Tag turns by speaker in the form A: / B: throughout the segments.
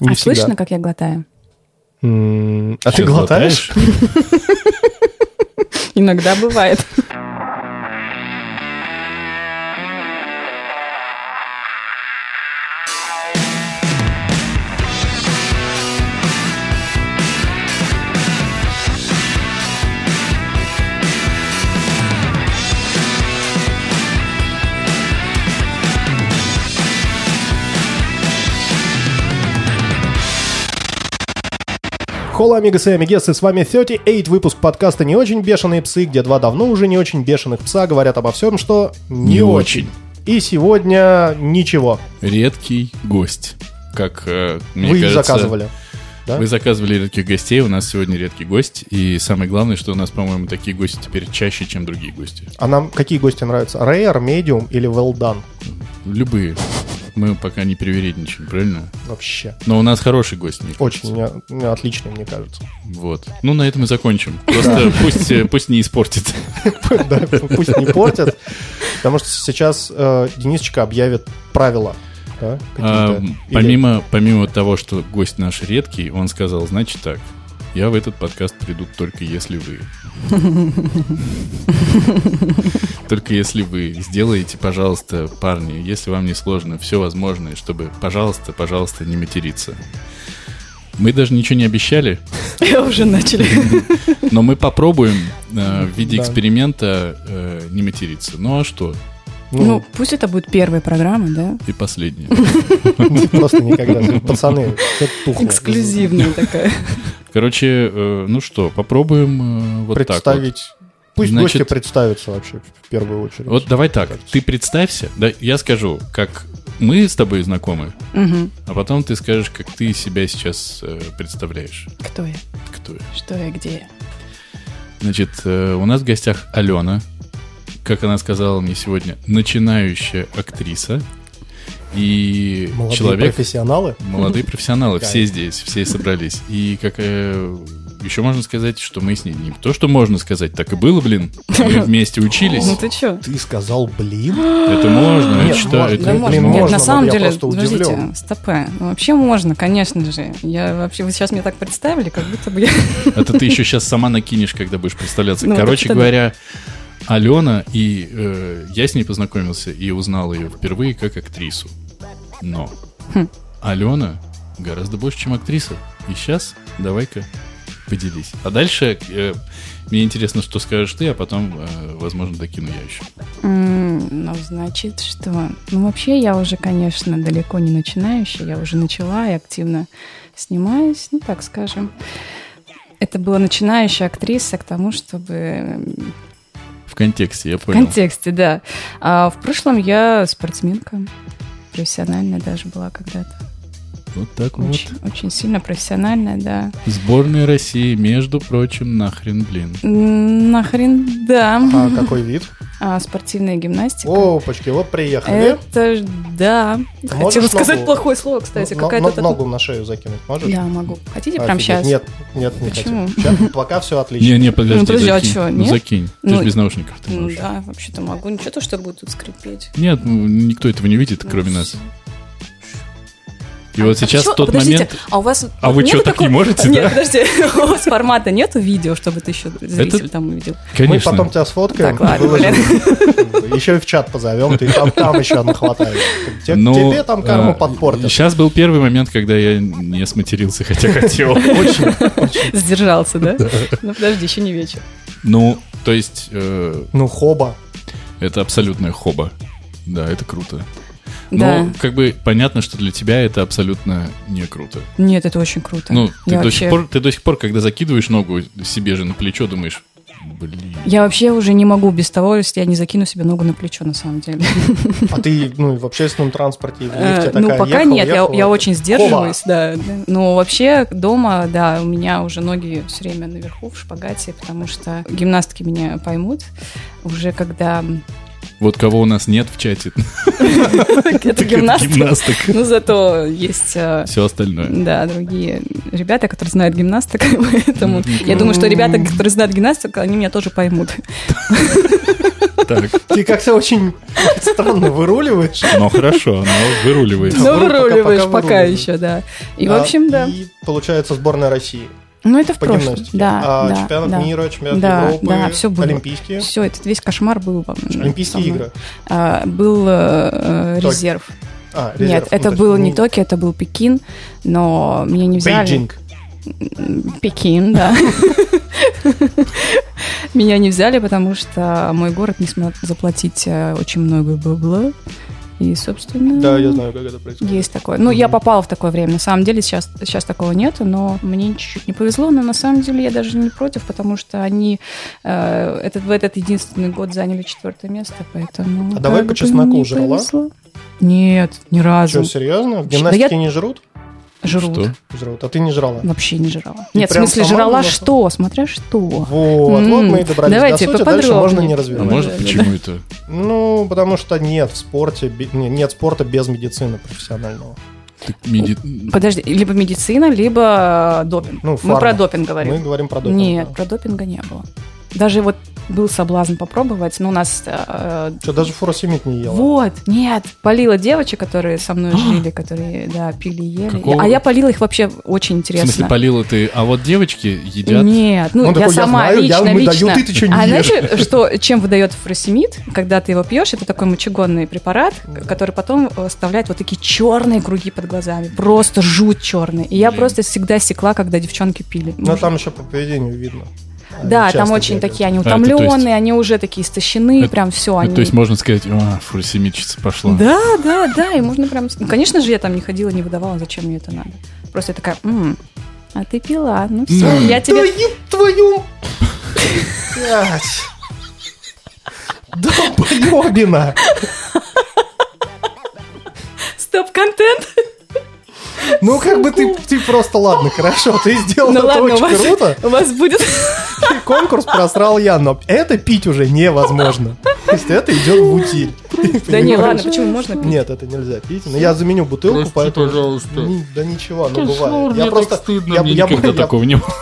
A: Не
B: а
A: всегда.
B: слышно, как я глотаю?
A: М, А ты
C: Сейчас
A: глотаешь?
B: Иногда бывает.
A: Холла, амигос и амигессы, с вами 38 выпуск подкаста «Не очень бешеные псы», где два давно уже не очень бешеных пса говорят обо всем, что не,
C: Не
A: очень.
C: очень.
A: И сегодня ничего.
C: Редкий гость. Как э, мне
A: Вы
C: кажется,
A: заказывали. да?
C: Вы заказывали редких гостей, у нас сегодня редкий гость. И самое главное, что у нас, по-моему, такие гости теперь чаще, чем другие гости.
A: А нам какие гости нравятся? Rare, Medium или Well Done?
C: Любые. Мы пока не привередничаем, правильно?
A: Вообще.
C: Но у нас хороший гость, мне
A: Очень
C: кажется.
A: мне- мне отличный, мне кажется.
C: Вот. Ну, на этом и закончим. Просто пусть, э, пусть не испортит.
A: Да, Пусть не портят. Потому что сейчас э, Денисочка объявит правила. да,
C: А,
A: какие-то.
C: м,
A: Или-
C: помимо, помимо того, что гость наш редкий, он сказал, значит так, я в этот подкаст приду только если вы. Только если вы сделаете, пожалуйста, парни, если вам не сложно, все возможное, чтобы, пожалуйста, пожалуйста, не материться. Мы даже ничего не обещали,
B: Уже начали.
C: но мы попробуем э, в виде
A: Да.
C: эксперимента э, не материться. Ну а что?
A: Ну,
B: Ну, пусть это будет первая программа, да?
C: И последнее.
A: просто никогда. Пацаны, это тухло.
B: Эксклюзивная такая.
C: Короче, э, ну что, попробуем э, вот так вот.
A: Представить. Пусть
C: Значит-
A: гости представятся вообще в первую очередь.
C: Вот давай так,
A: Кажется.
C: ты представься, да, я скажу, как мы с тобой знакомы,
B: Мгм.
C: а потом ты скажешь, как ты себя сейчас э, представляешь.
B: Кто я?
C: Кто я?
B: Что я? Где я?
C: Значит, э, у нас в гостях Алена, как она сказала мне сегодня, начинающая актриса и
A: Молодые
C: человек...
A: профессионалы.
C: Молодые профессионалы,
A: Да.
C: все здесь, все собрались. И как э, еще можно сказать, что мы с ней не то, что можно сказать, так и было, блин. Мы вместе учились.
B: Ну ты чё?
A: Ты сказал, блин?
C: Это можно,
A: Нет,
C: это что?
A: можно,
C: это-
A: да,
C: это
A: блин,
B: Нет,
A: можно, но
B: на самом
A: я
B: деле,
A: просто удивлен.
B: подождите, стопэ. Ну, вообще можно, конечно же. Я вообще, вы сейчас меня так представили, как будто бы я...
C: Это ты еще сейчас сама накинешь, когда будешь представляться.
B: Ну,
C: Короче
B: так-то да.
C: говоря, Алена, и э, я с ней познакомился и узнал ее впервые как актрису. Но
B: Хм.
C: Алена гораздо больше, чем актриса. И сейчас давай-ка поделись. А дальше э, мне интересно, что скажешь ты, а потом, э, возможно, докину я еще.
B: М, Ну, значит, что? Ну, вообще, я уже, конечно, далеко не начинающая. Я уже начала и активно снимаюсь, ну, так скажем. Это была начинающая актриса к тому, чтобы... м,
C: В контексте, я
B: В
C: понял.
B: контексте, да. А в прошлом я спортсменка. Профессиональная даже была когда-то.
C: Вот так вот.
B: Очень, очень сильно профессиональная, да.
C: Сборная России, между прочим, нахрен, блин.
B: М, Нахрен, да.
A: А какой вид?
B: А, спортивная гимнастика.
A: Опачки, вот
B: Э,
A: приехали.
B: Это ж- да. Хотела
A: можешь
B: сказать
A: ногу-
B: плохое слово, кстати.
A: Н-
B: Какая-то
A: н-
B: тату-
A: Ногу на шею закинуть можешь?
B: Я могу. Хотите прямо
A: Офигеть.
B: сейчас?
A: Нет, нет, не
B: Почему?
A: хочу. Щас, ну, пока все отлично.
C: Не-не, подожди,
B: Ну, подожди, а
C: закинь.
B: чё,
C: Ну,
B: нет?
C: закинь. Ты
B: Ну,
C: ж без наушников. ты
B: Ну
C: можешь.
B: да, вообще-то могу. Ничего то, что будет тут скрипеть.
C: Нет, ну, никто этого не видит, кроме нас. И вот сейчас тот момент...
B: А у вас...
C: А
B: вот
C: вы
B: нету
C: чё, так не
B: такого-
C: можете,
B: Нет,
C: да?
B: подожди. У вас формата нету видео, чтобы ты еще зритель там увидел?
A: Мы
C: Конечно.
A: потом тебя сфоткаем.
B: Так, ладно,
A: Еще и в чат позовем, ты там, там еще нахватаешь. Те-
C: Но,
A: Тебе там карму
C: а,
A: подпортят.
C: Сейчас был первый момент, когда я не сматерился, хотя хотел. Очень.
B: Сдержался, да? Ну подожди, еще не вечер.
C: Ну, то есть, э,
A: Ну, хоба.
C: это абсолютная хоба. Да, это круто.
B: Да.
C: Ну, как бы понятно, что для тебя это абсолютно не круто.
B: Нет, это очень круто.
C: Ну,
B: Я
C: ты до,
B: вообще-
C: сих пор, ты до сих пор, когда закидываешь ногу себе же на плечо, думаешь, блин.
B: Я вообще уже не могу без того, если я не закину себе ногу на плечо, на самом деле.
A: А ты, ну, и в общественном транспорте и в лифте
B: Э,
A: такая
B: Ну, пока
A: ехала,
B: нет, я-
A: ехала.
B: я очень сдерживаюсь, да. да. Но вообще дома, да, у меня уже ноги все время наверху в шпагате, потому что гимнастки меня поймут уже когда...
C: Вот кого у нас нет в чате,
B: Это
C: так это
B: гимнастки.
C: гимнасток.
B: Ну, зато есть, э,
C: Все остальное.
B: да, другие ребята, которые знают гимнастику, поэтому я думаю, что ребята, которые знают гимнастику, они меня тоже поймут.
C: Так,
A: Ты как-то очень странно выруливаешь.
C: ну хорошо, но выруливает.
A: Да,
B: Но
A: выру- пока-
B: выруливаешь
A: пока
B: пока
A: выруливаю.
B: еще, да. И, в
A: А,
B: общем, да.
A: И получается сборная России
B: Ну, это в
A: по
B: прошлом.
A: гимнастике.
B: Да,
A: а
B: да,
A: чемпионат
B: да.
A: мира, чемпионат
B: Да,
A: Европы,
B: да, всё было.
A: Олимпийские.
B: Все, этот весь кошмар был. э, во- со
A: Олимпийские
B: мной.
A: игры.
B: А, был э, э,
A: Токио.
B: резерв.
A: А,
B: Нет,
A: резерв, ну,
B: это
A: то есть
B: был не Токио, это был Пекин, но меня не взяли.
A: Бейджинг.
B: Пекин, да. Меня не взяли, потому что мой город не смог заплатить э, очень много бабла. И, собственно...
A: Да, я знаю, как это происходит.
B: Есть такое. Ну, я
A: Мгм.
B: попала в такое время. На самом деле сейчас, сейчас такого нету, но мне чуть-чуть не повезло. Но на самом деле я даже не против, потому что они э, этот, в этот единственный год заняли четвертое место, поэтому...
A: А давай
B: как
A: по
B: бы
A: чесноку
B: мне
A: жрала?
B: повезло. Нет, ни разу.
A: Что, серьезно? В
B: Да
A: гимнастике
B: я-
A: не жрут?
B: Жрут.
C: Что?
A: Жрут, а ты не жрала.
B: Вообще не жрала.
A: И
B: Нет, в
A: прям
B: смысле,
A: сама
B: жрала
A: не нашла?
B: что? Смотря что.
A: Вот, вот мы и
B: М,
A: добрались
B: давайте
A: до сути, дальше
B: поподробнее.
A: можно не
C: А
B: Да,
A: развивать.
C: может,
B: да,
C: почему это?
A: Ну, потому что нет в спорте, бе- не- нет спорта без медицины профессионального.
C: Ты меди-
B: Подожди, либо медицина, либо э, допинг.
A: Ну,
B: Мы
A: фарма.
B: про допинг говорим.
A: Мы говорим про допинг.
B: Нет, про допинга не было. Даже вот был соблазн попробовать, но у нас... э,
A: Что, даже фуросемид не ела?
B: вот, нет, полила девочек, которые со мной жили, которые, да, пили, ели.
C: А! Какого?
B: А я полила их вообще очень
C: В смысле,
B: интересно.
C: полила ты, а вот девочки едят...
B: Нет, ну
A: Он
B: я
A: такой, я
B: сама
A: знаю, я
B: лично,
A: ему даю,
B: лично.
A: ты- ты чё не
B: а
A: ешь?
B: знаете, что, чем выдает фуросемид, когда ты его пьешь, это такой мочегонный препарат, который потом оставляет вот такие черные круги под глазами, просто жуть черные. И я
C: Блин.
B: просто всегда секла, когда девчонки пили.
A: Но Ну, там еще по поведению видно. Они
B: да, там
A: часто
B: очень
A: бегают.
B: такие, они
C: А, это то есть-
B: утомленные, они уже такие истощены,
C: Это-
B: прям все,
C: Ну,
B: они...
C: То есть можно сказать, а, фурсемичица пошла.
B: Да, да, да, и можно прям... Ну, конечно же, я там не ходила, не выдавала, зачем мне это надо. Просто я такая, «М, а ты пила, ну все,
C: М.
B: я тебе...
A: Да еб твою... Блядь. Да поебина!
B: Стоп-контент!
A: Ну как бы ты, ты просто, ладно, хорошо, ты сделал
B: Ну
A: это
B: ладно, у
A: очень
B: вас,
A: круто,
B: у вас будет...
A: и конкурс просрал я, но это пить уже невозможно. То есть это идет в утиль.
B: Да не,
A: Понимаешь?
B: ладно, почему можно пить?
A: Нет, это нельзя пить. Но я заменю бутылку,
C: Прости,
A: поэтому...
C: пожалуйста.
A: Ни- да ничего, ну
C: Да что,
A: бывает.
C: мне
A: Я просто...
C: так стыдно,
A: я-
C: мне
A: я-
C: никогда
A: я-
C: такого не было.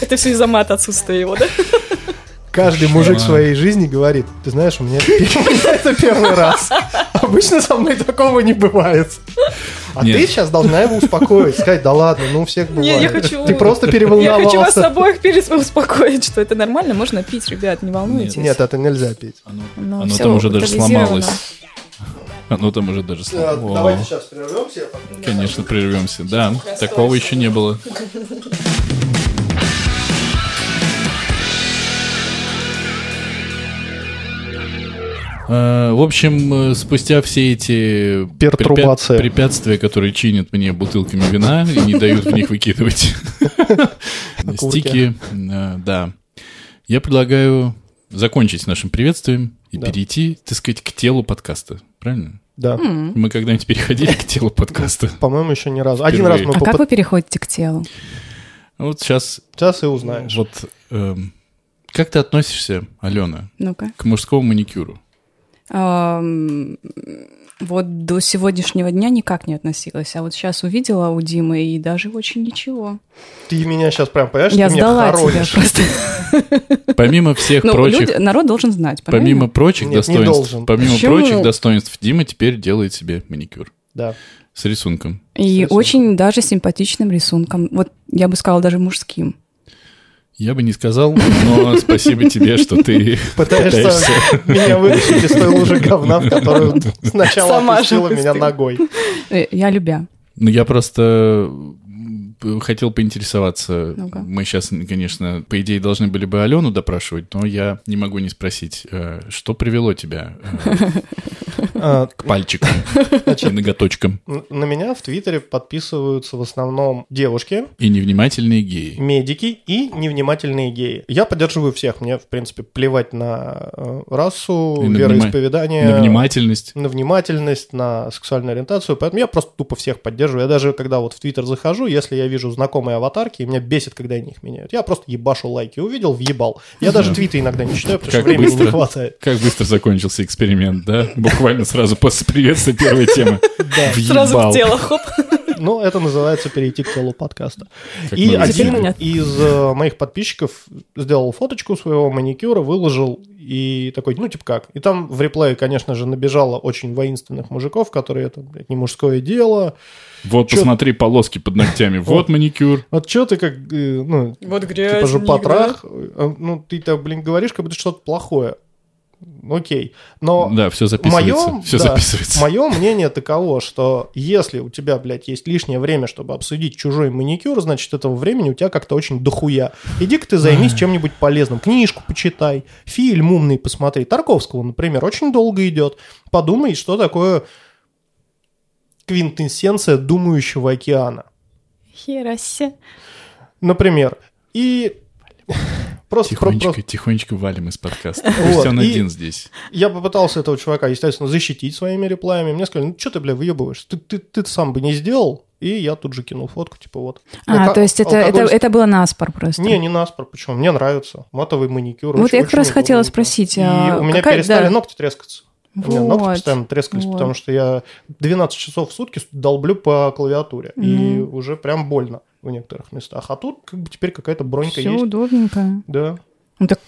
B: Это все из-за мата отсутствия его, да?
A: Каждый мужик в своей жизни говорит, ты знаешь, у меня это первый раз. Обычно со мной такого не бывает. А
C: Нет.
A: ты сейчас должна его успокоить, сказать, да ладно, ну у всех бывает.
B: я хочу-
A: Ты просто
B: Я хочу вас
A: переволновался.
B: обоих перес- успокоить, что это нормально, можно пить, ребят, не волнуйтесь.
A: Нет, это нельзя пить.
C: Оно,
B: Ну,
C: оно
B: всё,
C: там уже даже
B: утилизировано.
C: сломалось. Оно там уже даже
A: Э,
C: сломалось.
A: сейчас прервемся.
C: Конечно, прервемся. Да, такого еще не было. Э, В общем, э, спустя все эти
A: Пертурбации.
C: препят- препятствия, которые чинят мне бутылками вина и не дают в них выкидывать
A: Окурки.
C: стики, э, да, я предлагаю закончить с нашим приветствием и
A: Да.
C: перейти, так сказать, к телу подкаста. Правильно?
A: Да.
C: Мы когда-нибудь переходили к телу подкаста?
A: По-моему, еще ни разу. Один раз
C: Впервые.
A: мы
B: А как
A: попытались.
B: вы переходите к телу?
C: Вот сейчас,
A: Сейчас и узнаешь.
C: вот, эм, как ты относишься, Алена,
B: Ну-ка.
C: к мужскому маникюру?
B: Эм, Вот до сегодняшнего дня никак не относилась, а вот сейчас увидела у Димы и даже очень ничего.
A: Ты меня сейчас прям, понимаешь,
B: Я
A: ты меня
B: сдала тебя
A: хоронишь.
B: просто.
C: Помимо всех
B: Ну,
C: прочих,
B: люди- народ должен знать,
C: помимо
B: правильно?
C: прочих
A: Нет, не
C: достоинств,
A: должен.
C: помимо
B: Почему?
C: прочих достоинств, Дима теперь делает себе маникюр
A: Да.
C: с рисунком.
B: И
A: Совершенно.
B: очень даже симпатичным рисунком. Вот я бы сказала, даже мужским.
C: Я бы не сказал, но спасибо тебе, что ты
A: Пытаешься
C: пытаешься.
A: меня вытащить из той лужи говна, в которую сначала
B: Сама
A: опустила
B: же
A: меня
B: ты.
A: ногой.
B: Э, Я любя.
C: Ну, я просто м, хотел поинтересоваться.
B: Ну-ка.
C: Мы сейчас, конечно, по идее, должны были бы Алену допрашивать, но я не могу не спросить, э, что привело тебя э,
A: А,
C: к пальчикам и ноготочкам?
A: н- На меня в Твиттере подписываются в основном девушки,
C: И невнимательные геи.
A: медики и невнимательные геи. Я поддерживаю всех, мне, в принципе, плевать на э, расу,
C: И на
A: вероисповедание.
C: На внимательность.
A: на внимательность, на сексуальную ориентацию, поэтому я просто тупо всех поддерживаю. Я даже, когда вот в Твиттер захожу, если я вижу знакомые аватарки, и меня бесит, когда они их меняют. Я просто ебашу лайки, увидел, въебал. Я даже твиты иногда не читаю, потому что
C: Как
A: времени не
C: быстро.
A: хватает.
C: Как быстро закончился эксперимент, да? Буквально сразу после приветствия первой темы. Въебал.
B: хоп.
A: Ну, это называется перейти к телу подкаста.
C: Как
A: И
C: мы
A: один
C: выяснили.
A: из э, моих подписчиков сделал фоточку своего маникюра, выложил и такой, ну, типа как. И там в реплее, конечно же, набежало очень воинственных мужиков, которые это, блядь, не мужское дело.
C: Вот
A: Чё-
C: посмотри полоски под ногтями. Вот маникюр.
A: Вот что ты как, э, ну,
B: Вот грязь.
A: типа же потрах, э, ну, ты то блин, говоришь, как будто что-то плохое. Окей. Но
C: Да, все записывается.
A: моем,
C: Все
A: да,
C: записывается.
A: Мое мнение таково, что если у тебя, блядь, есть лишнее время, чтобы обсудить чужой маникюр, значит, этого времени у тебя как-то очень дохуя. Иди-ка ты займись чем-нибудь полезным. Книжку почитай, фильм умный посмотри. Тарковского, например, очень долго идет. Подумай, что такое квинтэссенция думающего океана.
B: Херасе.
A: Например. И... Просто, про-
C: Тихонечко,
A: просто
C: тихонечко валим из подкаста. Пусть
A: Вот,
C: он
A: и-
C: один здесь.
A: я попытался этого чувака, естественно, защитить своими реплаями. Мне сказали, ну что ты, бля, выебываешь? Ты, ты, ты сам бы не сделал. И я тут же кинул фотку, типа вот.
B: А,
A: Алко-
B: то есть это, это,
A: алкоголь-
B: это было наспор просто?
A: Не, не наспор, почему? Мне нравится. Матовый маникюр.
B: Вот
A: очень-
B: я как
A: очень
B: раз хотела
A: удобненько.
B: спросить,
A: И
B: а
A: у меня
B: какая-
A: перестали
B: да.
A: ногти трескаться. У меня ногти
B: Вот.
A: постоянно трескались,
B: вот.
A: потому что я 12 часов в сутки долблю по клавиатуре. И
B: Ну.
A: уже прям больно в некоторых местах. А тут как бы теперь какая-то бронька
B: Все
A: есть.
B: удобненько.
A: Да.
B: Ну так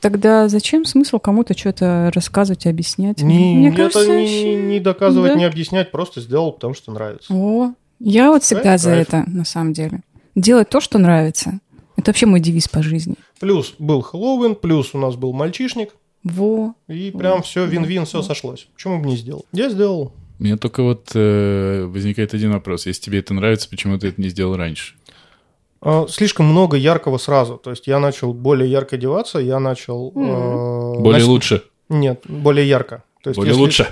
B: тогда зачем смысл кому-то что-то рассказывать и объяснять?
A: Не,
B: Мне
A: это
B: кажется,
A: не,
B: вообще-
A: не доказывать,
B: да.
A: не объяснять, просто сделал, потому что нравится.
B: О, я вот всегда
A: Кайф,
B: за
A: кайф.
B: это, на самом деле. Делать то, что нравится. Это вообще мой девиз по жизни.
A: Плюс был Хэллоуин, плюс у нас был мальчишник.
B: Во.
A: И прям все,
B: да,
A: вин-вин, все сошлось. Почему бы не сделал? Я сделал.
C: У меня только вот э, возникает один вопрос. Если тебе это нравится, почему ты это не сделал раньше?
A: А, Слишком много яркого сразу. То есть я начал более ярко одеваться, я начал... э,
C: Более
A: нач-
C: лучше.
A: Нет, более ярко. То есть,
C: Более
A: если-
C: лучше.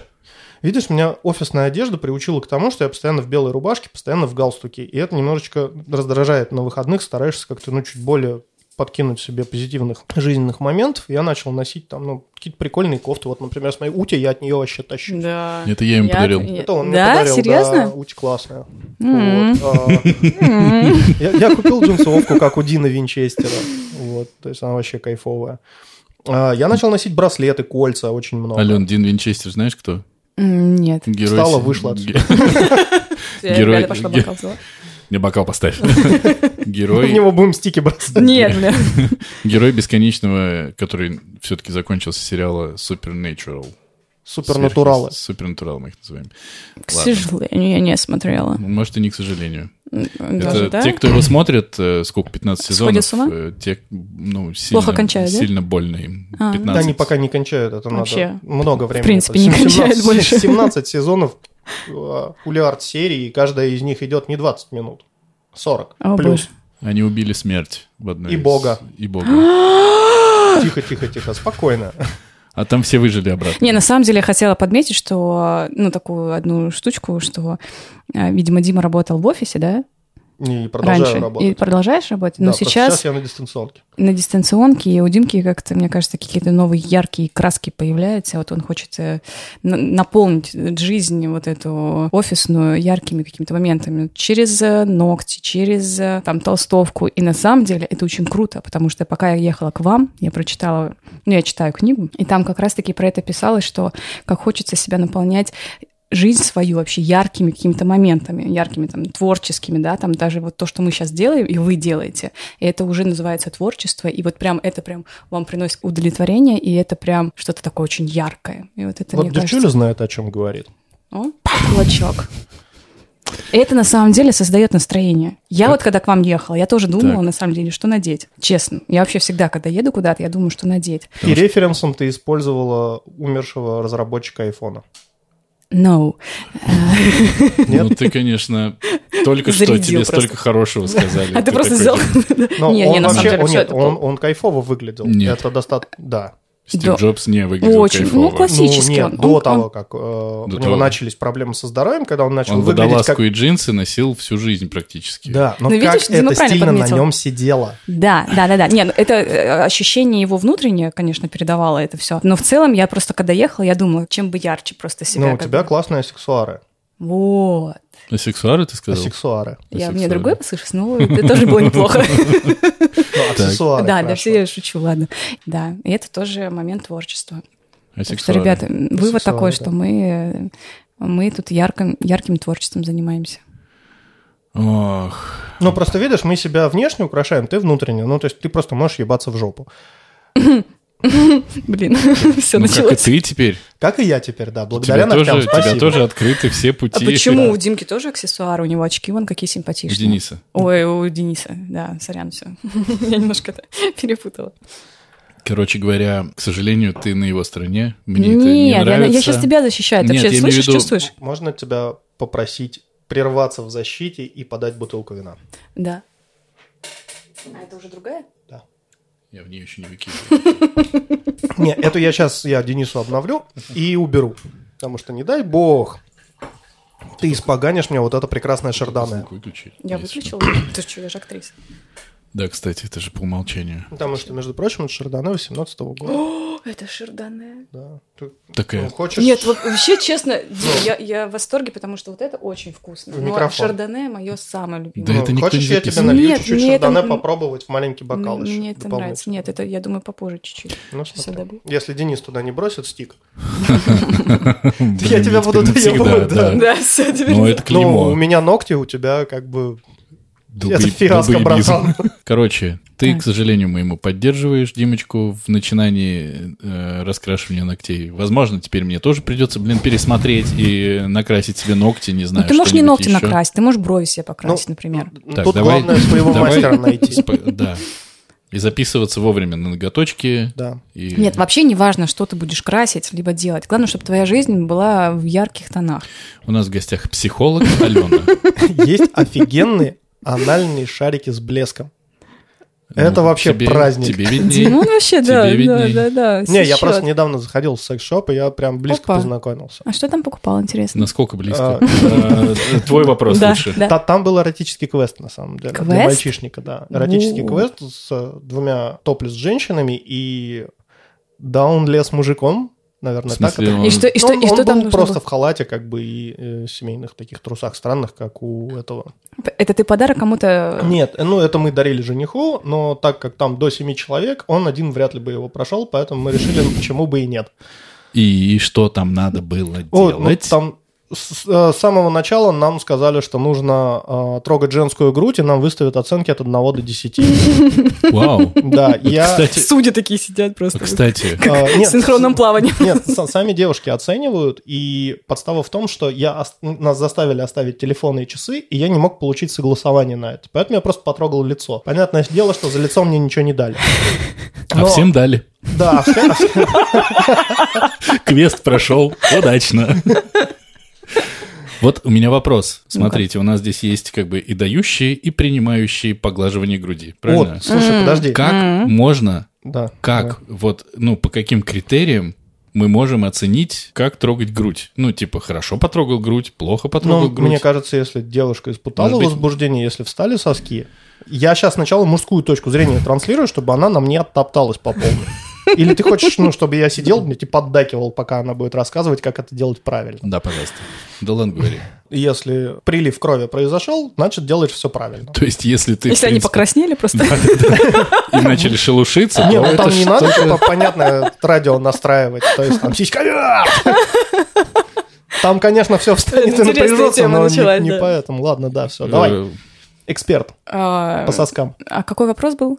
A: Видишь, меня офисная одежда приучила к тому, что я постоянно в белой рубашке, постоянно в галстуке. И это немножечко раздражает. На выходных стараешься как-то, ну, чуть более подкинуть себе позитивных жизненных моментов. Я начал носить там, ну, какие-то прикольные кофты. Вот, например, с моей ути я от нее вообще тащу.
B: Да.
C: Это я им подарил.
A: Это он мне
B: да,
A: подарил, да,
B: серьезно?
A: Ути классная.
B: М.
A: Вот, а,
B: М.
A: Я, я купил джинсовку, как у Дина Винчестера. Вот, то есть она вообще кайфовая. А, Я начал носить браслеты, кольца очень много.
C: Ален, Дин Винчестер, знаешь кто?
B: М, Нет.
C: Герой...
A: Встала,
C: с-
A: вышла
C: ге-
B: Я
C: Герой-
B: реально пошла
C: ге-
B: бокал взяла.
C: Мне бокал поставь.
A: Мы Ну, в
C: Герой...
A: него будем стики бросать.
B: Нет, бля.
C: Герой бесконечного, который все-таки закончился сериала Supernatural.
A: Супернатуралы.
C: Сверх- Супернатурал мы их называем.
B: К
C: Ладно.
B: сожалению, я не смотрела.
C: Ну, Может, и не к сожалению.
B: Даже,
C: это
B: да?
C: те, кто его смотрит, э, сколько, 15
B: Сходят
C: сезонов,
B: с ума?
C: э, те, ну, сильно,
B: Плохо кончают, да?
C: сильно больно им.
B: А.
C: 15.
A: Да, они пока не кончают, это
B: Вообще.
A: надо много времени.
B: принципе,
A: Это
B: не кончают
A: 17
B: больше.
A: 17 сезонов э, улиард серии, и каждая из них идет не 20 минут, 40
B: О,
A: плюс.
C: Они убили смерть в одной
A: И
C: из-
A: Бога.
C: И Бога.
A: Тихо, тихо, тихо, спокойно.
C: А там все выжили обратно.
B: Не, на самом деле я хотела подметить, что, ну, такую одну штучку, что, э, видимо, Дима работал в офисе, да,
A: И продолжаю
B: раньше?
A: работать.
B: И продолжаешь работать?
A: Да,
B: но
A: просто
B: сейчас,
A: сейчас я на дистанционке.
B: на дистанционке и у Димки как-то, мне кажется, какие-то новые яркие краски появляются. Вот он хочет э, на- наполнить жизнь вот эту офисную яркими какими-то моментами. Через э, ногти, через э, там толстовку. И на самом деле это очень круто, потому что пока я ехала к вам, я прочитала, ну, я читаю книгу, и там как раз-таки про это писалось, что как хочется себя наполнять жизнь свою вообще яркими какими-то моментами, яркими там творческими, да, там даже вот то, что мы сейчас делаем, и вы делаете, и это уже называется творчество, и вот прям это прям вам приносит удовлетворение, и это прям что-то такое очень яркое. И вот это,
A: вот
B: мне
A: Девчуля
B: кажется...
A: знает, о чем говорит.
B: О, кулачок. И Это на самом деле создает настроение. Я
C: Это-
B: вот когда к вам ехала, я тоже думала
C: Так.
B: на самом деле, что надеть. Честно, я вообще всегда, когда еду куда-то, я думаю, что надеть.
A: и референсом ты использовала умершего разработчика айфона.
B: No.
C: Ну, ты, конечно, только что
B: Зарядил
C: тебе
B: просто.
C: столько хорошего сказали.
B: А ты просто
C: такой,
B: взял.
A: Но
B: Не,
A: он
B: не, на самом
A: вообще-
B: деле
A: он,
B: все
A: нет,
B: это
A: он,
B: было.
A: он кайфово выглядел.
C: Нет.
A: Это достаточно... Да.
C: Стив
B: Да.
C: Джобс не выглядел
B: Очень. Ну,
C: кайфово.
B: класс- Классически
A: нет,
B: он.
A: до
B: Он-
A: того,
B: он-
A: как э, у него
C: того.
A: начались проблемы со здоровьем, когда он начал
C: Он
A: выглядеть как...
C: водолазку и джинсы носил всю жизнь практически.
A: Да, но
B: Ну,
A: как
B: видишь, Дима
A: это
B: правильно
A: стильно на
B: подметил.
A: нем сидело.
B: Да, да, да, да. Не, ну, это э, ощущение его внутреннее, конечно, передавало это все. Но в целом я просто, когда ехала, я думала, чем бы ярче просто себя.
A: ну, у
B: как
A: тебя
B: бы.
A: классные аксессуары.
B: Вот.
C: А сексуары ты сказал?
A: Аксессуары.
B: Я,
C: Сексуально.
B: мне другое послышалось, но это тоже было неплохо.
A: Ну, аксессуары,
B: Да, да,
A: хорошо.
B: все я шучу, ладно. Да, и это тоже момент творчества.
C: А
B: Так что,
C: сексуары?
B: ребята, м,
A: Сексуально,
B: вывод такой,
A: да.
B: что мы э, мы тут ярким, ярким творчеством занимаемся.
C: Ох.
A: Ну, просто видишь, мы себя внешне украшаем, ты внутренне. Ну, то есть ты просто можешь ебаться в жопу.
B: Блин, все
C: Ну, как и
B: началось.
C: ты теперь.
A: Как и я теперь, да,
C: У тебя
A: благодаря ногтям,
C: тоже,
A: спасибо.
C: тебя тоже открыты все
B: А
C: пути.
B: почему у Димки тоже аксессуары? У него очки вон какие
C: У
B: симпатичные.
C: Дениса.
B: Ой, у Дениса, да, сорян, все. Я немножко это перепутала.
C: Короче говоря, к сожалению, ты на его стороне. Мне это не
B: Нет, я,
C: нравится.
B: сейчас тебя защищаю. Ты
C: Нет, я
B: вообще
C: имею в
B: слышишь,
C: виду-
B: чувствуешь?
A: Можно тебя попросить прерваться в защите и подать бутылку вина?
B: Да. А это уже другая?
C: Я в ней еще не выкидываю.
A: Не, эту я сейчас я Денису обновлю и уберу. Потому что, не дай бог, ты испоганишь мне вот это прекрасное шардане.
C: Звук выключить.
B: Я
C: Если-
B: выключила. Ты что, я же актриса.
C: Да, кстати, это же по умолчанию.
A: Потому что, между прочим, это шардоне 18 года.
B: О, это Шардоне.
A: Да. Ты, ну,
C: Такая.
A: хочешь?
B: Нет, во- вообще, честно, Дим, я, я в восторге, потому что вот это очень вкусно.
A: Ну. В
B: Но
A: микрофон.
B: Шардоне мое самое
A: Ну,
C: Да
B: любимое.
C: это никто
A: хочешь,
C: не
A: я тебе
C: записывал.
A: налью
B: Нет,
A: чуть-чуть
B: мне это-
A: шардоне попробовать в маленький бокал
B: М-
A: еще
B: Мне это
A: дополнительно?
B: нравится. Нет, это, я думаю, попозже чуть-чуть.
A: Ну,
B: Сейчас
A: смотри.
B: я добью.
A: Если Денис туда не бросит стик,
C: Блин,
A: тебя
C: теперь
A: буду
C: навсегда,
A: доебывать, да.
B: Да, все, теперь...
C: Ну, это
A: ну, у
C: клеймо.
A: меня ногти, у тебя как бы...
C: Долбоеб-
A: это фиаско,
C: долбоебизм.
A: братан.
C: Короче, ты,
B: Так.
C: к сожалению, моему поддерживаешь Димочку в начинании э, раскрашивания ногтей. Возможно, теперь мне тоже придется, блин, пересмотреть и накрасить себе ногти, не
B: Ну,
C: знаю,
B: ты можешь не
C: что-нибудь
B: ногти
C: еще.
B: накрасить, ты можешь брови себе покрасить,
A: Ну,
B: например.
A: Ну,
C: Так,
A: Тут
C: давай-
A: главное своего
C: давай-
A: мастера найти.
C: Спо- Да. И записываться вовремя на ноготочки.
A: Да.
C: И...
B: Нет, вообще не важно, что ты будешь красить, либо делать. Главное, чтобы твоя жизнь была в ярких тонах.
C: У нас в гостях психолог Алена.
A: Есть офигенные анальные шарики с блеском. Это
C: Ну,
A: вообще
C: тебе-
A: праздник.
C: Тебе виднее.
B: Ну, он вообще, да,
C: Тебе
B: да,
C: видней.
B: да, да.
A: Не, я
B: сечёт.
A: просто недавно заходил в секс-шоп, и я прям близко
B: Опа.
A: познакомился.
B: А что там покупал, интересно?
C: Насколько близко?
A: А,
C: Э, Твой вопрос
B: да,
C: лучше.
B: да.
A: Та- Там был эротический квест, на самом деле, для
B: Квест?
A: мальчишника, да. Эротический
B: Во.
A: квест с э, двумя топли с женщинами и даунле с мужиком,
C: В
A: наверное, так
C: смысле,
A: это.
C: он-
B: И что, и что,
A: он,
B: и что
A: он
B: там
A: был
B: нужно
A: просто
B: было?
A: в халате, как бы, и э, семейных таких трусах странных, как у этого.
B: Это ты подарок
C: Э,
B: кому-то...
A: Нет, ну это мы дарили жениху, но так как там до семи человек, он один вряд ли бы его прошел, поэтому мы решили, ну, почему бы и нет.
C: И что там надо было
A: О, ну,
C: делать?
A: там с э, с самого начала нам сказали, что нужно э, трогать женскую грудь, и нам выставят оценки от 1 до 10.
C: Вау.
A: Да, я...
C: Кстати,
B: Судьи такие сидят просто.
C: кстати,
A: э,
B: В
A: нет,
B: синхронном плавании.
A: Нет, са- сами девушки оценивают, и подстава в том, что я ос- нас заставили оставить телефоны и часы, и я не мог получить согласование на это. Поэтому я просто потрогал лицо. Понятное дело, что за лицо мне ничего не дали.
C: а
A: Но-
C: всем дали.
A: Да, а всем- а всем-
C: Квест прошел удачно. Вот у меня вопрос. Смотрите, у нас здесь есть как бы и дающие, и принимающие поглаживание груди. Правильно?
A: Вот, слушай, подожди.
C: Как можно,
A: Да. Да.
C: как вот, ну, по каким критериям мы можем оценить, как трогать грудь? Ну, типа, хорошо потрогал грудь, плохо
A: Ну,
C: потрогал
A: мне
C: грудь.
A: кажется, если девушка испытала
C: Может быть-
A: возбуждение, если встали соски, я сейчас сначала мужскую точку зрения транслирую, чтобы она на мне оттопталась по полной. Или ты хочешь, ну, чтобы я сидел, блядь, и поддакивал, пока она будет рассказывать, как это делать правильно.
C: Да, пожалуйста. Долан говори.
A: Если прилив крови произошел, значит, делаешь все правильно.
C: То есть, если ты... в
B: Если они
C: принципе,
B: покраснели просто.
C: и начали шелушиться,
A: Не,
C: то
A: ну
C: это
A: там не
C: что-
A: надо, типа, понятно, радио настраивать, то есть там сиська. Там, конечно, все встанет и
B: Интересная
A: напряжется,
B: тема
A: но
B: началась,
A: не- не
B: да.
A: поэтому. Ладно, да, все, давай.
C: Э,
A: Эксперт
B: А
A: по соскам.
B: а какой вопрос был?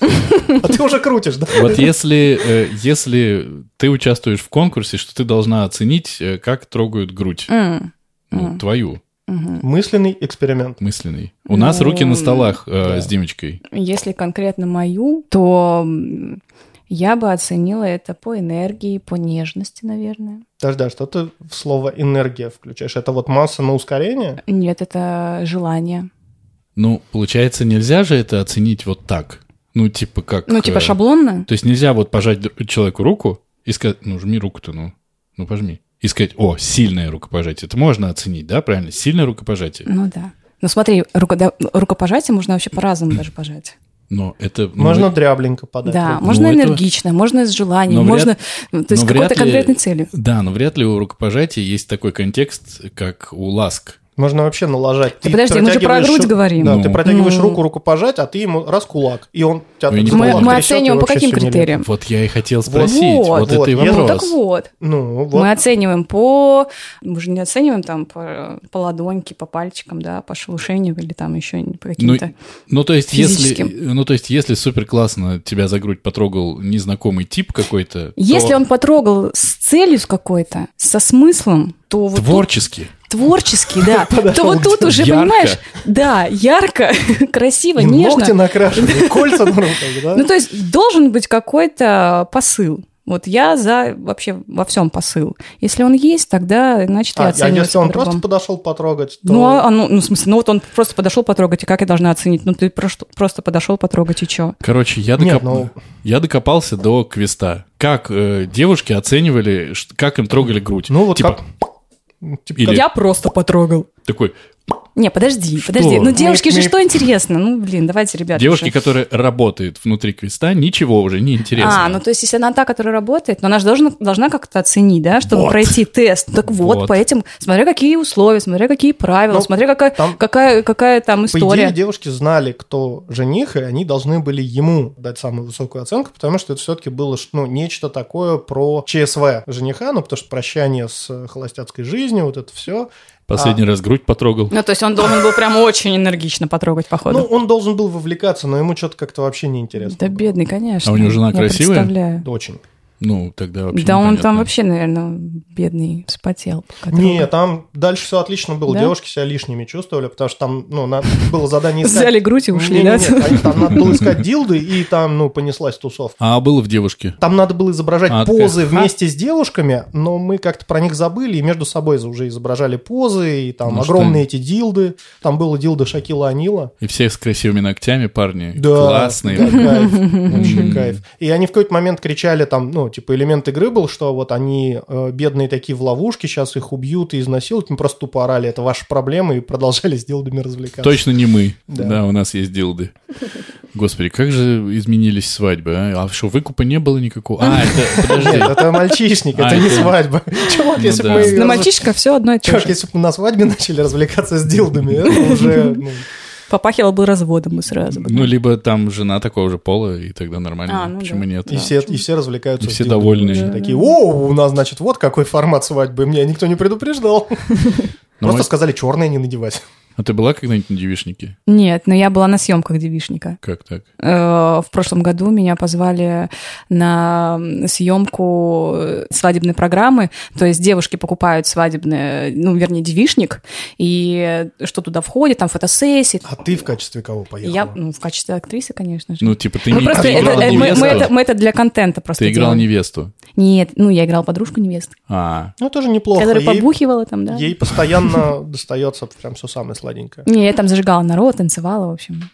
A: А ты уже крутишь, да?
C: Вот если, э, если ты участвуешь в конкурсе, что ты должна оценить, э, как трогают грудь.
B: М,
C: Ну, твою,
A: Мысленный эксперимент.
C: мысленный. У
B: Ну,
C: нас руки на столах э,
A: да.
C: с Димочкой.
B: Если конкретно мою, то м, я бы оценила это по энергии, по нежности, наверное.
A: Подожди, а что ты в слово энергия включаешь? Это вот масса на ускорение?
B: Нет, это желание.
C: Ну, получается, нельзя же это оценить вот так. Ну, типа как...
B: Ну, типа
C: э,
B: шаблонно?
C: То есть нельзя вот пожать д- человеку руку и сказать, ну, жми руку-то, ну, ну, пожми. И сказать, о, сильное рукопожатие. Это можно оценить, да, правильно? Сильное рукопожатие.
B: Ну да. Ну смотри, рукода- рукопожатие можно вообще по-разному даже пожать.
C: Но это... ну,
A: Можно дряблинко подать.
B: Да,
A: руку.
B: можно
C: Ну, это-
B: энергично, можно с желанием,
C: Но вряд-
B: можно... ну, То есть
C: но
B: какой-то
C: вряд ли-
B: конкретной целью.
C: Да, но вряд ли у рукопожатия есть такой контекст, как у ласк.
A: Можно вообще налажать.
B: Да подожди, мы же про
A: протягиваешь
B: грудь
A: ру-
B: говорим.
A: Да,
C: Ну.
A: ты протягиваешь
B: Ну.
A: руку, руку пожать, а ты ему раз кулак. И он тебя
C: Ну,
A: так
C: я не
A: за
B: Мы,
A: кулак
C: понимаю.
B: мы
A: трясет, и
B: оцениваем по
A: вообще
B: каким
A: всё нелепо.
B: критериям?
C: Вот я и хотел
A: Вот,
C: спросить. Вот,
B: вот,
C: это и
A: вот, я-
B: Ну
C: вопрос.
B: так вот.
A: Ну, вот.
B: Мы оцениваем по... Мы же не оцениваем там по, по ладоньке, по пальчикам, да, по шелушению или там еще по
C: Ну,
B: каким-то...
C: ну, то есть, если,
B: физическим.
C: ну, то есть, если супер классно тебя за грудь потрогал незнакомый тип какой-то,
B: Если
C: то
B: он потрогал с целью с какой-то, со смыслом, то вот тут-
C: творчески,
B: творческий, да, то
A: Подошел
B: вот тут
A: где-то
B: уже,
C: ярко.
B: понимаешь, да, ярко, красиво,
A: И
B: нежно.
A: ногти накрашены, и кольца на руках, да? А,
B: Ну, то есть должен быть какой-то посыл. Вот я за вообще во всем посыл. Если он есть, тогда значит я
A: А, а
B: оцениваю
A: если он
B: по-другому.
A: просто подошел потрогать, то...
B: Ну, а, а, ну, ну, в смысле, ну вот он просто подошел потрогать, и как я должна оценить? Ну, ты про что- просто подошел потрогать, и что?
C: Короче, я,
A: Нет,
C: докоп-
A: ну-
C: я докопался до квеста. Как э, девушки оценивали, ш- как им трогали грудь?
A: Ну, вот
C: типа,
A: как... типа,
C: Или
B: Я просто потрогал.
C: такой,
B: Не, подожди,
C: Что?
B: подожди. Ну, девушки же
A: мы-
B: что интересно? Ну, блин, давайте, ребята.
C: девушки,
B: уже.
C: которые работают внутри квеста, ничего уже не интересно.
B: А, ну то есть, если она та, которая работает, но она же должна, должна как-то оценить, да, чтобы
C: Вот.
B: пройти тест. Так вот,
C: Вот.
B: по этим, смотря какие условия, смотря какие правила,
A: Ну,
B: смотря какая,
A: там-
B: какая, какая там
A: По
B: история.
A: идее, девушки знали, кто жених, и они должны были ему дать самую высокую оценку, потому что это все-таки было ну, нечто такое про ЧСВ жениха, ну, потому что прощание с э, холостяцкой жизнью, вот это все.
C: Последний раз грудь потрогал.
B: Ну, то есть он должен был прям очень энергично потрогать, походу.
A: Ну, он должен был вовлекаться, но ему что-то как-то вообще не интересно.
B: да
A: было.
B: бедный, конечно.
C: А у него жена
B: Я
C: красивая?
B: представляю.
A: Да Очень.
C: Ну, тогда вообще
B: да он там
C: непонятно.
B: вообще, наверное, бедный вспотел. пока
A: Не,
B: трогал.
A: там дальше все отлично было.
B: Да?
A: Девушки себя лишними чувствовали, потому что там, ну, надо было задание искать.
B: Взяли грудь и ушли, да?
A: Не-не-не, там- там надо было искать дилды, и там, ну, понеслась тусовка.
C: А было в девушке?
A: Там надо было изображать
C: А,
A: позы
C: такая, ха.
A: вместе с девушками, но мы как-то про них забыли, и между собой уже изображали позы, и там
C: Ну,
A: огромные эти дилды. Там было дилда Шакила Анила.
C: И все с красивыми ногтями, парни.
A: Да,
C: Классные.
A: да, кайф, вообще
C: М.
A: кайф. И они в какой-то момент кричали там, ну, типа, элемент игры был, что вот они э, бедные такие в ловушке, сейчас их убьют и изнасилуют. Мы просто тупо орали, это ваши проблемы, и продолжали с дилдами развлекаться.
C: Точно не мы. Да.
A: Да.
C: у нас есть дилды. Господи, как же изменились свадьбы, а? А что, выкупа не было никакого? А, это, подожди.
A: Нет, это мальчишник,
C: А,
A: это не
C: это-
A: свадьба. Чувак,
C: Ну
A: если бы
C: да.
A: мы...
B: На мальчишка все одно и то
A: Чувак,
B: же.
A: если бы мы на свадьбе начали развлекаться с дилдами, это уже... ну,
B: Попахивало бы разводом и сразу бы.
C: Ну, либо там жена такого же пола, и тогда нормально.
B: А, ну
C: Почему
B: да.
C: нет?
A: И все, и все развлекаются.
C: И
A: с
C: все
A: дилдами.
C: довольны.
A: Очень Такие, о, у нас, значит, вот какой формат свадьбы. Меня никто не предупреждал.
C: Ну,
A: Просто
C: мы-
A: сказали, черное не надевать.
C: А ты была когда-нибудь на девишнике?
B: Нет, но я была на съемках девишника.
C: Как так?
B: Э, В прошлом году меня позвали на съемку свадебной программы. То есть девушки покупают свадебный, ну, вернее, девишник, и что туда входит, там фотосессии.
A: А ты в качестве кого поехал?
B: Я, ну, в качестве актрисы, конечно же.
C: Ну, типа, ты
B: Мы
C: не
B: просто
C: ты
A: а
B: это,
C: играл
B: э, мы,
C: невесту.
B: мы это, мы это для контента просто
C: Ты играл
B: делаем.
C: невесту.
B: Нет, ну, я играл подружку невесты,
C: А,
A: Ну, тоже неплохо.
B: которая
A: Ей-
B: побухивала там, да.
A: Ей постоянно достается прям все самое сладенькое.
B: Не, я там зажигала народ, танцевала, в общем,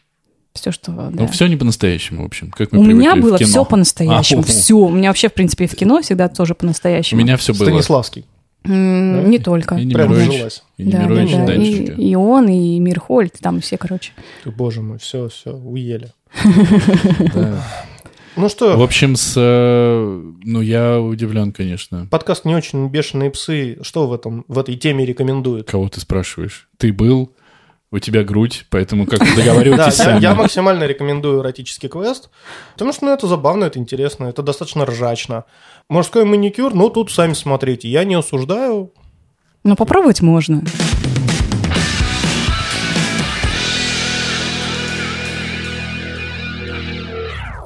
B: все, что... да.
C: ну все не по-настоящему, в общем, как мы
B: У меня
C: привыкли в
B: было
C: кино.
B: все по-настоящему.
C: А, у-
B: Все. У меня вообще, в принципе, и в кино всегда тоже
C: У
B: по-настоящему.
C: меня все было.
A: Станиславский.
B: М,
A: Да?
B: Не только.
C: И
A: Прям
C: Немирович,
A: жилась.
C: и
B: Да,
C: Немирович
B: да, да. И,
C: Данченко.
B: и он, и Мирхольд, там все, короче.
A: Ты, боже мой, все, все, уели.
C: Да.
A: Ну
C: В
A: что,
C: общем, с... э, Ну, я удивлен, конечно.
A: подкаст «Не очень бешеные псы». Что в, этом, в этой теме рекомендует?
C: Кого ты спрашиваешь? Ты был, у тебя грудь, поэтому как вы договариваетесь
A: Да, я,
C: сами.
A: я максимально рекомендую эротический квест, потому что ну, это забавно, это интересно, это достаточно ржачно. Мужской маникюр, ну тут сами смотрите, я не осуждаю.
B: Но попробовать можно.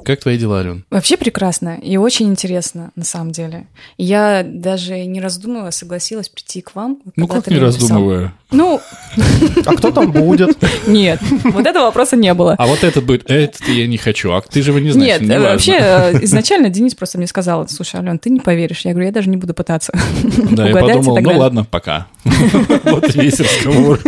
C: Как твои дела, Ален?
B: Вообще прекрасно и очень интересно, на самом деле. Я даже не раздумывая согласилась прийти к вам.
C: Ну,
B: когда
C: как
B: ты
C: не
B: мне написал.
C: раздумывая?
B: Ну,
A: А кто там будет?
B: нет, вот этого вопроса не было.
C: А вот этот будет, этот я не хочу, а ты же его не
B: Нет,
C: знаешь, не
B: э,
C: важно.
B: вообще э, изначально Денис просто мне сказал, слушай, Ален, ты не поверишь. Я говорю, я даже не буду пытаться
C: Да, я
B: угадать и
C: подумал,
B: так
C: ну
B: далее.
C: ладно, пока. Вот и весь разговор.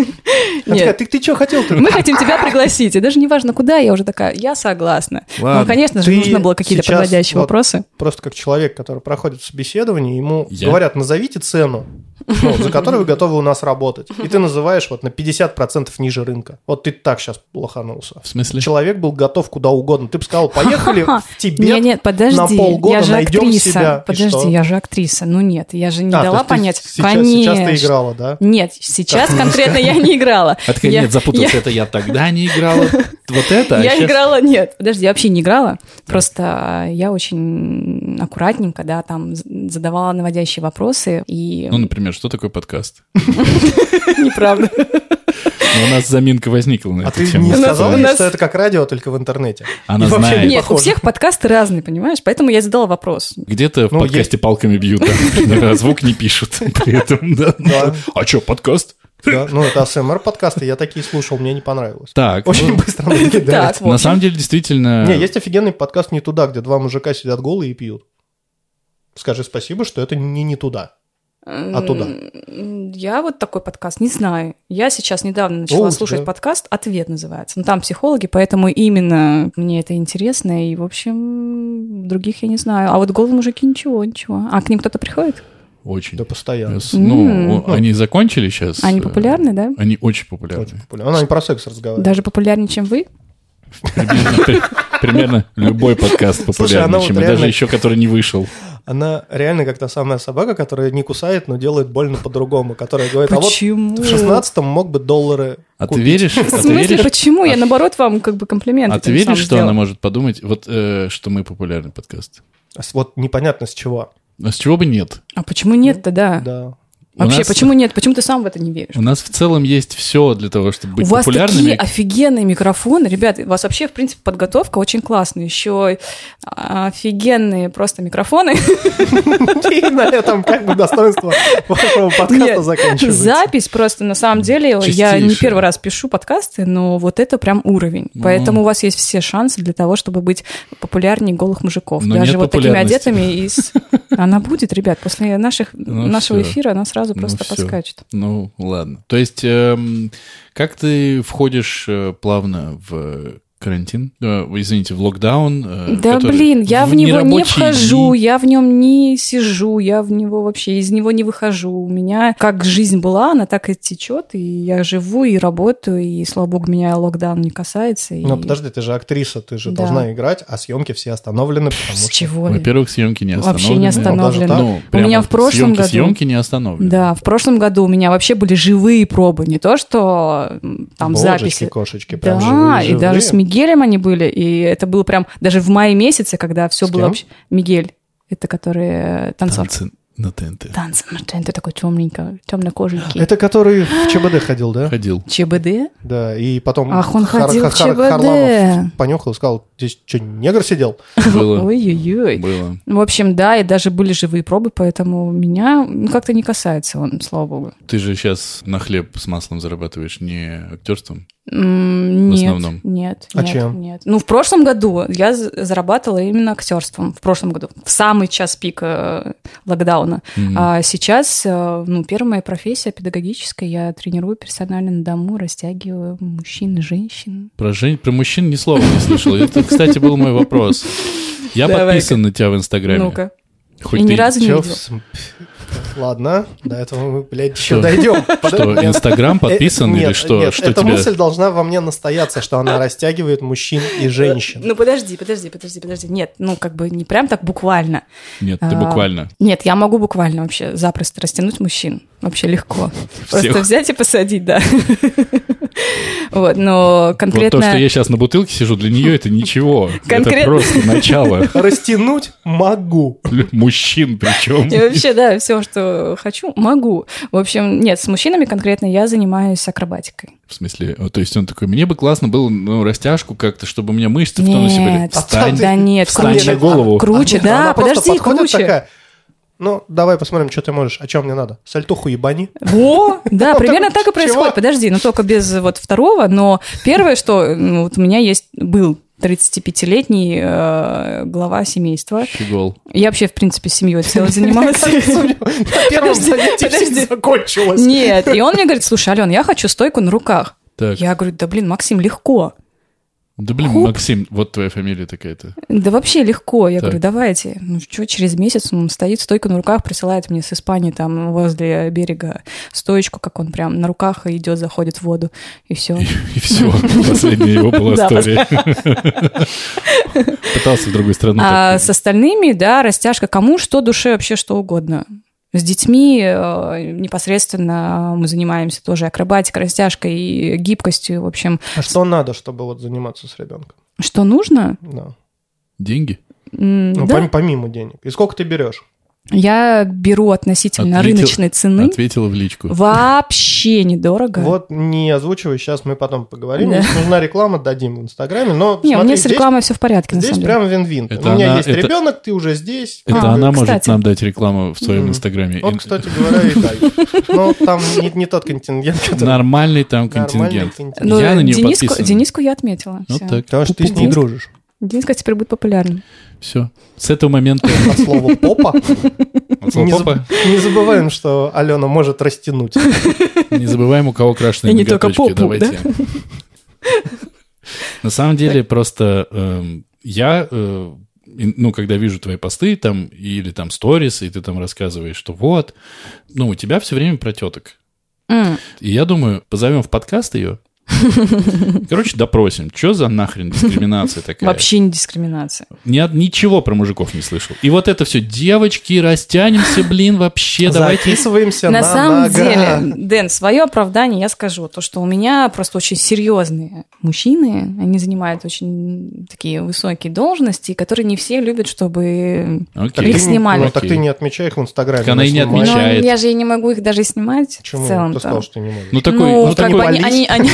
A: Она такая,
B: Нет.
A: Ты, ты что хотел-то?
B: Мы хотим тебя пригласить. И даже не важно куда, я уже такая, я согласна.
C: Ладно.
B: Ну, конечно же,
A: Ты
B: нужно было какие-то
A: сейчас
B: подводящие
A: вот-
B: вопросы.
A: Просто как человек, который проходит собеседование, ему
C: Я?
A: говорят, назовите цену, ну, за которую вы готовы у нас работать. И ты называешь вот на 50% ниже рынка. Вот ты так сейчас лоханулся.
C: В смысле?
A: Человек был готов куда угодно. Ты бы сказал, поехали в
B: Нет,
A: Тибет.
B: нет, подожди,
A: на полгода
B: я же
A: найдем
B: актриса.
A: себя, и что?
B: подожди, я же актриса. Ну нет, я же не
A: А, то
B: дала
A: есть ты
B: понять.
A: Сейчас,
B: конечно.
A: сейчас ты играла, да?
B: Нет, сейчас конкретно я не играла.
C: А такая,
B: Я-
C: нет, запутался, это я тогда не играла. Вот это, а
B: Я
C: щас-
B: играла, нет, подожди, я вообще не играла, просто я очень аккуратненько, да, там з- задавала наводящие вопросы, и
C: Ну, например, что такое подкаст?
B: неправда.
C: Ну, у нас заминка возникла на
A: А
C: эту
A: ты
C: тему.
A: не
B: У нас-
A: сказала,
B: у
A: ей,
B: нас-
A: что это как радио, только в интернете.
C: Она
A: И вообще
C: знает.
A: не
B: Нет, у
A: похоже.
B: всех подкасты разные, понимаешь, поэтому я задала вопрос.
C: Где-то в
A: Ну,
C: подкасте палками бьют, да. Да, звук не пишут при этом. да.
A: Да.
C: А что, подкаст?
A: Да, ну, это АСМР подкасты, я такие слушал, мне не понравилось.
C: Так,
A: Очень
C: ну, А.
A: быстро мне кидают.
B: Так,
C: на
B: вот.
C: самом деле, действительно...
A: Не, есть офигенный подкаст «Не туда», где два мужика сидят голые и пьют. Скажи спасибо, что это не «Не туда».
C: А
B: М,
A: оттуда?
B: Я вот такой подкаст не знаю. Я сейчас недавно начала
A: у
B: слушать
A: тебя.
B: подкаст «Ответ» называется. Ну, там психологи, поэтому именно мне это интересно, и, в общем, других я не знаю. А вот голые мужики ничего, ничего. А к ним кто-то приходит?
C: Очень.
A: Да постоянно.
C: С- Ну,
B: М.
C: о- они закончили сейчас.
B: Они
C: э,
B: популярны, да?
C: Они очень
A: Очень
C: популярны.
A: популярно. Она не про секс разговаривает.
B: Даже популярнее, чем вы?
C: Примерно, при- примерно любой подкаст
A: она
C: популярный,
A: вот
C: чем и даже
A: реально-
C: еще, который не вышел.
A: Она реально как та самая собака, которая не кусает, но делает больно по-другому, которая говорит, а вот
B: Почему?
A: в 16-м мог бы доллары
C: А ты
A: купить».
C: веришь?
B: В
C: А ты
B: смысле,
C: веришь?
B: почему? Я, наоборот, вам как бы комплимент.
C: А ты веришь, что она может подумать, вот э, что мы популярный подкаст?
A: А с- Вот непонятно с чего.
C: А с чего бы нет?
B: А почему нет-то, да?
A: Да.
C: У
B: Вообще,
C: нас-
B: почему нет? Почему ты сам в это не веришь?
C: У нас в целом есть все для того, чтобы быть
B: у вас
C: популярными.
B: такие офигенные микрофоны, ребят, у вас вообще, в принципе, подготовка очень классная, еще офигенные просто микрофоны,
A: И на этом как бы достоинство вашего подкаста
B: Нет,
A: заканчивается.
B: запись просто, на самом деле, я не
C: Чистейшая.
B: первый раз пишу подкасты, но вот это прям уровень,
C: Ну.
B: поэтому у вас есть все шансы для того, чтобы быть популярнее голых мужиков,
C: Но
B: даже
C: нет
B: вот такими
C: популярности.
B: одетыми, и с- она будет, ребят, после наших,
C: Ну,
B: нашего
C: всё.
B: эфира она сразу
C: Ну,
B: просто
C: всё.
B: подскачет.
C: Ну, ладно. То есть, эм, как ты входишь э, плавно в карантин, Э, извините, в локдаун? э,
B: Да
C: который-
B: блин, я в, него не
C: нерабочие
B: вхожу,
C: дни.
B: я в нем не сижу, я в него вообще из него не выхожу. У меня как жизнь была, она так и течет, и я живу и работаю, и слава богу, меня локдаун не касается. и-
C: Ну,
A: Но подожди, ты же актриса, ты же
B: Да.
A: должна играть, а съемки все остановлены, потому
B: С
A: что...
B: чего? я?
C: Во-первых, съемки не остановлены.
B: Вообще не
A: остановлены.
B: остановлено.
A: так?
C: Ну, прямо
B: меня в прошлом
C: съемки,
B: году-
C: Съемки не остановлены.
B: Да, в прошлом году у меня вообще были живые пробы, не то что м, там
A: Божечки,
B: записи.
A: кошечки,
B: Да,
A: прям живые,
B: и
A: живые.
B: даже с Мигелем они были, и это было прям даже в мае месяце, когда все
A: С
B: было
A: кем?
B: вообще. Мигель, это который э, танцор.
C: Танцы на ТНТ.
B: Танцы, на ТНТ, такой темненько, темнокоженький.
A: Это который в ЧБД ходил, да?
C: Ходил.
B: ЧБД?
A: Да, и потом...
B: Ах, он
A: Хар-
B: ходил в
A: Хар-
B: ЧБД.
A: Харламов понюхал и сказал, здесь что, негр сидел?
C: Было.
B: Ой-ой-ой.
C: Было.
B: В общем, да, и даже были живые пробы, поэтому меня ну, как-то не касается он, слава богу.
C: Ты же сейчас на хлеб с маслом зарабатываешь не актерством.
B: М,
C: В
B: Нет,
C: основном.
B: Нет,
A: А
B: нет,
A: чем?
B: нет. Ну, в прошлом году я з- зарабатывала именно актерством. В прошлом году, в самый час пик э, локдауна.
C: Мгм.
B: А сейчас, э, ну, первая моя профессия педагогическая. Я тренирую персонально на дому, растягиваю мужчин и женщин.
C: Про, жен- про мужчин ни слова не слышал. Это, кстати, был мой вопрос. Я
B: Давай-ка.
C: подписан на тебя в Инстаграме.
B: Ну-ка.
C: Хоть
B: и ни
C: ты-
B: разу не
A: Чё
B: видела.
A: в см- Ладно, до этого мы, блядь,
C: Что?
A: еще дойдем.
C: Что, Инстаграм подписан
A: Э,
C: или
A: нет,
C: что?
A: Нет,
C: что
A: эта
C: тебя...
A: мысль должна во мне настояться, что она растягивает мужчин и женщин.
B: Ну, подожди, подожди, подожди, подожди. Нет, ну, как бы не прям так буквально.
C: Нет, ты
B: А,
C: буквально.
B: Нет, я могу буквально вообще запросто растянуть мужчин. Вообще легко.
C: Всех.
B: Просто взять и посадить, да. Вот, но конкретно...
C: Вот то, что я сейчас на бутылке сижу, для нее это ничего. Это
B: Конкрет-
C: просто начало.
A: Растянуть могу.
C: Мужчин причем.
B: И вообще, да, все, что хочу, могу. В общем, нет, с мужчинами конкретно я занимаюсь акробатикой.
C: В смысле, вот, то есть он такой, мне бы классно было ну, растяжку как-то, чтобы у меня мышцы в тонусе были.
B: Нет,
A: Встань.
B: да нет,
C: Встань
B: круче.
C: на голову.
B: Круче,
A: Она- она
B: да,
A: просто
B: подожди,
A: подходит
B: круче.
A: такая, Ну, давай посмотрим, что ты можешь. А чем мне надо? Сальтуху ебани.
B: Во, да,
A: Вот
B: примерно
A: так
B: так и происходит.
A: чего?
B: Подожди, но только без вот второго. Но первое, что ну, вот у меня есть был 35-летний э, глава семейства.
C: Щегол.
B: Я вообще, в принципе, семьей целой занималась.
A: Кажется, у него На первом занятии все
B: подожди.
A: закончилось.
B: Нет, и он мне говорит, слушай, Ален, я хочу стойку на руках.
C: Так,
B: Я говорю, да блин, Максим, легко.
C: Да блин,
B: Хоп.
C: Максим, вот твоя фамилия такая-то.
B: Да вообще легко. Я
C: Так.
B: говорю, давайте. Ну что, через месяц он стоит, стойка на руках, присылает мне с Испании там возле берега стоечку, как он прям на руках идет, заходит в воду, и все.
C: И все, последняя его была
B: Да,
C: история. Пытался в другую страну.
B: А
C: Ну, так.
B: с остальными, да, растяжка кому что, душе вообще что угодно. С детьми э, непосредственно мы занимаемся тоже акробатикой, растяжкой и гибкостью. В общем,
A: А что надо, чтобы вот заниматься с ребенком?
B: что нужно?
A: Да.
C: Деньги?
B: М,
A: Ну,
B: да.
A: пом- помимо денег. И сколько ты берешь?
B: Я беру относительно
C: Ответил-
B: рыночной цены.
C: Ответила в личку.
B: Вообще недорого.
A: Вот не озвучивай, сейчас мы потом поговорим.
B: Да.
A: Если нужна реклама, дадим в Инстаграме. Но
B: Не, у
A: смотри,
B: меня с
A: здесь-
B: рекламой все в порядке, на
A: Здесь
B: самом деле.
A: прям вин-вин.
C: Это
A: У меня
C: она-
A: есть
C: это-
A: ребенок, ты уже здесь.
C: Это
B: А,
C: она может
B: кстати.
C: нам дать рекламу в своем
A: М.
C: инстаграме.
A: Вот,
C: Ин-
A: кстати говоря, и так. Но там не, не тот контингент, который...
C: Нормальный там
A: Нормальный
C: контингент.
A: контингент.
B: Ну,
C: Я на неё
B: Дениску,
C: подписан.
B: Дениску я отметила.
C: Ну
B: Всё.
C: так,
A: Потому что ты с ней
B: Пу-пу.
A: дружишь.
B: Дениска теперь будет популярным.
C: все. С этого момента...
A: От слова «попа» не, заб-
C: Опа.
A: не забываем, что Алена может растянуть.
C: Не забываем, у кого крашеные
B: И не только
C: ноготочки,
B: попу, да?
C: давайте. На самом деле, просто эм, я, э, и- ну, когда вижу твои посты там, или там сторис, и ты там рассказываешь, что вот, ну, у тебя все время про теток.
B: М,
C: И я думаю, позовем в подкаст ее. Короче, допросим, что за нахрен дискриминация такая?
B: Вообще не дискриминация.
C: Ни од- ничего про мужиков не слышал. И вот это все, девочки, растянемся, блин, вообще, давайте.
A: Записываемся на
B: на самом
A: нога.
B: деле, Дэн, свое оправдание я скажу. То, что у меня просто очень серьезные мужчины, они занимают очень такие высокие должности, которые не все любят, чтобы...
A: Так
C: Окей.
A: ты
B: Их
A: не-
B: снимали.
A: ну, так ты не отмечай их в Инстаграме.
C: Так она и не
A: снимает.
B: Но
C: отмечает. Мешает.
B: я же и не могу их даже и снимать
A: Почему?
B: в целом.
A: Ты сказал, что не можешь.
C: Ну, такой,
B: ну,
C: ну,
B: как
C: такой
B: бы они, они, они-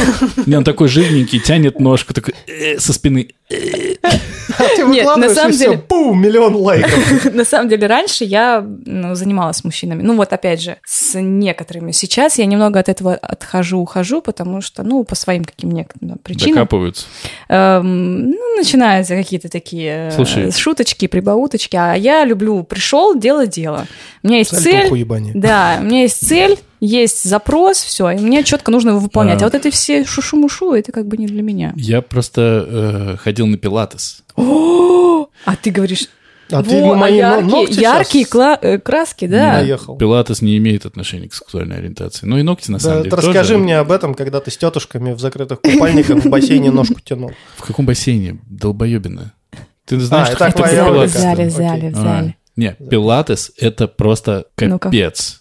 C: Не, он такой жирненький, тянет ножку, такой э, со спины.
A: А ты
B: нет,
A: выкладываешь,
B: на самом
A: и всё,
B: деле-
A: пум, миллион лайков.
B: На самом деле, раньше я ну, занималась мужчинами. Ну, вот опять же, с некоторыми. Сейчас я немного от этого отхожу, ухожу, потому что, ну, по своим каким то причинам.
C: Докапываются.
B: Эм, ну, начинаются какие-то такие э,
C: Слушай.
B: шуточки, прибауточки. А я люблю, пришел, дело дело. У меня есть цель.
A: Сальтуху ебани.
B: Да, у меня есть цель, есть запрос, все, и мне четко нужно его выполнять.
C: А.
B: А вот это все шушу-мушу, это как бы не для меня.
C: Я просто э, ходил на пилатес.
B: О, а ты говоришь,
A: А ты на
B: «Во,
A: мои но-
B: яркие,
A: ногти щас
B: яркие кла- э, краски, да?
A: наехал.
C: Пилатес не имеет отношения к сексуальной ориентации. Ну и ногти, на
A: Да,
C: самом деле,
A: ты расскажи
C: тоже.
A: мне об этом, когда ты с тетушками в закрытых купальниках в бассейне ножку тянул.
C: В каком бассейне? Долбоебина. Ты знаешь,
A: А,
C: что
A: это
C: такое
A: аквариум.
B: Взяли,
C: пилатес?
B: взяли,
A: Окей.
B: взяли,
A: А.
B: взяли.
C: Нет, пилатес — это просто
B: Ну-ка.
C: капец.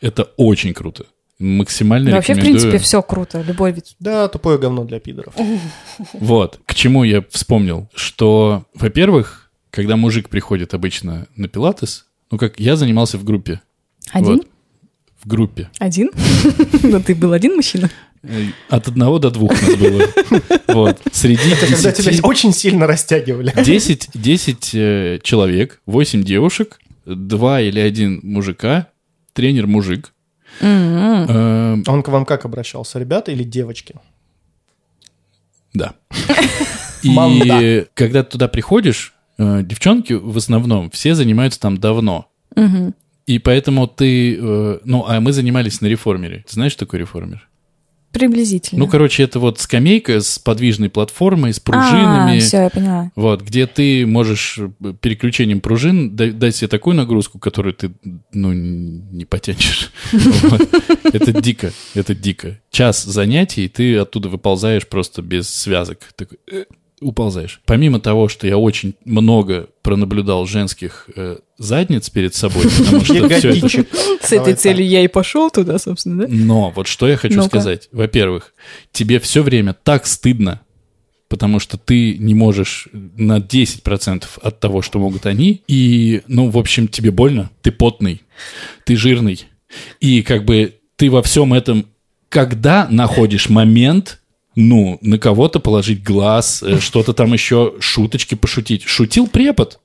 C: Это очень круто. Максимально
B: Ну, вообще, в
C: рекомендую.
B: принципе, все круто. Любой вид.
A: Да, тупое говно для пидоров.
C: Вот, к чему я вспомнил, что, во-первых, когда мужик приходит обычно на пилатес, ну как я занимался в группе.
B: Один?
C: Вот. в группе.
B: Один? Ну, ты был один мужчина?
C: Э, От одного до двух нас было. Вот. Среди
A: Когда тебя
C: десяти-
A: очень сильно растягивали.
C: десять- десять э, человек, восемь девушек, два или один мужика, тренер мужик.
B: М-м.
C: Эм,
A: Он к вам как обращался, ребята или девочки?
C: Да.
A: Манда.
C: И когда ты туда приходишь, э, девчонки в основном все занимаются там давно.
B: Мгм.
C: И поэтому ты... э, Ну, а мы занимались на реформере. Ты знаешь, что такое реформер?
B: Приблизительно.
C: Ну, короче, это вот скамейка с подвижной платформой, с пружинами.
B: все, А, я поняла.
C: Вот, где ты можешь э, переключением пружин да- дать себе такую нагрузку, которую ты, ну, не потянешь. Вот. Это дико, это дико. Час занятий, и ты оттуда выползаешь просто без связок. Такой, э, уползаешь. Помимо того, что я очень много пронаблюдал женских э, задниц перед собой, потому что все это
A: Ягодичек.
B: С этой
A: Давай так.
B: целью я и пошел туда, собственно,
D: Ну,
B: да?
C: но вот что я хочу
B: Ну-ка.
C: сказать. Во-первых, тебе все время так стыдно, потому что ты не можешь на 10% от того, что могут они. И, ну, в общем, тебе больно. Ты потный, ты жирный. И как бы ты во всем этом, когда находишь момент, ну, на кого-то положить глаз, э, что-то там еще, шуточки пошутить. Шутил препод.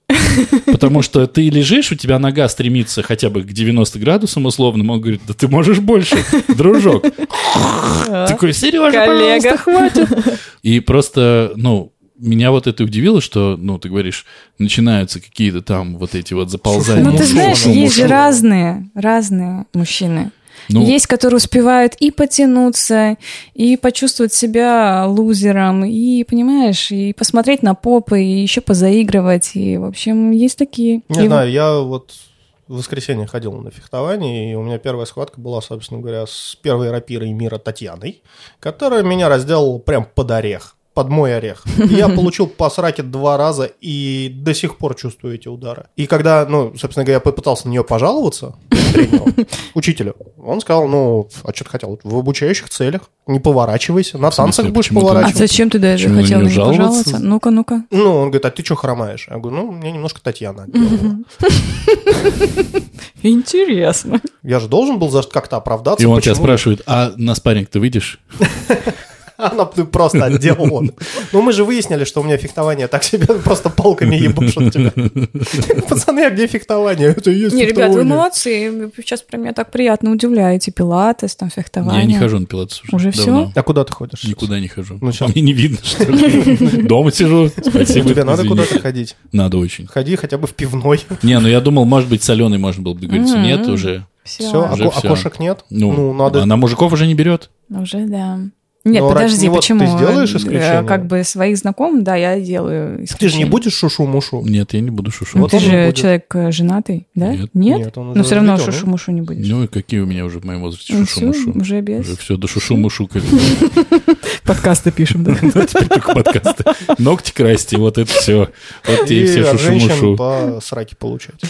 C: Потому что ты лежишь, у тебя нога стремится хотя бы к 90 градусам условным, он говорит, да ты можешь больше, дружок. Такой, Сережа,
B: Коллега.
C: пожалуйста, хватит. И просто, ну, меня вот это удивило, что, ну, ты говоришь, начинаются какие-то там вот эти вот заползания.
B: Ну,
A: Мужчина,
B: ты знаешь, есть же
A: мужчина.
B: разные, разные мужчины.
C: Ну,
D: Есть, которые успевают и потянуться, и почувствовать себя лузером, и, понимаешь, и посмотреть на попы, и еще позаигрывать, и, в общем, есть такие.
A: Не
D: И
A: знаю, я вот в воскресенье ходил на фехтование, и у меня первая схватка была, собственно говоря, с первой рапирой мира Татьяной, которая меня разделала прям под орех, под мой орех. И Я получил по сраке два раза и до сих пор чувствую эти удары. И когда, ну, собственно говоря, я попытался на нее пожаловаться тренеру, учителю, он сказал, ну, а что ты хотел? В обучающих целях не поворачивайся, на
C: В смысле,
A: танцах будешь
C: почему ты-
D: А
C: Почему?
A: поворачиваться.
D: зачем ты даже
C: Почему на
D: хотел на
C: неё
D: нее
C: жаловаться?
D: пожаловаться? Ну-ка, ну-ка.
A: Ну, он говорит, а ты что хромаешь? Я говорю, ну, мне немножко Татьяна отделала».
D: Интересно.
A: Я же должен был за что как-то оправдаться.
D: Типа,
C: и он тебя
A: почему
C: спрашивает, а на спарринг ты выйдешь?
A: Она п- просто отделала. Ну, мы же выяснили, что у меня фехтование так себе просто палками ебашат тебя. Пацаны, а где фехтование? Это и есть
D: Не, ребят, вы
A: фехтование.
D: молодцы. Вы Сейчас про меня так приятно удивляете. Пилатес, там, фехтование.
C: Я не хожу на пилатес уже.
D: Уже
C: давно.
A: А куда ты ходишь? сейчас?
C: Никуда не хожу.
A: Ну, сейчас-
C: Мне не видно, что ли. Дома сижу. Спасибо.
A: Тебе надо
C: извините.
A: куда-то ходить.
C: Надо очень.
A: Ходи хотя бы в пивной.
C: Не, ну я думал, может быть, соленый можно было бы договориться.
D: М-м.
C: Нет, уже.
D: Все.
A: Все, а
C: Уже
A: ко- а
C: всё.
A: кошек нет?
C: Ну,
A: Ну, надо...
C: Она мужиков уже не берет.
D: Уже, да. Нет,
A: Но ради
D: подожди,
A: него ты
D: почему?
A: сделаешь
D: Э,
A: исключение?
D: Как бы своих знакомых, да, я делаю исключение.
A: Ты же не будешь шушу-мушу?
C: Нет, я не буду
D: Ну,
C: шушу.
A: Вот
D: ты
A: он и
D: же
A: будет.
D: человек э, женатый, да?
C: Нет.
A: Нет, он
D: Но
A: уже
D: все равно
A: разведён,
D: шушу-мушу не будешь.
C: Ну и какие у меня уже в моем возрасте
D: Ну, всё,
C: шушу-мушу.
D: уже без.
C: Уже все, да шушу-мушу. как-
D: Подкасты пишем, да?
C: Да, Теперь только подкасты. Ногти красьте, вот это все. Вот тебе и все
A: от женщин
C: шушу-мушу.
A: по сраке получать.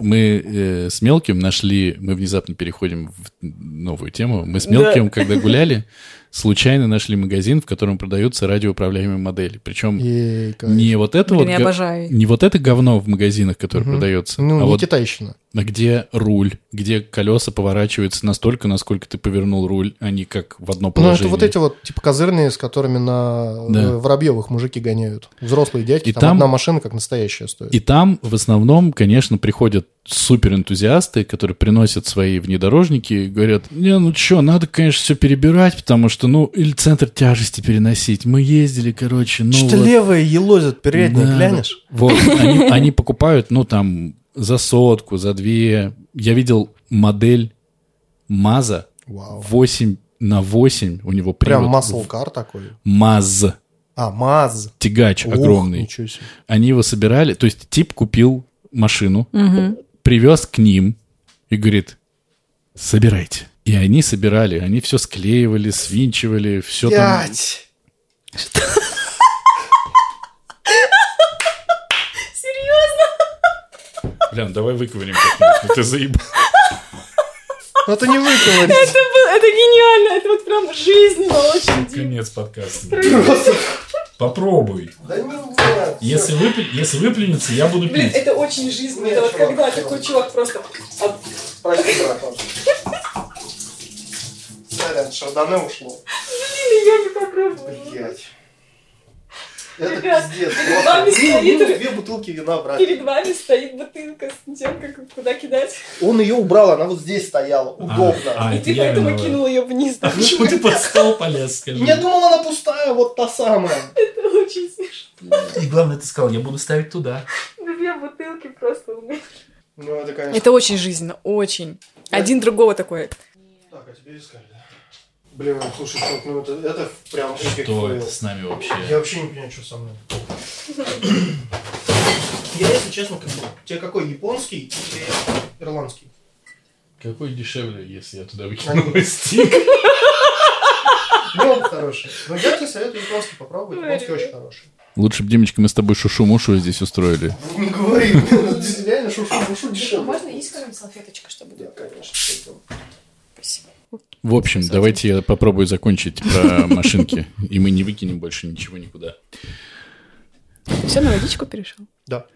C: Мы э, с Мелким нашли, мы внезапно переходим в новую тему. Мы с Мелким, когда гуляли, случайно нашли магазин, в котором продаются радиоуправляемые модели. Причем
A: Ей, кайф.
C: не вот это вот...
D: Блин, я
C: го-
D: обожаю.
C: Не вот это говно в магазинах, которое продается,
A: Ну,
C: а
A: не
C: вот
A: китайщина.
C: где руль, где колеса поворачиваются настолько, насколько ты повернул руль, а не как в одно
A: Ну,
C: положение.
A: это вот эти вот, типа, козырные, с которыми на
C: Да.
A: э, Воробьевых мужики гоняют. Взрослые дядьки,
C: И
A: там
C: там-
A: одна машина как настоящая стоит.
C: И там в основном, конечно, приходят суперэнтузиасты, которые приносят свои внедорожники и говорят, не, ну что, надо, конечно, все перебирать, потому что, ну, или центр тяжести переносить. Мы ездили, короче, ну...
A: Что-то
C: вот».
A: левое елозит, переднее,
C: Да.
A: глянешь?
C: Вот, они, они покупают, ну, там, за сотку, за две. Я видел модель МАЗа
A: Вау.
C: 8 на 8, у него привод.
A: Прям маслкар такой.
C: МАЗ.
A: А, МАЗ.
C: Тягач
A: Ух,
C: огромный.
A: ничего себе.
C: Они его собирали, то есть тип купил машину, привез к ним и говорит, собирайте. И они собирали, они все склеивали, свинчивали, все там.
A: Пять.
C: Блин, давай выковырим как-нибудь, ты заебал.
A: Ну, это не выковырить.
D: Это гениально, это вот прям жизненно очень.
C: Конец подкаста. Попробуй. Если, если выплюнется, я буду пить.
D: это очень жизненно. Это вот когда такой чувак просто...
A: Сорян, шардоне ну ушло.
D: Я не попробую.
A: Блять. Это
D: Ребят,
A: пиздец.
D: перед вами
A: Две-
D: стоит-
A: ну, Две бутылки вина брать.
D: Перед вами стоит бутылка с тем, как куда кидать.
A: Он ее убрал, она вот здесь стояла. Удобно.
C: а,
D: И ты
C: я
D: поэтому
C: виноват. А
D: кинул ее вниз. да?
C: Почему Ну, ты под стол полез, скажи?
A: Я думал, она пустая, вот та самая.
D: Это очень смешно.
C: И главное, ты сказал, я буду ставить туда.
D: Две бутылки просто
A: Ну, это, конечно.
D: Это очень жизненно, очень. Один другого такой.
A: Так, а теперь искали, да? Блин, слушай, чувак, ну это, это прям эпик фейл.
C: Что это с нами
A: Я
C: вообще?
A: вообще не понимаю, что со мной. Я, если честно, как бы, тебе какой, японский или ирландский?
C: Какой дешевле, если я туда
A: выкину мой
C: стик?
A: Ну, он хороший. Но я тебе советую японский попробовать,
D: Ой,
A: японский
D: ребят.
A: очень хороший.
C: Лучше бы, Димочка, мы с тобой шушу-мушу здесь устроили.
A: Не говори, ну, здесь реально шушу-мушу дешевле.
D: Можно есть какая-нибудь салфеточка, чтобы...
A: Да, конечно.
D: Спасибо.
C: В общем, давайте я попробую закончить про машинки, и мы не выкинем больше ничего никуда.
D: Все, на водичку перешел.
A: Да.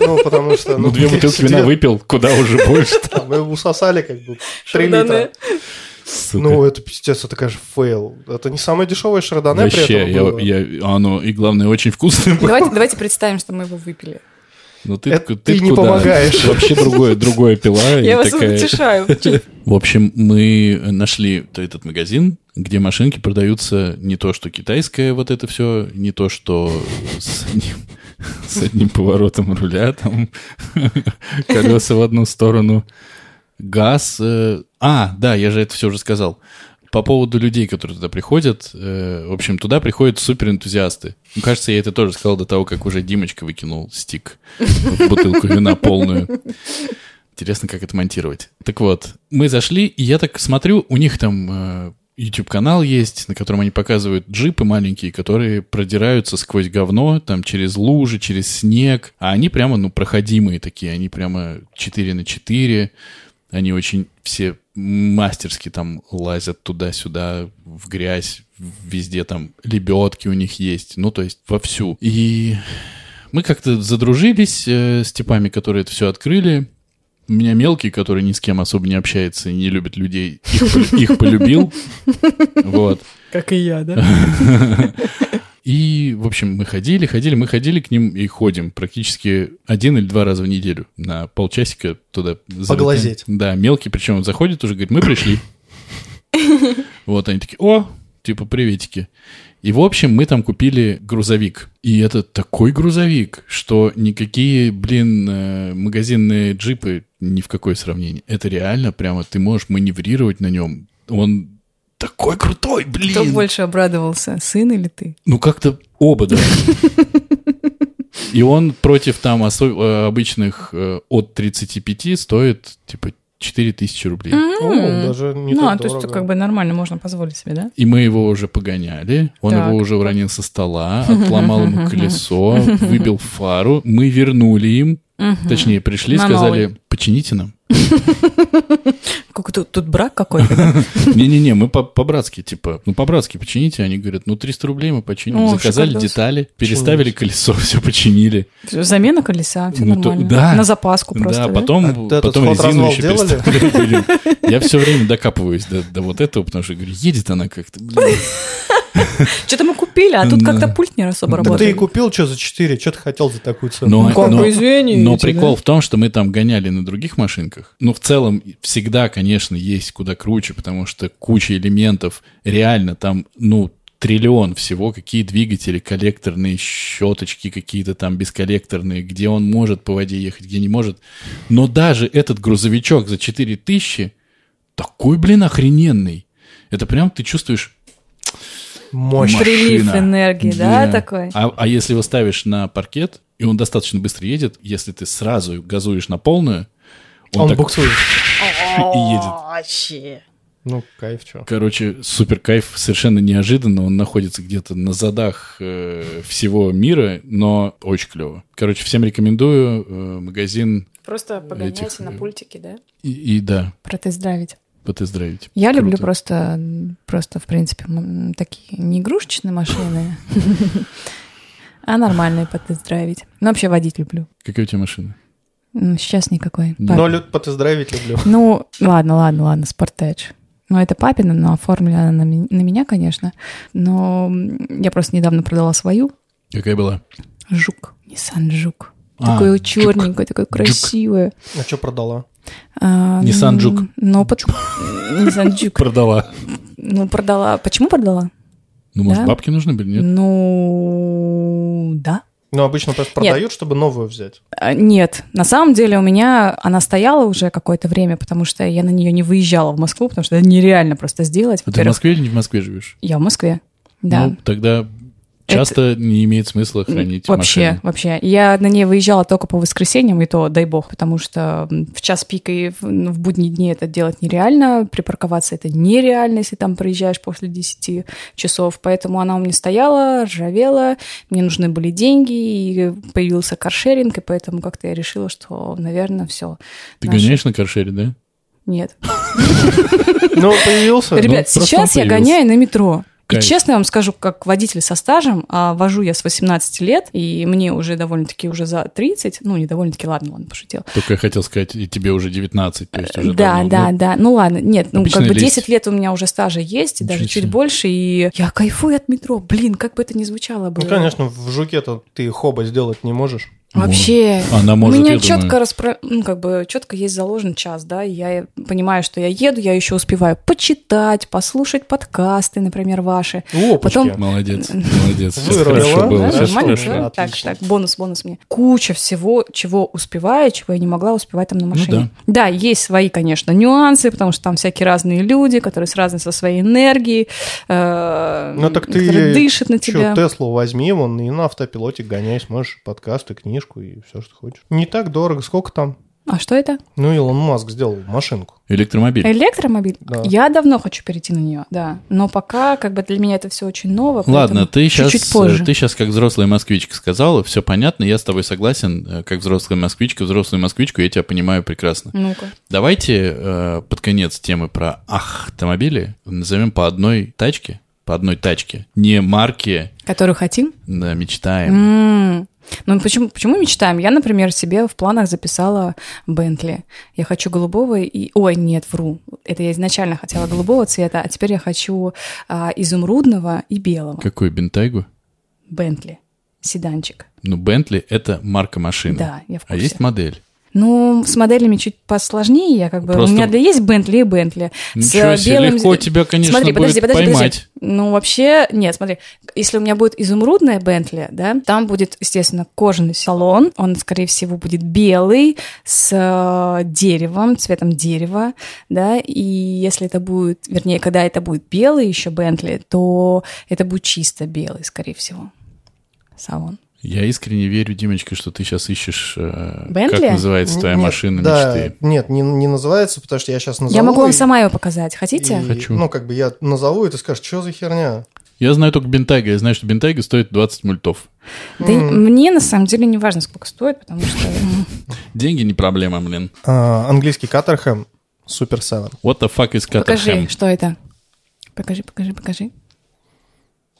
A: Ну, потому что...
C: Ну, две бутылки вина выпил, куда уже больше.
A: Мы усосали как бы 3
D: Шардоне.
A: литра. Ну, это пиздец, это, конечно, фейл. Это не самое дешевое шардоне при
C: Вообще,
A: этом было.
C: я, я- оно и главное очень вкусное. было.
D: Давайте, давайте представим, что мы его выпили.
C: Но ты,
A: Это
C: ты,
A: ты не
C: куда?
A: помогаешь.
C: Вообще другое, другое пила. и
D: Я вас
C: такая-
D: утешаю.
C: В общем, мы нашли то этот магазин, где машинки продаются не то, что китайское вот это все, не то, что с, с одним поворотом руля, там колеса в одну сторону, газ. э, А, да, я же это все уже сказал. По поводу людей, которые туда приходят, э, в общем, туда приходят суперэнтузиасты. Ну, кажется, я это тоже сказал до того, как уже Димочка выкинул стик в бутылку вина полную. Интересно, как это монтировать. Так вот, мы зашли, и я так смотрю, у них там э, YouTube-канал есть, на котором они показывают джипы маленькие, которые продираются сквозь говно, там через лужи, через снег. А они прямо, ну, проходимые такие, они прямо 4 на 4. Они очень все мастерски там лазят туда-сюда, в грязь, везде там лебедки у них есть. Ну, то есть вовсю. И мы как-то задружились э, с типами, которые это все открыли. У меня мелкий, который ни с кем особо не общается и не любит людей, их, пол- их полюбил. Вот.
E: Как и я, да?
C: И, в общем, мы ходили, ходили, мы ходили к ним и ходим практически один или два раза в неделю на полчасика туда. залетаем.
A: Поглазеть.
C: Да, мелкий, причем он заходит уже, говорит, мы пришли. Вот они такие, о, типа, приветики. И, в общем, мы там купили грузовик. И это такой грузовик, что никакие, блин, э, магазинные джипы ни в какое сравнение. Это реально прямо ты можешь маневрировать на нем. Он такой крутой, блин.
B: Кто больше обрадовался, сын или ты?
C: Ну, как-то оба, да. И он против там осо- э, обычных э, от 35 стоит, типа, 4000 рублей.
A: О, даже не
B: ну,
A: так
B: а то есть
A: дорого.
B: это как бы нормально, можно позволить себе, да?
C: И мы его уже погоняли, он
B: Так.
C: его уже уронил со стола, отломал ему колесо, выбил фару. Мы вернули им, точнее, пришли,
B: На
C: сказали,
B: новый.
C: почините нам.
B: Как тут, тут брак какой-то? да?
C: Не-не-не, мы по- по-братски, типа, ну по-братски почините. Они говорят, ну 300 рублей мы починим.
B: О,
C: Заказали
B: шикардос.
C: детали, переставили колесо, все починили.
B: Замена колеса, все
C: Ну, то-
B: нормально.
C: да.
B: На запаску просто,
C: Да,
B: да?
A: А
C: потом,
A: вот этот
C: потом
A: ход
C: резину
A: развал
C: еще
A: делали?
C: переставляли, блин. Я все время докапываюсь до, до вот этого, потому что говорю, едет она как-то. блин.
B: Что-то мы купили, а тут
C: Да.
B: как-то пульт не особо
A: Да ты и
B: работает.
A: купил что за 4, что ты хотел за такую
C: Но,
A: цену?
B: Ну, как
C: но-
B: вы извините,
C: но
B: да?
C: прикол в том, что мы там гоняли на других машинках. Ну, в целом, всегда, конечно, есть куда круче, потому что куча элементов. Реально, там, ну, триллион всего, какие двигатели, коллекторные щеточки какие-то там бесколлекторные, где он может по воде ехать, где не может. Но даже этот грузовичок за 4000 такой, блин, охрененный. Это прям ты чувствуешь
A: Мощь.
C: машина.
B: Прилив энергии, да, такой?
C: А, а если его ставишь на паркет, и он достаточно быстро едет, если ты сразу газуешь на полную, он,
A: Он
C: так
A: буксует.
C: и едет.
A: Ну, кайф, чё.
C: Короче, супер кайф, совершенно неожиданно. Он находится где-то на задах э, всего мира, но очень клево. Короче, всем рекомендую э, магазин
F: Просто погоняйте
C: Этих,
F: на
C: э,
F: пультике, да?
C: и, и да,
B: Протест-драйвить.
C: потездравить.
B: Я люблю
C: Круто.
B: просто, м, просто, в принципе, м, такие не игрушечные машины, а нормальные потест-драйвить. Ну, вообще водить люблю.
C: Какая у тебя машина?
B: М, Сейчас никакой.
C: Ну,
B: Пап-
A: Но люд потездравить люблю.
B: Ну, ладно, ладно, ладно, Спортедж. Ну, это папина, но оформлена она на, ми- на меня, конечно. Но м, я просто недавно продала свою.
C: Какая была?
B: Жук. Nissan Жук.
C: А,
B: Такой
C: Жук.
B: черненький, такой красивый.
A: А что продала?
B: А,
C: Nissan
B: м,
C: Жук.
B: Ну, под- Nissan Жук.
C: Продала.
B: Ну, продала. Почему продала?
C: Ну, может,
B: Да?
C: бабки нужны были, нет? А
B: Ну, да.
A: Ну, обычно просто продают, чтобы новую взять.
B: А, Нет, на самом деле у меня она стояла уже какое-то время, потому что я на нее не выезжала в Москву, потому что это нереально просто сделать.
C: А ты в
B: Во-первых,
C: Москве или не в Москве живешь?
B: я в Москве. Да.
C: Ну, тогда часто не имеет смысла хранить
B: вообще,
C: машину.
B: вообще. Я на ней выезжала только по воскресеньям, и то, дай бог, потому что м, в час пика и в, ну, в будние дни это делать нереально, припарковаться это нереально, если там проезжаешь после 10 часов. Поэтому она у меня стояла, ржавела, мне нужны были деньги, и появился каршеринг, и поэтому как-то я решила, что, наверное, все.
C: Ты гоняешь на каршере, да?
B: Нет.
A: Ну, появился.
B: Ребят,
C: просто он
B: сейчас я
C: появился.
B: гоняю на метро. И
C: Кайф.
B: честно я вам скажу, как водитель со стажем, а вожу я с 18 лет, и мне уже довольно-таки уже за 30, ну, не довольно-таки, ладно, ладно, пошутил.
C: Только я хотел сказать, и тебе уже 19, то есть уже
B: да,
C: давно,
B: да,
C: ну,
B: да, ну ладно, нет, ну,
C: Обычный
B: как бы
C: лист.
B: 10 лет у меня уже стажа есть, и даже
C: Ничего
B: чуть
C: себе.
B: больше, и я кайфую от метро, блин, как бы это ни звучало бы.
A: Ну, конечно, в жуке-то ты хоба сделать не можешь.
B: Вообще,
C: Вот. Она может,
B: у меня
C: я думаю.
B: четко распро... ну, как бы четко есть заложен час, да, и я понимаю, что я еду, я еще успеваю почитать, послушать подкасты, например, ваши.
A: Опачки.
B: Потом-
C: Молодец, молодец. Сейчас
A: Вырвала,
B: Ну,
C: хорошо было,
A: да?
C: сейчас
A: Нормально,
C: хорошо.
A: да?
B: Так,
A: Отлично.
B: так, бонус, бонус мне. Куча всего, чего успеваю, чего я не могла успевать там на
A: Ну
B: машине. да. есть свои, конечно, нюансы, потому что там всякие разные люди, которые с разной со своей энергией, э,
A: Ну так
B: которые
A: ты
B: дышат на
A: чё,
B: тебя.
A: Теслу возьми, вон, и на автопилоте гоняй, сможешь подкасты, книжку и все, что хочешь. Не так дорого, сколько там?
B: А что это?
A: Ну, Илон Маск сделал машинку.
B: Э,
C: Электромобиль.
B: Электромобиль?
A: Да.
B: Я давно хочу перейти на нее, да. Но пока, как бы для меня это все очень ново.
C: Ладно,
B: поэтому
C: ты сейчас,
A: э,
B: Чуть-чуть позже.
C: ты сейчас как взрослая москвичка сказала, все понятно, я с тобой согласен, э, как взрослая москвичка, взрослую москвичку, я тебя понимаю прекрасно.
B: Ну-ка.
C: Давайте э, под конец темы про автомобили назовем по одной тачке, по одной тачке, не марки,
B: Которую хотим?
C: да, мечтаем.
B: М. Ну, почему, почему мечтаем? Я, например, себе в планах записала Бентли. Я хочу голубого и... Ой, нет, вру. Это я изначально хотела голубого цвета, а теперь я хочу а, изумрудного и белого.
C: Какую бентайгу?
B: Бентли. Седанчик.
C: Ну, Бентли — это марка машины.
B: Да, я в
C: А
B: курсе.
C: есть модель?
B: Ну, с моделями чуть посложнее. Я как бы...
C: Просто-
B: У меня для есть Бентли и Бентли. С
C: Ничего себе,
B: белым-
C: легко тебя, конечно,
B: смотри,
C: будет
B: подожди, подожди,
C: поймать.
B: подожди. Ну, вообще, нет, смотри, если у меня будет изумрудная Бентли, да, там будет, естественно, кожаный салон, он, скорее всего, будет белый, с э, деревом, цветом дерева, да, и если это будет, вернее, когда это будет белый еще Бентли, то это будет чисто белый, скорее всего, салон.
C: Я искренне верю, Димочка, что ты сейчас ищешь, э, как
B: Бентли?
C: называется твоя
A: Нет,
C: машина
A: да,
C: мечты.
A: Нет, не, не называется, потому что я сейчас назову.
B: Я могу вам
A: и-
B: сама его показать,
A: и-
B: хотите?
C: Хочу.
A: Ну, как бы я назову, и ты скажешь, что за херня?
C: Я знаю только Бентайга, я знаю, что Бентайга стоит 20 мультов.
B: Да и мне на самом деле не важно, сколько стоит, потому что... ну, м,
C: Деньги не проблема, блин.
A: А, английский Каттерхэм Супер 7.
C: What the fuck is
B: Покажи,
C: Caterham?
B: что это. Покажи, покажи, покажи.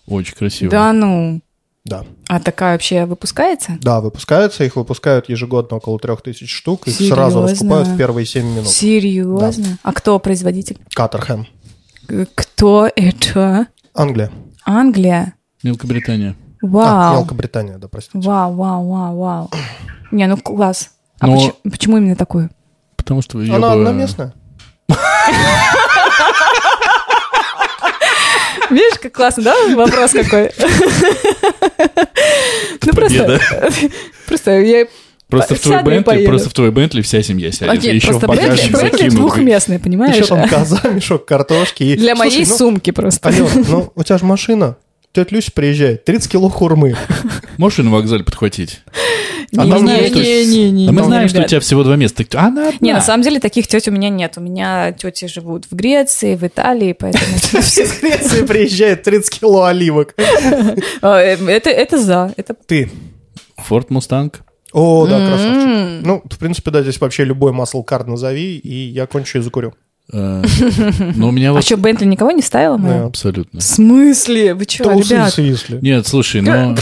C: Очень красиво.
B: Да ну.
A: Да.
B: А такая вообще выпускается?
A: Да, выпускаются, их выпускают ежегодно около 3000 штук, их
B: Серьезно?
A: сразу раскупают в первые 7
B: Ну,
A: минут.
B: Серьезно? А кто производитель?
A: Каттерхэм.
B: К- Кто это?
A: Англия.
B: Англия?
C: Мелкобритания.
A: А,
B: Вау.
A: Мелкобритания, да, простите.
B: Вау, вау, вау, вау. Не, ну класс. А
C: Но-
B: поч- почему, именно такую?
C: Потому что её
A: Она
C: бы- э,
A: одноместная?
B: Видишь, как классно, да? Вопрос какой. Ну
C: Победа.
B: просто... Просто я...
C: Просто в твой
B: Сяду и
C: Бентли,
B: поеду.
C: просто в твой Бентли вся семья сядет.
B: Окей,
C: Еще в
B: просто Бентли
C: багажник
B: Бентли
C: закинут.
B: двухместный, понимаешь?
A: Еще там коза, мешок картошки. и-
B: Для моей
A: Слушай, ну,
B: сумки просто.
A: Алён, ну у тебя же машина. Тетя Люся приезжает, 30 кило хурмы.
C: Можешь её на вокзале подхватить?
A: А там
C: знаешь, что-
B: Не-не-не-не.
C: а мы знаем, что у
B: ну, ребят.
C: тебя всего два места. Так, Она одна.
B: Не, на самом деле таких теть у меня нет. У меня тети живут в Греции, в Италии, поэтому...
A: Из Греции приезжает 30 кило оливок.
B: А, э, Это, это за. Это...
A: Ты.
C: Форд Мустанг.
A: О,
B: М-м.
A: да, красавчик. Ну, в принципе, да, здесь вообще любой маслкар назови, и я кончу и закурю.
C: Э, Но у меня
B: А
C: вот...
B: что, Бентли никого не ставила моя?
A: Да.
C: Абсолютно.
B: В смысле? Вы что, ребят?
A: Трусы, если.
C: Нет, слушай, ну...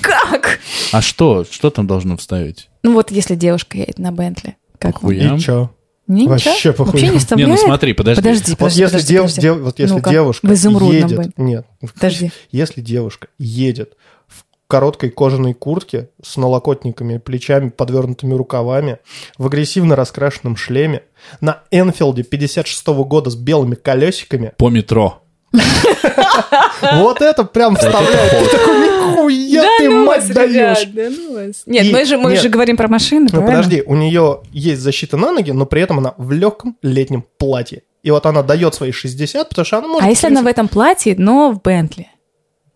B: Как?
C: А что? Что там должно вставить?
B: Ну вот если девушка едет на Бентли, как вам?
C: Хуям.
A: И чё?
B: Не,
A: Вообще
B: ничего?
A: похуям. Не,
B: Вообще не
A: ну
C: Не,
B: вставляет?
C: ну смотри, подожди.
B: Подожди, подожди,
A: Вот если,
B: подожди,
A: дев-
B: подожди.
A: дев- вот если
B: Ну-ка,
A: девушка
B: в изумрудном
A: едет...
B: Бентли.
A: Нет.
B: Подожди.
A: Если девушка едет в короткой кожаной куртке с налокотниками, плечами, подвернутыми рукавами, в агрессивно раскрашенном шлеме, на Энфилде 56 года с белыми колесиками,
C: По метро.
A: вот это прям вставляет. Ты такой, нихуя ты,
B: ну
A: мать,
B: вас, ребят,
A: даешь.
B: да ну вас. Нет,
A: И-
B: мы же, мы
A: нет.
B: же говорим про машины,
A: Ну
B: правильно?
A: подожди, у нее есть защита на ноги, но при этом она в легком летнем платье. И вот она дает свои 60, потому что она может...
B: А если
A: в
B: она в
A: принципе,
B: этом платье, но в Бентли?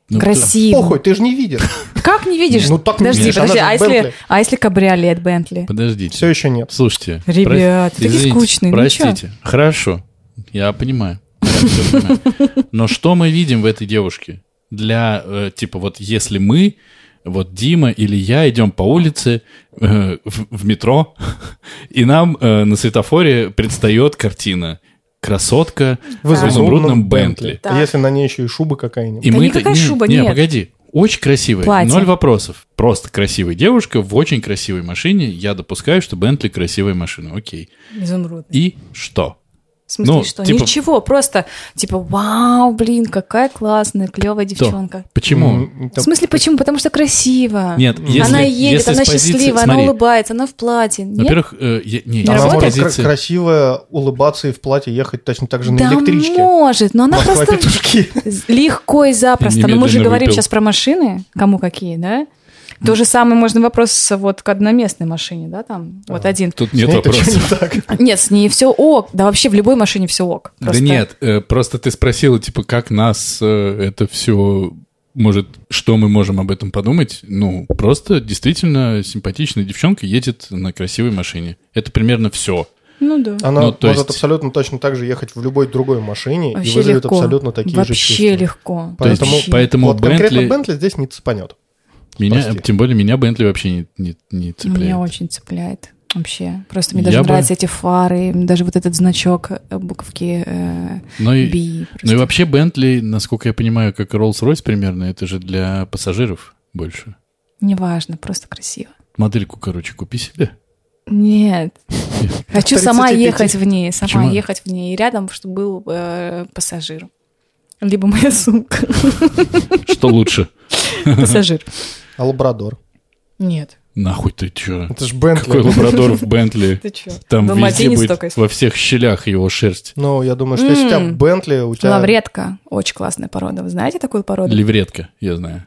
C: Ну,
B: Красиво.
A: Похуй, ты же не видишь.
B: Как не видишь?
A: Ну, так не
B: подожди,
A: видишь, она
B: подожди,
A: же
B: а
A: Бентли.
B: если, а если кабриолет Бентли?
C: Подождите.
A: Все еще нет.
C: Слушайте.
B: Ребят,
C: прости-
B: такие скучные, ну чё?
C: Простите. Хорошо. Я понимаю. Я всё понимаю. Но что мы видим в этой девушке? Для, э, типа, вот если мы, вот Дима или я идем по улице э, в, в метро, и нам э, на светофоре предстает картина «Красотка в
A: В
B: Так.
C: изумрудном Бентли».
B: Так.
A: Ну, Если на ней еще и шуба какая-нибудь.
C: И
B: Да
C: мы
B: никакая
C: это- не,
B: шуба,
C: не,
B: нет.
C: погоди. Очень красивая.
B: Платье.
C: Ноль вопросов. Просто красивая девушка в очень красивой машине. Я допускаю, что Бентли красивая машина. Окей.
B: Изумрудный.
C: И что?
B: В смысле,
C: Ну,
B: что
C: типа-
B: ничего, просто типа, вау, блин, какая классная, клевая девчонка.
C: Почему?
A: М,
B: В
A: там-
B: смысле, почему? Потому что красиво.
C: Нет,
A: Она
C: если,
B: она едет,
C: если
B: она
C: с позиции-
B: счастлива, она
C: смотри,
B: улыбается, она в платье. Нет?
C: Во-первых, э, я- не,
B: Не
C: если с
A: Она может
B: работает?
A: кра-
C: позиции-
A: красиво улыбаться и в платье ехать точно так же на
B: да
A: электричке.
B: может, но она
A: Махать
B: просто
A: петушки.
B: легко и запросто. Но мы же
C: Немедленно
B: говорим
C: выпил.
B: сейчас про машины, кому какие, да? То же самое можно вопрос вот к одноместной машине, да, там, вот один.
C: Тут нет
A: Это чё
C: вопросов.
A: не так?
B: Нет, с ней все ок, да вообще в любой машине все ок.
C: Да
B: Просто-
C: нет, э, просто ты спросила, типа, как нас э, это все может, что мы можем об этом подумать? Ну, просто действительно симпатичная девчонка едет на красивой машине. Это примерно все.
B: Ну да.
A: Она
C: Ну, то
A: может
C: есть-
A: абсолютно точно так же ехать в любой другой машине и
B: Вообще
A: вызовет
B: легко.
A: абсолютно такие
B: Вообще
A: же чувства.
B: легко.
C: То есть,
A: Поэтому-
C: поэтому
A: Вот конкретно
C: Бентли,
A: Бентли здесь не цепанет.
C: меня,
A: прости.
C: тем более меня Бентли вообще не, не, не цепляет.
B: Меня очень цепляет. Вообще. Просто мне
C: Я
B: даже
C: бы-
B: нравятся эти фары, даже вот этот значок э, буковки э,
C: Ну и,
B: B.
C: ну
B: просто.
C: и вообще Бентли, насколько я понимаю, как и Rolls-Royce примерно, это же для пассажиров больше.
B: Неважно, просто красиво.
C: Модельку, короче, купи себе.
B: Нет. Хочу
A: 35.
B: сама ехать в ней, сама
C: Почему?
B: ехать в ней. И рядом, чтобы был э, пассажир. Либо моя сумка.
C: Что лучше?
B: Пассажир.
A: А лабрадор?
B: Нет.
C: Нахуй ты чё?
A: Это же Бентли.
C: Какой лабрадор в Бентли?
B: Ты чё?
C: Там везде
B: Далматинец Ну, только
C: будет,
B: есть.
C: во всех щелях его шерсть.
A: Ну, я думаю, что если у тебя
B: М.
A: Бентли, у тебя...
B: Лавретка. Очень классная порода. Вы знаете такую породу?
C: Левретка, я знаю.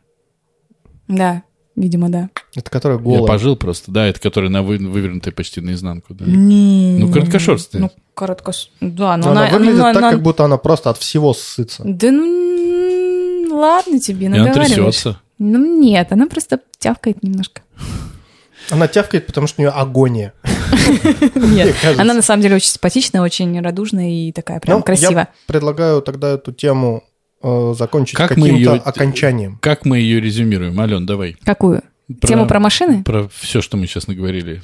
B: Да. Видимо, да.
A: Это которая
C: Я
A: голая.
C: пожил просто, да, это который на вы- вывернутый почти наизнанку. Да.
B: Ну,
C: Ну, короткошерстная.
B: Ну, короткош... Да, но
A: Но Ну, она выглядит
B: но
A: так,
B: Ну, она-
A: как будто она просто от всего ссытся.
B: Да ну, м, ладно тебе,
C: И она
B: наговариваешь.
C: трясется.
B: Ну, нет, она просто тявкает немножко.
A: Она тявкает, потому что у нее агония. Мне
B: Нет,
A: кажется.
B: она на самом деле очень симпатичная, очень радужная и такая прям
A: Ну,
B: красивая.
A: Я предлагаю тогда эту тему э, закончить
C: Как мы
A: каким-то
C: её-
A: окончанием.
C: Как мы ее резюмируем? Ален, давай.
B: Какую?
C: Про-
B: Тему про машины?
C: Про все, что мы сейчас наговорили.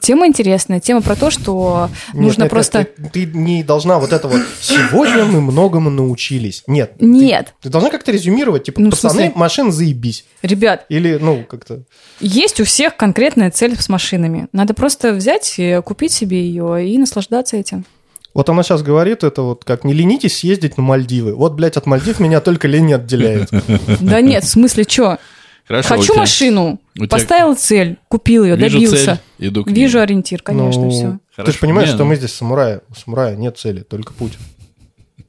B: Тема интересная, тема про то, что
A: Нет,
B: нужно
A: нет,
B: просто...
A: нет, Ты, ты не должна вот это вот «сегодня мы многому научились». Нет. ты-
B: Нет.
A: Ты, должна как-то резюмировать, типа,
B: Ну, в
A: пацаны,
B: смысле?
A: машин заебись.
B: Ребят,
A: Или, ну, как-то...
B: есть у всех конкретная цель с машинами. Надо просто взять и купить себе ее и наслаждаться этим.
A: Вот она сейчас говорит, это вот как «не ленитесь съездить на Мальдивы». Вот, блядь, от Мальдив меня только лень отделяет.
B: Да нет, в смысле, что?
C: Хорошо, у
B: Хочу
C: тебя-
B: машину.
C: у тебя-
B: Поставил цель, купил ее,
C: Вижу
B: добился.
C: цель, иду к ней.
B: Вижу ориентир, конечно,
A: Ну,
B: все.
A: Ты
C: Хорошо.
A: же понимаешь,
C: Не,
A: что
C: ну.
A: мы здесь самураи. У самурая нет цели, только путь.
B: У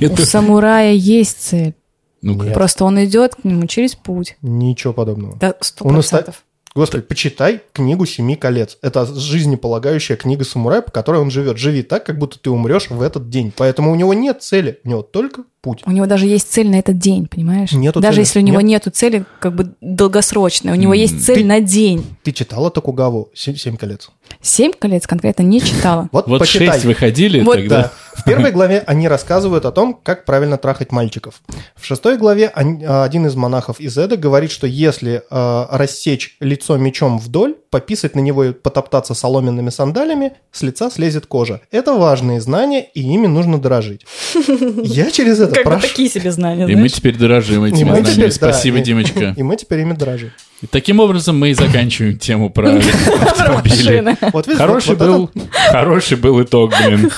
C: Это-
B: самурая есть цель.
C: Ну, как-
A: Нет.
B: Просто он идет к нему через путь.
A: Ничего подобного.
B: Да, сто
A: Он оста-
B: процентов.
A: Господи, почитай книгу «Семи колец». Это жизнеполагающая книга самурая, по которой он живет. Живи так, как будто ты умрешь в этот день. Поэтому у него нет цели, у него только путь.
B: У него даже есть цель на этот день, понимаешь?
A: Нету
B: даже
A: цели.
B: если у него нету цели, как бы долгосрочной, у него
C: М,
B: есть цель
A: ты-
B: на день.
A: Ты читала Токугаву «Се- «Семь колец»?
B: Семь колец конкретно не читала.
A: Вот,
C: Вот
A: почитай.
C: шесть выходили
B: Вот
A: Да.
C: тогда.
A: В первой главе они рассказывают о том, как правильно трахать мальчиков. В шестой главе они- а, один из монахов из Эда говорит, что если а, рассечь лицо мечом вдоль, пописать на него и потоптаться соломенными сандалями, с лица слезет кожа. Это важные знания, и ими нужно дорожить. Я через это
B: Как бы
A: прошу.
B: такие себе знания,
C: И мы
B: знаешь?
C: теперь дорожим
A: И
C: этими
A: мы
C: знаниями.
A: теперь, да,
C: Спасибо,
A: и-
C: Димочка.
A: И мы теперь ими дорожим.
C: И таким образом мы и заканчиваем тему про автомобили.
B: Машины.
A: Вот видишь,
C: Хороший
A: вот- вот
C: был, хороший был итог, блин.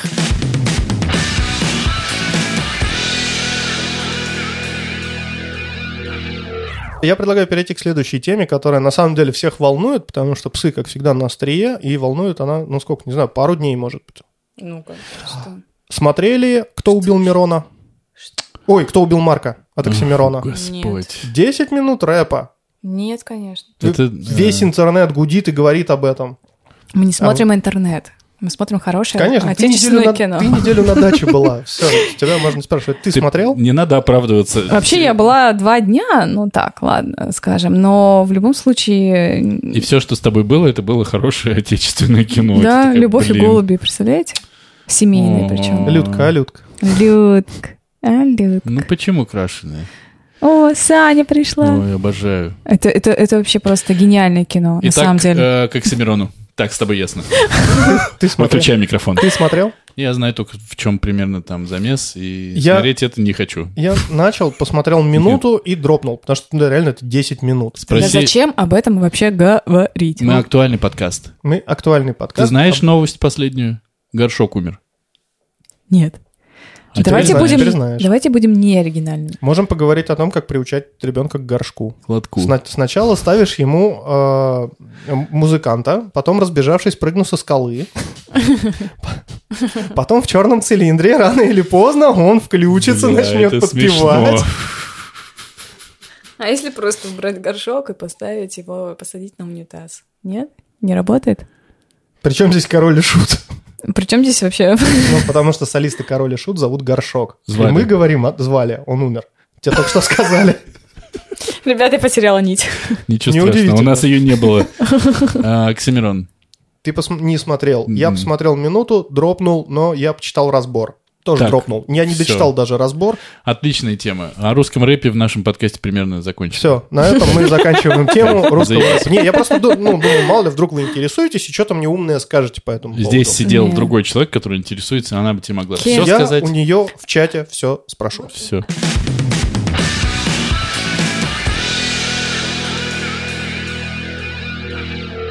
A: это- Я предлагаю перейти к следующей теме, которая на самом деле всех волнует, потому что псы, как всегда, на острие, и волнует она, ну сколько, не знаю, пару дней, может быть. Ну,
B: Ну-ка, что?
A: Смотрели «Кто убил Мирона»? Ой, «Кто убил Марка» от Оксимирона.
C: Господь.
A: 10 минут рэпа.
B: Нет, конечно.
C: Это, э,
A: Весь интернет гудит и говорит об этом.
B: Мы не смотрим интернет. Мы смотрим хорошее
A: А Конечно, ты неделю,
B: отечественное
A: на,
B: кино.
A: ты неделю на даче была. Все, тебя можно спрашивать. Ты
C: ты-
A: смотрел? А
C: Не надо оправдываться.
B: Вообще, я была два дня, ну так, ладно, скажем. Но в любом случае,
C: И все, что с тобой было, это было хорошее отечественное
B: да,
C: кино. Ты Ну, такая,
B: любовь и
C: блин.
B: голуби, представляете? Семейные
C: О.
B: причем.
A: Людка, а, Людка.
B: Людк. А, Людк.
C: Ну почему крашеные?
B: О, Саня пришла.
C: Ой, обожаю.
B: Это, это, это вообще просто гениальное кино, на
C: Итак,
B: самом деле.
C: э, к Оксимирону. Так, с тобой ясно.
A: Ты смотрел?
C: Выключай микрофон.
A: Ты смотрел?
C: Я знаю только, в чем примерно там замес, и
A: Я-
C: смотреть это не хочу.
A: Я начал, посмотрел минуту и дропнул, потому что ну, реально это 10 минут.
B: Тогда
C: Спроси,
B: зачем об этом вообще говорить?
C: мы актуальный подкаст.
A: Мы актуальный
C: Ты
A: подкаст.
C: знаешь новость последнюю? Горшок умер.
B: Нет.
C: А
B: давайте,
A: теперь знаешь,
B: будем,
A: теперь знаешь.
B: давайте будем неоригинальными.
A: Можем поговорить о том, как приучать ребенка к горшку.
C: Лотку.
A: Сна- сначала ставишь ему э, м- музыканта, потом, разбежавшись, прыгну со скалы. Потом в черном цилиндре рано или поздно он включится,
C: Бля,
A: начнет
C: это
A: подпевать.
C: смешно.
B: А если просто брать горшок и поставить его, посадить на унитаз? Нет? Не работает?
A: Причем здесь король и шут.
B: Причем здесь вообще...
A: Ну, потому что солиста король и шут зовут Горшок.
C: Звали.
A: И мы говорим, а, звали, он умер. Тебе только что сказали.
B: Ребята, я потеряла нить.
C: Ничего страшного, у
A: Неудивительно.
C: нас ее не было. А, Оксимирон.
A: Ты посм- не смотрел. Я
C: Мгм.
A: посмотрел минуту, дропнул, но я почитал разбор. Тоже
C: Так,
A: дропнул. Я не
C: всё.
A: дочитал даже разбор.
C: Отличная тема. О русском рэпе в нашем подкасте примерно закончили.
A: Все, на этом мы заканчиваем тему русского
C: Заебись.
A: рэпа. Не, я просто ду- ну, думал, мало ли, вдруг вы интересуетесь и что-то мне умное скажете по этому поводу.
C: Здесь сидел
B: Не.
C: другой человек, который интересуется, она бы тебе могла
B: Кем?
C: все
A: Я
C: сказать.
A: у нее в чате все спрошу.
C: Все.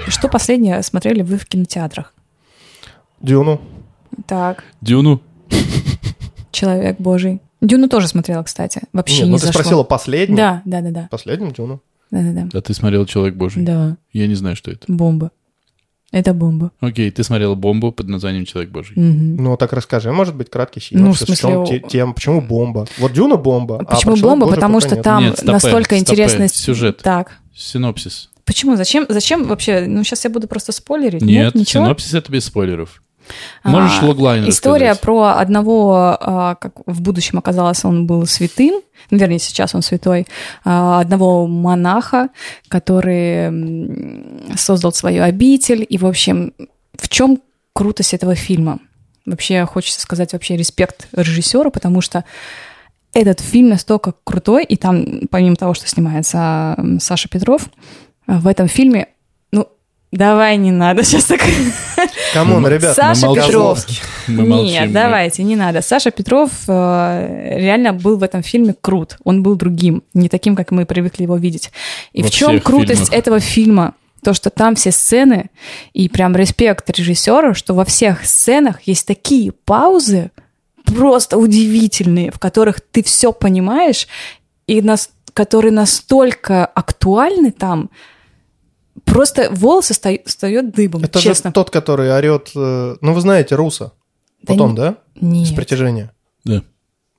B: Что последнее смотрели вы в кинотеатрах?
A: Дюну.
B: Так,
C: Дюну.
B: Человек Божий. Дюну тоже смотрела, кстати. Вообще
A: Нет,
B: не
A: ну ты
B: зашло.
A: спросила последнюю.
B: Да, да, да, да.
A: Последнюю Дюну.
B: Да, да, да.
C: Да ты смотрел «Человек Божий».
B: Да,
C: Я не знаю, что это.
B: бомба. Это бомба.
C: Окей, ты смотрела «Бомбу» под названием «Человек Божий».
B: Мгм.
A: Ну, так расскажи, может быть, краткий
B: Ну,
A: синопсис.
B: в смысле,
A: чем те- тема, почему бомба? Вот Дюна бомба. а
B: Почему
A: почему
B: бомба?
A: Божий
B: Потому
A: пока
B: что
A: нет?
B: там
C: Нет, стопэ,
B: настолько
C: стопэ,
B: интересный
C: сюжет.
B: Так.
C: Синопсис.
B: Почему? Зачем? Зачем вообще? Ну, сейчас я буду просто спойлерить.
C: Нет,
B: ничего.
C: синопсис — это без спойлеров. Можешь
B: А,
C: логлайн
B: История
C: рассказать.
B: про одного, а, как в будущем оказалось, он был святым, ну, вернее, сейчас он святой, а, одного монаха, который м, создал свою обитель. И, в общем, в чем крутость этого фильма? Вообще, хочется сказать вообще респект режиссеру, потому что этот фильм настолько крутой, и там, помимо того, что снимается м, Саша Петров, а, в этом фильме, ну, давай не надо сейчас так...
A: Камон,
C: Ну,
A: ребят,
B: Саша
C: молчим.
B: Петров.
C: Мы молчим,
B: Нет,
C: мы-
B: давайте, не надо. Саша Петров э, реально был в этом фильме крут. Он был другим, не таким, как мы привыкли его видеть. И
C: Во
B: в чем
C: всех
B: крутость
C: фильмах.
B: этого фильма? То, что там все сцены, и прям респект режиссеру, что во всех сценах есть такие паузы, просто удивительные, в которых ты все понимаешь, и нас, которые настолько актуальны там, просто волосы ста- встают дыбом,
A: Это
B: честно.
A: же тот, который орет... э, Ну, вы знаете, Руса.
B: Да
A: Потом, да?
B: Нет.
A: С притяжения.
C: Да.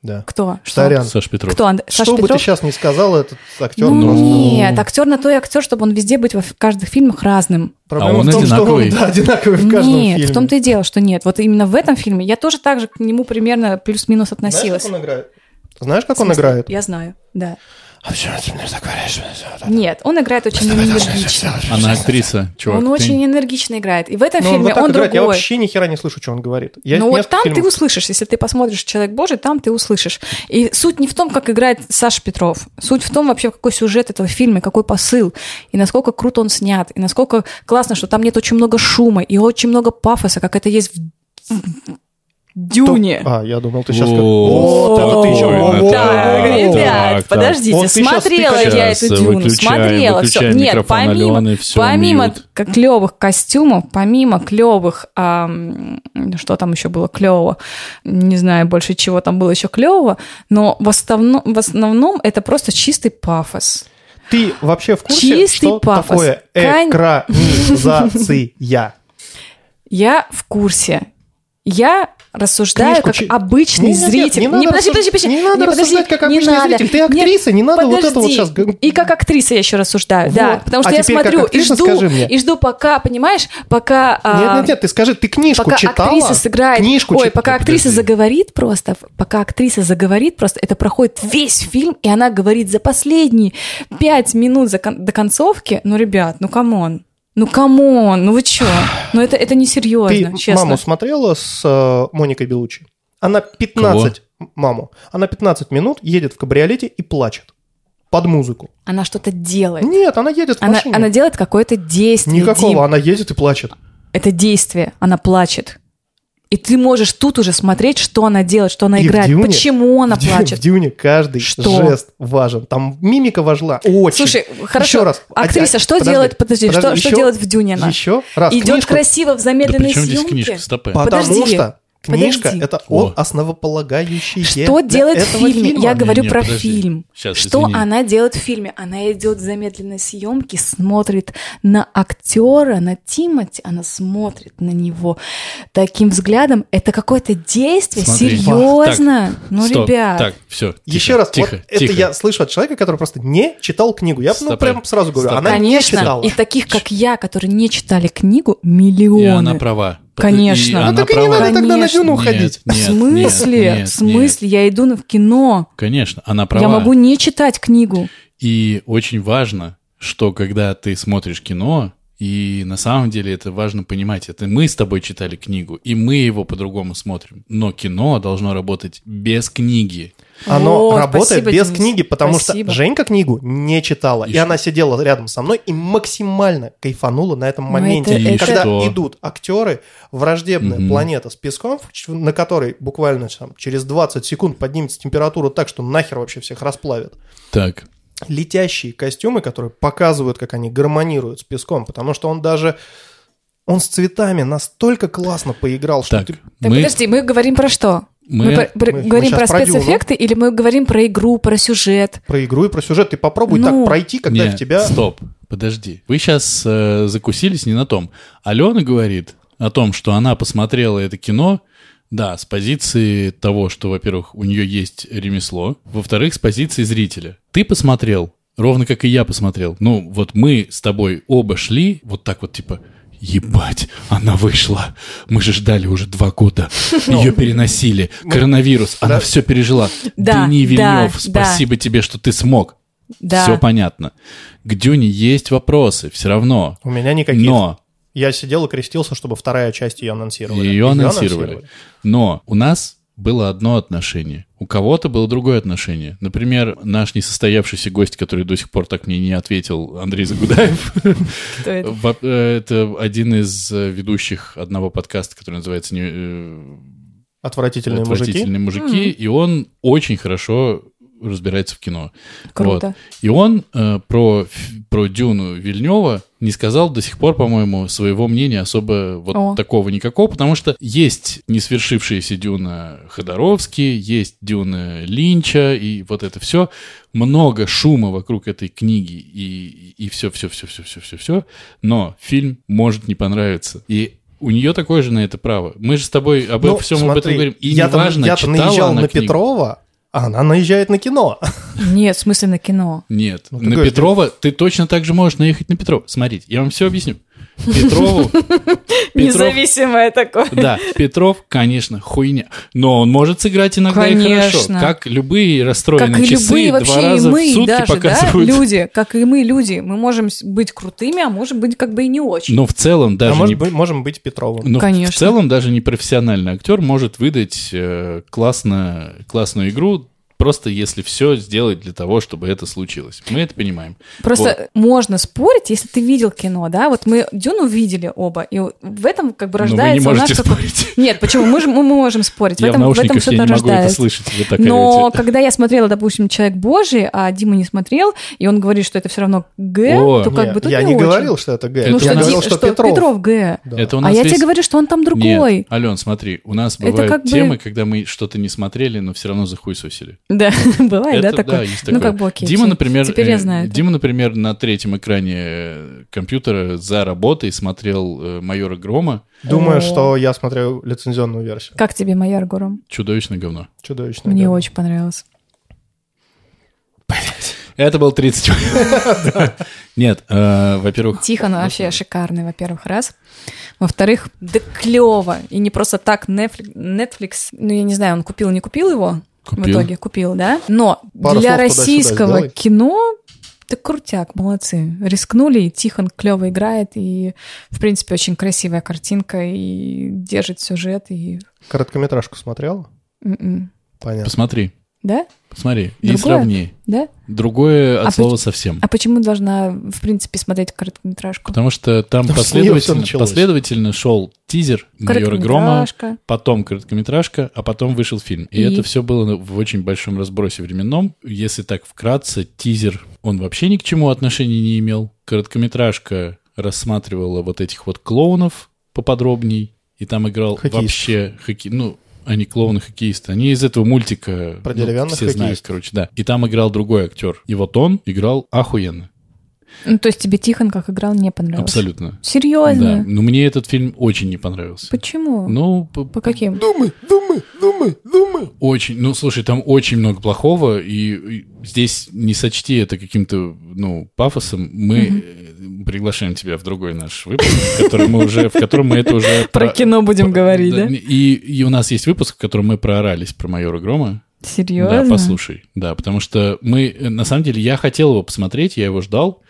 A: Да.
B: Кто? Что?
A: Сорян.
C: Саша Петров.
B: Кто? Анд- Саша
A: Что бы ты
B: Петров?
A: сейчас не сказал, этот актер
B: Ну,
A: просто...
B: нет, актер на то и актер, чтобы он везде быть во в каждых фильмах разным.
A: Проблема
C: А он
A: в том,
C: одинаковый.
A: что он да, одинаковый в каждом
B: нет,
A: фильме.
B: в том-то и дело, что нет. Вот именно в этом фильме я тоже так же к нему примерно плюс-минус
A: Знаешь,
B: относилась.
A: как он играет? Знаешь, как
B: В
A: он
B: смысле?
A: играет?
B: Я знаю, да.
A: А почему ты мне так говоришь? Вот это.
B: Нет, он играет очень энергично.
C: Она актриса, чувак.
B: Он
C: ты-
B: очень энергично играет. И в этом
A: Ну, он
B: фильме
A: вот так
B: он
A: играет, я
B: другой.
A: вообще ни хера не слышу, что он говорит. Я
B: Но вот
A: несколько
B: там
A: фильмов-
B: ты услышишь, если ты посмотришь «Человек Божий», там ты услышишь. И суть не в том, как играет Саша Петров. Суть в том вообще, какой сюжет этого фильма, какой посыл, и насколько круто он снят, и насколько классно, что там нет очень много шума и очень много пафоса, как это есть в- в «Дюне».
A: А, я думал, ты сейчас...
C: О,
A: как- Вот,
C: а
A: это ты еще...
C: Ой,
A: во- во-
C: так,
A: во-
C: ребят, так.
B: подождите,
A: Вот ты щас
B: смотрела
A: тыкаешь.
B: я эту
C: Сейчас
B: дюну,
C: выключаем,
B: смотрела всё.
C: выключаем
B: Нет,
C: микрофон
B: помимо,
C: Алены, всё,
B: помимо
C: мьют.
B: к- клевых костюмов, помимо клевых, ам, что там еще было клевого, не знаю больше чего там было еще клевого, но в основном, в основном это просто чистый пафос.
A: Ты вообще в курсе,
B: Чистый
A: что
B: пафос.
A: такое
B: Кон-
A: экранизация?
B: Я в курсе. Я рассуждаю
A: Книжку
B: как
A: чи-
B: обычный
A: Не, нет, нет,
B: зритель.
A: не надо
B: подожди, подожди,
A: рассуждать-
B: подожди.
A: не надо
B: подожди,
A: рассуждать как
B: не
A: обычный
B: надо.
A: зритель. Ты
B: Нет,
A: актриса, не надо вот это вот
B: подожди.
A: сейчас г-
B: И как актриса я еще рассуждаю, да.
A: Вот.
B: Потому что
A: А
B: я
A: теперь как
B: смотрю и
A: актриса
B: жду,
A: скажи мне.
B: и жду пока, понимаешь, пока... а,
A: Нет, нет, нет, ты скажи, ты книжку
B: Пока
A: читала?
B: актриса сыграет,
A: Книжку
B: ой,
A: чит-
B: пока
A: Нет,
B: актриса
A: подожди.
B: заговорит просто, пока актриса заговорит просто, это проходит весь фильм, и она говорит за последние пять минут за кон- до концовки, ну, ребят, ну, камон, ну, камон, ну, вы чё? Ну, это, это несерьезно,
A: Ты
B: честно.
A: маму смотрела с э, Моникой Белучи? Она 15... м- Маму. Она 15 минут едет в кабриолете и плачет. Под музыку.
B: Она что-то делает.
A: Нет, она едет в
B: Она,
A: машине.
B: она делает какое-то действие,
A: Никакого,
B: Дим.
A: она едет и плачет.
B: Это действие, она плачет. И ты можешь тут уже смотреть, что она делает, что она
A: И в
B: играет,
A: «Дюне»,
B: почему она
A: в, Дю-
B: плачет.
A: в Дюне каждый
B: Что?
A: жест важен. Там мимика важна. Очень.
B: Слушай, хорошо.
A: Еще раз.
B: Актриса
A: Один-
B: что
A: подожди,
B: делает? Подожди, что,
A: подожди,
B: что
A: еще-
B: делает в Дюне она?
A: Еще раз.
B: Идет
A: А книжку.
B: красиво в
C: Да при
B: замедленной
C: чем здесь
B: съемке.
C: книжка? Стопэ.
A: Потому
B: Подожди.
A: что Книжка
B: Подожди.
A: это
C: О.
A: о основополагающее.
B: Что
A: для
B: делает в
A: этого
B: фильме?
A: фильма.
B: Я говорю
C: Не-не,
B: про
C: подожди.
B: фильм.
C: Щас,
B: что
C: извини.
B: она делает в фильме? Она идет в замедленной съемке, смотрит на актера, на Тимати, она смотрит на него таким взглядом. Это какое-то действие,
C: Смотри.
B: серьезно. ну,
C: Стоп.
B: ребят,
C: Так, все.
A: Еще раз,
C: тихо,
A: вот это
C: тихо.
A: я слышу от человека, который просто не читал книгу. Я ну,
C: Стоп.
A: прям сразу говорю,
C: Стоп.
A: она не
B: конечно.
A: читала.
B: И таких, как я, которые не читали книгу,
C: И
B: миллионы.
C: она права.
B: Конечно.
C: И
B: Ну
C: она
A: так и А не
C: права.
A: надо тогда на
B: Конечно.
A: дюну
C: Нет,
A: ходить.
B: в
C: нет,
B: смысле?
C: нет, нет,
B: в смысле? Я иду на в кино.
C: нет. Конечно, она права.
B: Я могу не читать книгу.
C: И очень важно, что когда ты смотришь кино, и на самом деле это важно понимать, это мы с тобой читали книгу, и мы его по-другому смотрим. Но кино должно работать без книги.
A: Оно
B: Вот,
A: работает
B: спасибо,
A: без
B: Денис.
A: книги, потому
B: Спасибо.
A: что Женька книгу не читала.
C: И
A: И,
C: что?
A: она сидела рядом со мной и максимально кайфанула на этом
B: Ну,
A: моменте.
B: это-
C: И
A: когда
C: что?
A: идут актеры, враждебная
C: Мгм.
A: планета с песком, в ч- на которой буквально там, через 20 секунд поднимется температура так, что нахер вообще всех расплавит.
C: Так.
A: летящие костюмы, которые показывают, как они гармонируют с песком, потому что он даже он с цветами настолько классно поиграл, что
C: Так,
A: ну ты-
B: Так,
C: мы,
B: подожди, мы говорим про что?
C: мы,
B: Мы, про- про-
A: мы- мы
B: говорим
A: щас
B: про
A: про Дюну.
B: спецэффекты или мы говорим про игру, про сюжет?
A: про игру и про сюжет ты попробуй
B: Ну.
A: так пройти, когда
C: Не,
A: в тебя
C: Стоп, подожди. Вы сейчас закусились не на том. Алена говорит о том, что она посмотрела это кино, да, с позиции того, что, во-первых, у нее есть ремесло, во-вторых, с позиции зрителя. Ты посмотрел, ровно как и я посмотрел. Ну, вот мы с тобой оба шли, вот так вот типа... Ебать, она вышла. Мы же ждали уже два года. Ее переносили. Коронавирус. Она все пережила.
B: Да,
C: Дени
B: да,
C: Вильнев,
B: да.
C: спасибо тебе, что ты смог.
B: Да.
C: Все понятно. К Дюне есть вопросы, все равно.
A: у меня никаких.
C: Но
A: Я сидел и крестился, чтобы вторая часть ее анонсировали.
C: ее анонсировали. Но у нас было одно отношение. У кого-то было другое отношение. Например, наш несостоявшийся гость, который до сих пор так мне не ответил, Андрей Загудаев.
B: Кто это?
C: Во- э, Это один из э, ведущих одного подкаста, который называется «Не- э,
A: Отвратительные, мужики.
C: «Отвратительные мужики». И он очень хорошо разбирается в кино.
B: Круто.
C: Вот. И он э, про, ф- про Дюну Вильнева не сказал до сих пор, по-моему, своего мнения особо вот
B: О.
C: такого никакого, потому что есть не свершившаяся Дюна Ходоровский, есть Дюна Линча, и вот это все. Много шума вокруг этой книги, и, и все, все, все, все, все, все, все. Но фильм может не понравиться. И у нее такое же на это право. Мы же с тобой об
A: Ну,
C: всем об этом
A: смотри,
C: говорим. И
A: я-то-
C: неважно,
A: я-то
C: читала
A: наезжал
C: она
A: на
C: книгу.
A: Петрова, а она наезжает на кино.
B: Нет, в смысле на кино.
C: Нет,
A: Ну, ты
C: на
A: говоришь,
C: Петрова ты точно так же можешь наехать на Петрова. Смотрите, я вам все объясню. Петрову... Петров,
B: Независимое такое.
C: да, Петров, конечно, хуйня. Но он может сыграть иногда и хорошо.
B: Конечно.
C: Как любые расстроенные
B: Как и
C: часы
B: любые
C: два
B: вообще и
C: раза в
B: мы
C: сутки
B: даже, да,
C: показывают.
B: люди, как и мы люди, мы можем с- быть крутыми, а можем быть как бы и не очень.
C: Но в целом
A: А
C: даже не... Ну,
A: может быть, можем быть Петровым.
C: но в-
B: Конечно.
C: в целом даже непрофессиональный актер может выдать э, классно, классную игру, просто если все сделать для того, чтобы это случилось. Мы это понимаем.
B: Просто можно спорить, если ты видел кино, да, вот мы Дюну видели оба, и в этом как бы
C: Но вы не
B: рождается у нас
C: можете
B: какой-
C: спорить.
B: Нет, почему? Мы, же- мы можем спорить. В
C: я в
B: этом, в этом
C: наушниках я
B: что-то
C: не могу это
B: рождается.
C: слышать. Вы так
B: Но
C: орёте.
B: когда я смотрела, допустим, «Человек Божий», а Дима не смотрел, и он говорит, что это все равно Г,
C: О,
B: то Ну, как
A: Не,
B: бы тут
A: я не,
B: не, очень.
A: говорил, что это Г.
C: Ну,
B: Ну,
A: я
B: что,
C: у нас-
A: говорил,
B: Ди- что Петров. Г.
A: Да.
C: Это у
B: А
C: нас
B: я
C: весь-
B: тебе говорю, что он там другой.
C: Нет, Ален, смотри, у нас
B: Это
C: бывают
B: как бы-
C: темы, когда мы что-то не смотрели, но все равно захуесосили.
B: Да, бывает, да,
C: Это, да,
B: такое?
C: есть
B: Ну,
C: такое.
B: как бы окей.
C: Дима,
B: всё,
C: например,
B: Теперь
C: э,
B: я знаю. это.
C: Дима, например, на третьем экране э, компьютера за работой смотрел э, «Майора Грома».
A: Думаю,
B: О.
A: что я смотрю лицензионную версию.
B: Как тебе майор Гуром?
C: Чудовищное говно.
A: Чудовищно.
B: Мне
A: говно.
B: очень понравилось.
C: Это был 30. Нет, э, во-первых...
B: Тихон вообще шикарный, во-первых, раз. Во-вторых, да клево. И не просто так Netflix, Netflix, ну, я не знаю, он купил, не купил его? В
C: Купил.
B: итоге купил, да? Но
A: Пару слов туда-сюда
B: для российского
A: сделай.
B: кино ты крутяк, молодцы. Рискнули, и Тихон клево играет, и, в принципе, очень красивая картинка, и держит сюжет, и...
A: Короткометражку смотрела?
B: м-м.
A: Понятно.
C: Посмотри,
B: Да?
C: посмотри и
B: Другое?
C: сравни.
B: Да?
C: Другое
B: А
C: от слова
B: поч-
C: совсем.
B: А почему должна, в принципе, смотреть короткометражку?
C: Потому что там
A: Потому что с неё всё
C: последовательно,
A: началось.
C: последовательно шел тизер «Майора Грома»,
B: Короткометражка.
C: потом короткометражка, а потом вышел фильм. И,
B: И?
C: это все было в очень большом разбросе временном. Если так вкратце, тизер, он вообще ни к чему отношения не имел. Короткометражка рассматривала вот этих вот клоунов поподробней. и там играл
A: Хоккеист.
C: вообще хоккей, ну, они клоуны хоккеисты. Они из этого мультика
A: Про
C: ну,
A: деревянных
C: все знают,
A: хоккеистов.
C: короче, да. И там играл другой актер. И вот он играл охуенно.
B: Ну, то есть тебе Тихон как играл не понравился?
C: Абсолютно. Да.
B: Серьезно?
C: Но мне этот фильм очень не понравился.
B: Почему?
C: Ну, п-
B: По каким?
A: Думай, думай, думай, думай.
C: Очень, ну слушай, там очень много плохого, и, и здесь не сочти это каким-то, ну, пафосом. Мы э, приглашаем тебя в другой наш выпуск, который мы уже, в котором мы это уже...
B: Про кино будем говорить, да?
C: И, и у нас есть выпуск, в котором мы проорались про майора Грома.
B: Серьезно?
C: Да, послушай. Да, потому что мы, э, на самом деле, я хотел его посмотреть, я его ждал.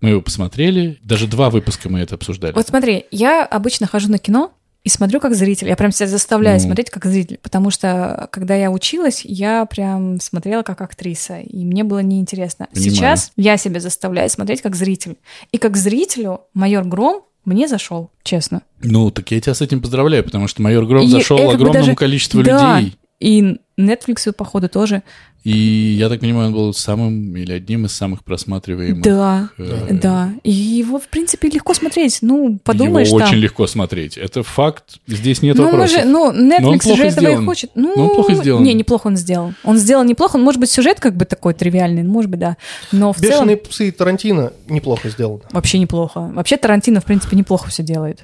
C: Мы его посмотрели. Даже два выпуска мы это обсуждали.
B: Вот смотри, я обычно хожу на кино и смотрю как зритель. Я прям себя заставляю
C: Ну.
B: смотреть как зритель, потому что когда я училась, я прям смотрела как актриса, и мне было неинтересно.
C: Понимаю.
B: Сейчас я себя заставляю смотреть как зритель. И как зрителю майор Гром мне зашел, честно.
C: Ну, так я тебя с этим поздравляю, потому что майор Гром
B: И
C: зашел
B: это бы
C: огромному
B: даже-
C: количеству
B: Да.
C: людей.
B: И Netflix, походу, тоже.
C: И я так понимаю, он был самым или одним из самых просматриваемых.
B: Да,
C: э,
B: да. И его, в принципе, легко смотреть. Ну, подумаешь
C: Его
B: там.
C: очень легко смотреть. Это факт. Здесь нет
B: ну, мы
C: вопросов.
B: же, ну, Netflix
C: плохо
B: же этого
C: сделан.
B: и хочет. Ну,
C: Но он плохо сделан.
B: Не, неплохо он сделал. Он сделал неплохо. Он, может быть, сюжет как бы такой тривиальный, ну, может быть, да. Но в
A: Бешеные
B: целом
A: псы Тарантино неплохо сделано.
B: вообще неплохо. Вообще Тарантино, в принципе, неплохо все делает.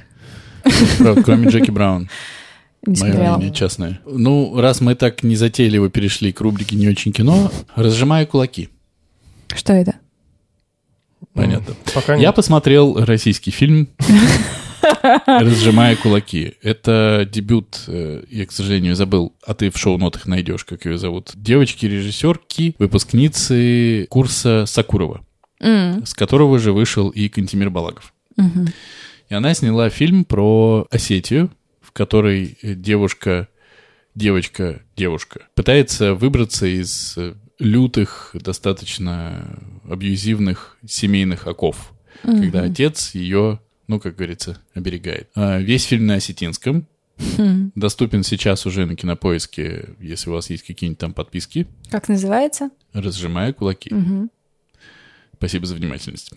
C: Правда, кроме Джеки Браун.
B: Не
C: Мое
B: смотрела.
C: мнение честное. Ну, раз мы так незатейливо перешли к рубрике «Не очень кино», разжимаю кулаки.
B: Что это?
C: Понятно.
A: Пока
C: Я
A: нет.
C: посмотрел российский фильм «Разжимая кулаки». Это дебют, э, я, к сожалению, забыл, а ты в шоу-нотах найдешь, как ее зовут. Девочки-режиссерки, выпускницы курса Сакурова,
B: М,
C: с которого же вышел и Кантемир Балагов.
B: мгм.
C: И она сняла фильм про Осетию, в которой э, девушка, девочка, девушка пытается выбраться из э, лютых, достаточно абьюзивных семейных оков, когда отец ее, ну, как говорится, оберегает. А, Весь фильм на осетинском.
B: М.
C: Доступен сейчас уже на кинопоиске, если у вас есть какие-нибудь там подписки.
B: Как называется?
C: Разжимаю кулаки.
B: Мгм.
C: Спасибо за внимательность.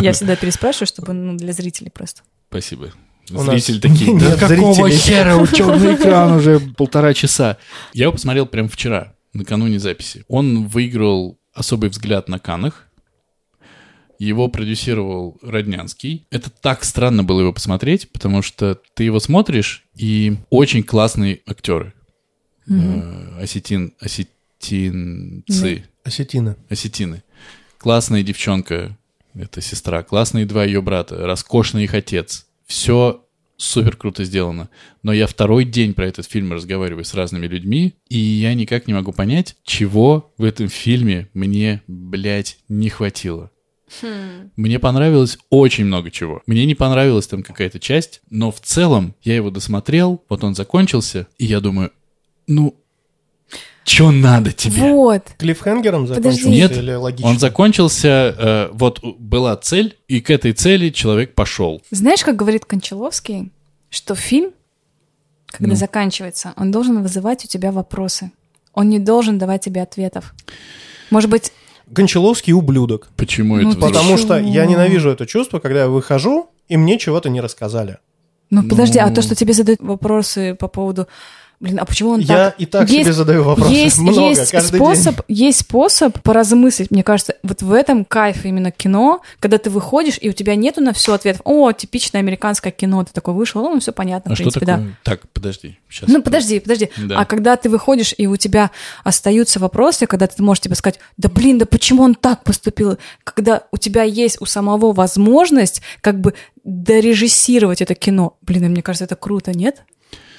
B: Я всегда переспрашиваю, чтобы ну, для зрителей просто.
C: Спасибо.
A: У нас
C: Зрители такие, да
A: нет
C: какого
A: зрителей».
C: хера, у черный экран уже полтора часа. Я его посмотрел прям вчера, накануне записи. Он выиграл особый взгляд на Канах. Его продюсировал Роднянский. Это так странно было его посмотреть, потому что ты его смотришь, и очень классные актеры. Э, Осетин, осетинцы
A: Осетина.
C: осетины. Классная девчонка, это сестра, классные два ее брата, роскошный их отец. Все супер круто сделано. Но я второй день про этот фильм разговариваю с разными людьми, и я никак не могу понять, чего в этом фильме мне, блядь, не хватило. Мне понравилось очень много чего. Мне не понравилась там какая-то часть, но в целом я его досмотрел, вот он закончился, и я думаю, ну, чё надо тебе?
B: Вот.
A: Клиффхенгером
B: Подожди.
A: закончился
C: Нет,
A: или логично?
C: он закончился, э, вот у- была цель, и к этой цели человек пошел.
B: Знаешь, как говорит Кончаловский, что фильм, когда
C: Ну.
B: заканчивается, он должен вызывать у тебя вопросы. Он не должен давать тебе ответов. Может быть,
A: Гончаловский ублюдок.
C: Почему
B: Ну,
C: это
B: Почему?
A: Потому
C: вдруг?
A: что я ненавижу это чувство, когда я выхожу, и мне чего-то не рассказали.
B: ну
C: Ну.
B: подожди, а то, что тебе задают вопросы по поводу, блин, а почему он
A: я
B: так?
A: и так себе
B: Есть-
A: задаю вопросы.
B: Есть,
A: Много,
B: есть
A: каждый
B: способ, есть способ поразмыслить. Мне кажется, вот в этом кайф именно кино, когда ты выходишь и у тебя нету на все ответов. О, типичное американское кино, ты такой вышел, ну все понятно,
C: А
B: в
C: что
B: принципе, да.
C: такое? Так, подожди, сейчас.
B: Ну, подожди, подожди.
C: Да.
B: А когда ты выходишь, и у тебя остаются вопросы, когда ты можешь тебе сказать, да блин, да почему он так поступил? Когда у тебя есть у самого возможность как бы дорежиссировать это кино. Блин, а мне кажется, это круто, нет?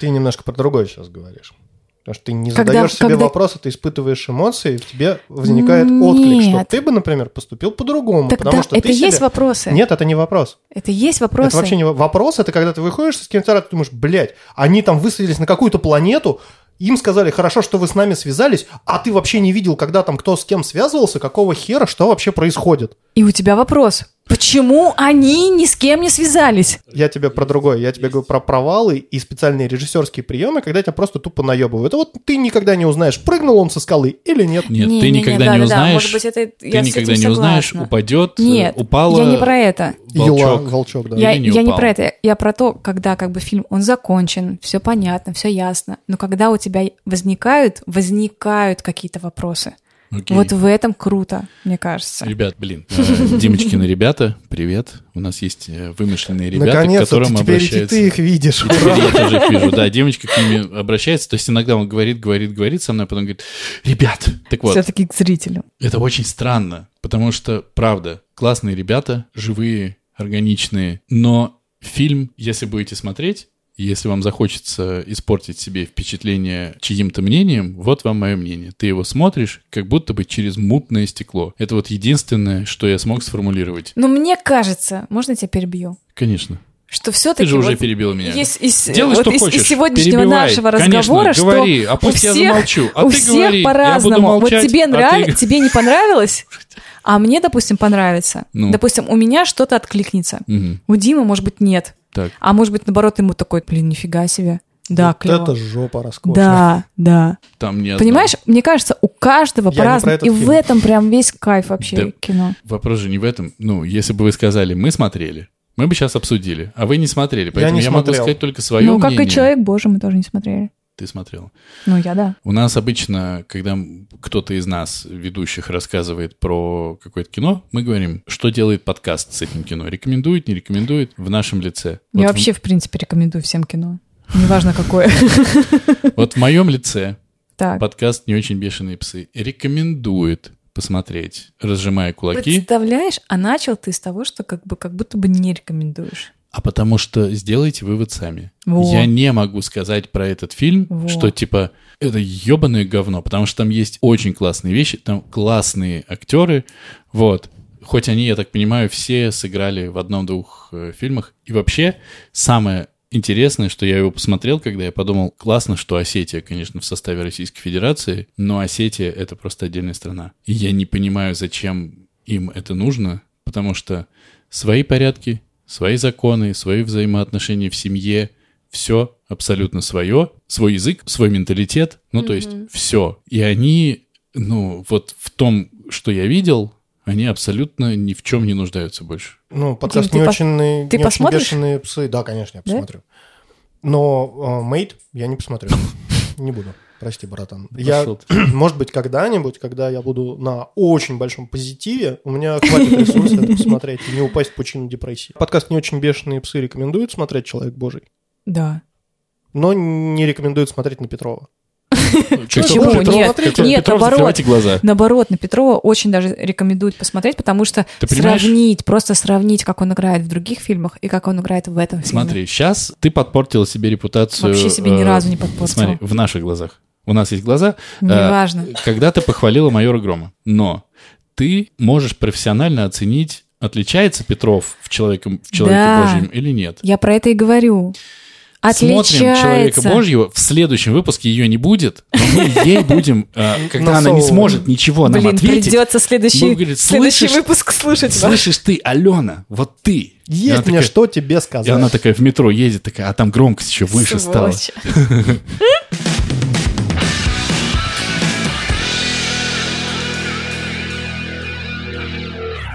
A: день. Ты немножко про другое сейчас говоришь. Потому что ты не
B: Когда-
A: задаешь себе
B: когда-
A: вопросы, ты испытываешь эмоции, и в тебе возникает
B: Нет.
A: отклик, что ты бы, например, поступил по-другому.
B: Так
A: Ну, потому
B: да,
A: что
B: это
A: ты
B: есть
A: себе-
B: вопросы.
A: Нет, это не вопрос.
B: Это есть вопросы.
A: Это вообще не во- вопрос. Это когда ты выходишь с кинотеатра, ты думаешь, блядь, они там высадились на какую-то планету, им сказали, хорошо, что вы с нами связались, а ты вообще не видел, когда там кто с кем связывался, какого хера, что вообще происходит.
B: И у тебя вопрос. Почему они ни с кем не связались?
A: Я тебе про другое, я тебе говорю про провалы и специальные режиссерские приемы, когда тебя просто тупо наебывают. А вот ты никогда не узнаешь, прыгнул он со скалы или нет.
C: Нет,
B: Не,
C: ты
B: не, не,
C: никогда не
B: да-да-да,
C: узнаешь.
B: может быть, это-
C: ты
B: я с
C: никогда
B: этим
C: не узнаешь,
B: согласна.
C: упадет,
B: Нет,
C: э, упала.
B: я не про это.
A: Юла-
C: волчок.
A: волчок, да.
B: Я,
C: Или не
B: я не
C: упал.
B: про это, я про то, когда как бы фильм, он закончен, все понятно, все ясно, но когда у тебя возникают, возникают какие-то вопросы.
C: Окей.
B: Вот в этом круто, мне кажется.
C: Ребят, блин, э, Димочкины ребята, привет. У нас есть э, вымышленные ребята, к
A: Наконец-то
C: которым
A: ты- теперь и
C: обращаются.
A: ты их видишь.
C: И теперь я тоже их вижу, да, Димочка к ними обращается, то есть иногда он говорит, говорит, говорит со мной, а потом говорит, ребят, так вот,
B: Все-таки к зрителю.
C: это очень странно, потому что, правда, классные ребята, живые, органичные, но фильм, если будете смотреть, если вам захочется испортить себе впечатление чьим-то мнением, вот вам мое мнение. Ты его смотришь, как будто бы через мутное стекло. Это вот единственное, что я смог сформулировать.
B: Но Ну, мне кажется, можно я тебя перебью,
C: Конечно.
B: что все-таки
C: Ты же уже перебил меня.
B: Из, из-
C: Делай,
B: вот
C: что
B: из, из
C: хочешь.
B: сегодняшнего
C: перебивай.
B: нашего
C: Конечно,
B: разговора,
C: говори,
B: что
C: а пусть
B: у
C: я
B: всех,
C: замолчу, а
B: у
C: ты
B: всех
C: говори, я буду
B: по-разному.
C: молчать,
B: вот тебе,
C: а ты
B: нрав-
C: г-
B: тебе не понравилось, а мне, допустим, понравится.
C: Ну.
B: Допустим, у меня что-то откликнется.
C: Мгм.
B: У Димы, может быть, нет.
C: Так.
B: А может быть, наоборот, ему такой, блин, нифига себе. Да,
A: Вот
B: клево.
A: это жопа роскошная.
B: Да, да.
C: Там не
B: Понимаешь, мне кажется, у каждого
A: Я не про
B: по-разному.
A: этот
B: И в
A: фильм.
B: этом прям весь кайф вообще
C: Да.
B: кино.
C: Вопрос же не в этом. Ну, если бы вы сказали, мы смотрели, мы бы сейчас обсудили, а вы не смотрели, поэтому
A: не
C: я, могу
A: смотрел.
C: сказать только свое
B: Ну, как
C: мнение.
B: и человек, боже, мы тоже не смотрели.
C: Ты смотрел.
B: Ну, я да.
C: У нас обычно, когда кто-то из нас, ведущих, рассказывает про какое-то кино, мы говорим, что делает подкаст с этим кино. Рекомендует, не рекомендует в нашем
B: я
C: лице. Вот в-
B: вообще, в принципе, рекомендую всем кино. Неважно, какое.
C: вот в моем лице
B: Так.
C: подкаст «Не очень бешеные псы» рекомендует посмотреть, разжимая кулаки,
B: Представляешь, а начал ты с того, что как бы как будто бы не рекомендуешь.
C: а потому что сделайте вывод сами.
B: Во.
C: Я не могу сказать про этот фильм,
B: Во.
C: что типа это ебаное говно, потому что там есть очень классные вещи, там классные актеры, вот. Хоть они, я так понимаю, все сыграли в одном-двух э, фильмах. И вообще, самое интересное, что я его посмотрел, когда я подумал, классно, что Осетия, конечно, в составе Российской Федерации, но Осетия — это просто отдельная страна. И я не понимаю, зачем им это нужно, потому что свои порядки, свои законы, свои взаимоотношения в семье, все абсолютно свое, свой язык, свой менталитет, ну, то есть все. И они, ну, вот в том, что я видел, они абсолютно ни в чем не нуждаются больше.
A: Ну, подкаст
B: Дим,
A: не
B: ты
A: очень не
B: ты
A: очень
B: посмотришь?
A: бешеные псы. Да, конечно, я
B: Да?
A: посмотрю. Но Мейд я не посмотрю. Не буду. Прости, братан. Я,
C: Пошёл ты.
A: может быть, когда-нибудь, когда я буду на очень большом позитиве, у меня хватит ресурса это посмотреть и не упасть в пучину депрессии. Подкаст «Не очень бешеные псы» рекомендуют смотреть «Человек Божий»,
B: Да.
A: но не рекомендуют смотреть на Петрова.
B: Почему?
A: Боже, Петрова
B: Нет,
A: смотрите?
B: нет,
C: Петров,
B: наоборот.
C: закрывайте глаза.
B: Наоборот, на Петрова очень даже рекомендуют посмотреть, потому что
C: Ты понимаешь?
B: сравнить, просто сравнить, как он играет в других фильмах и как он играет в этом фильме.
C: Смотри, сейчас ты подпортила себе репутацию.
B: Вообще себе ни
C: э,
B: разу не подпортила.
C: Смотри, в наших глазах. У нас есть глаза. Э,
B: Неважно.
C: Когда ты похвалила майора Грома, но ты можешь профессионально оценить, отличается Петров в, человеком, в «Человеке
B: Да.
C: Божьем» или нет.
B: Я про это и говорю.
C: Смотрим «Человека
B: Отличается.
C: Божьего», в следующем выпуске ее не будет, но мы ей будем, э, когда она не
A: Насовываем.
C: сможет ничего нам
B: Блин,
C: ответить,
B: придется следующий,
C: Будем говорить,
B: следующий
C: слышишь-
B: выпуск слушать. вас.
C: слышишь ты, Алена, вот ты. И она
A: Есть мне
C: такая-
A: что тебе
C: И она
A: сказать.
C: такая в метро едет, такая, а там громкость еще выше стала.
B: Сволочь.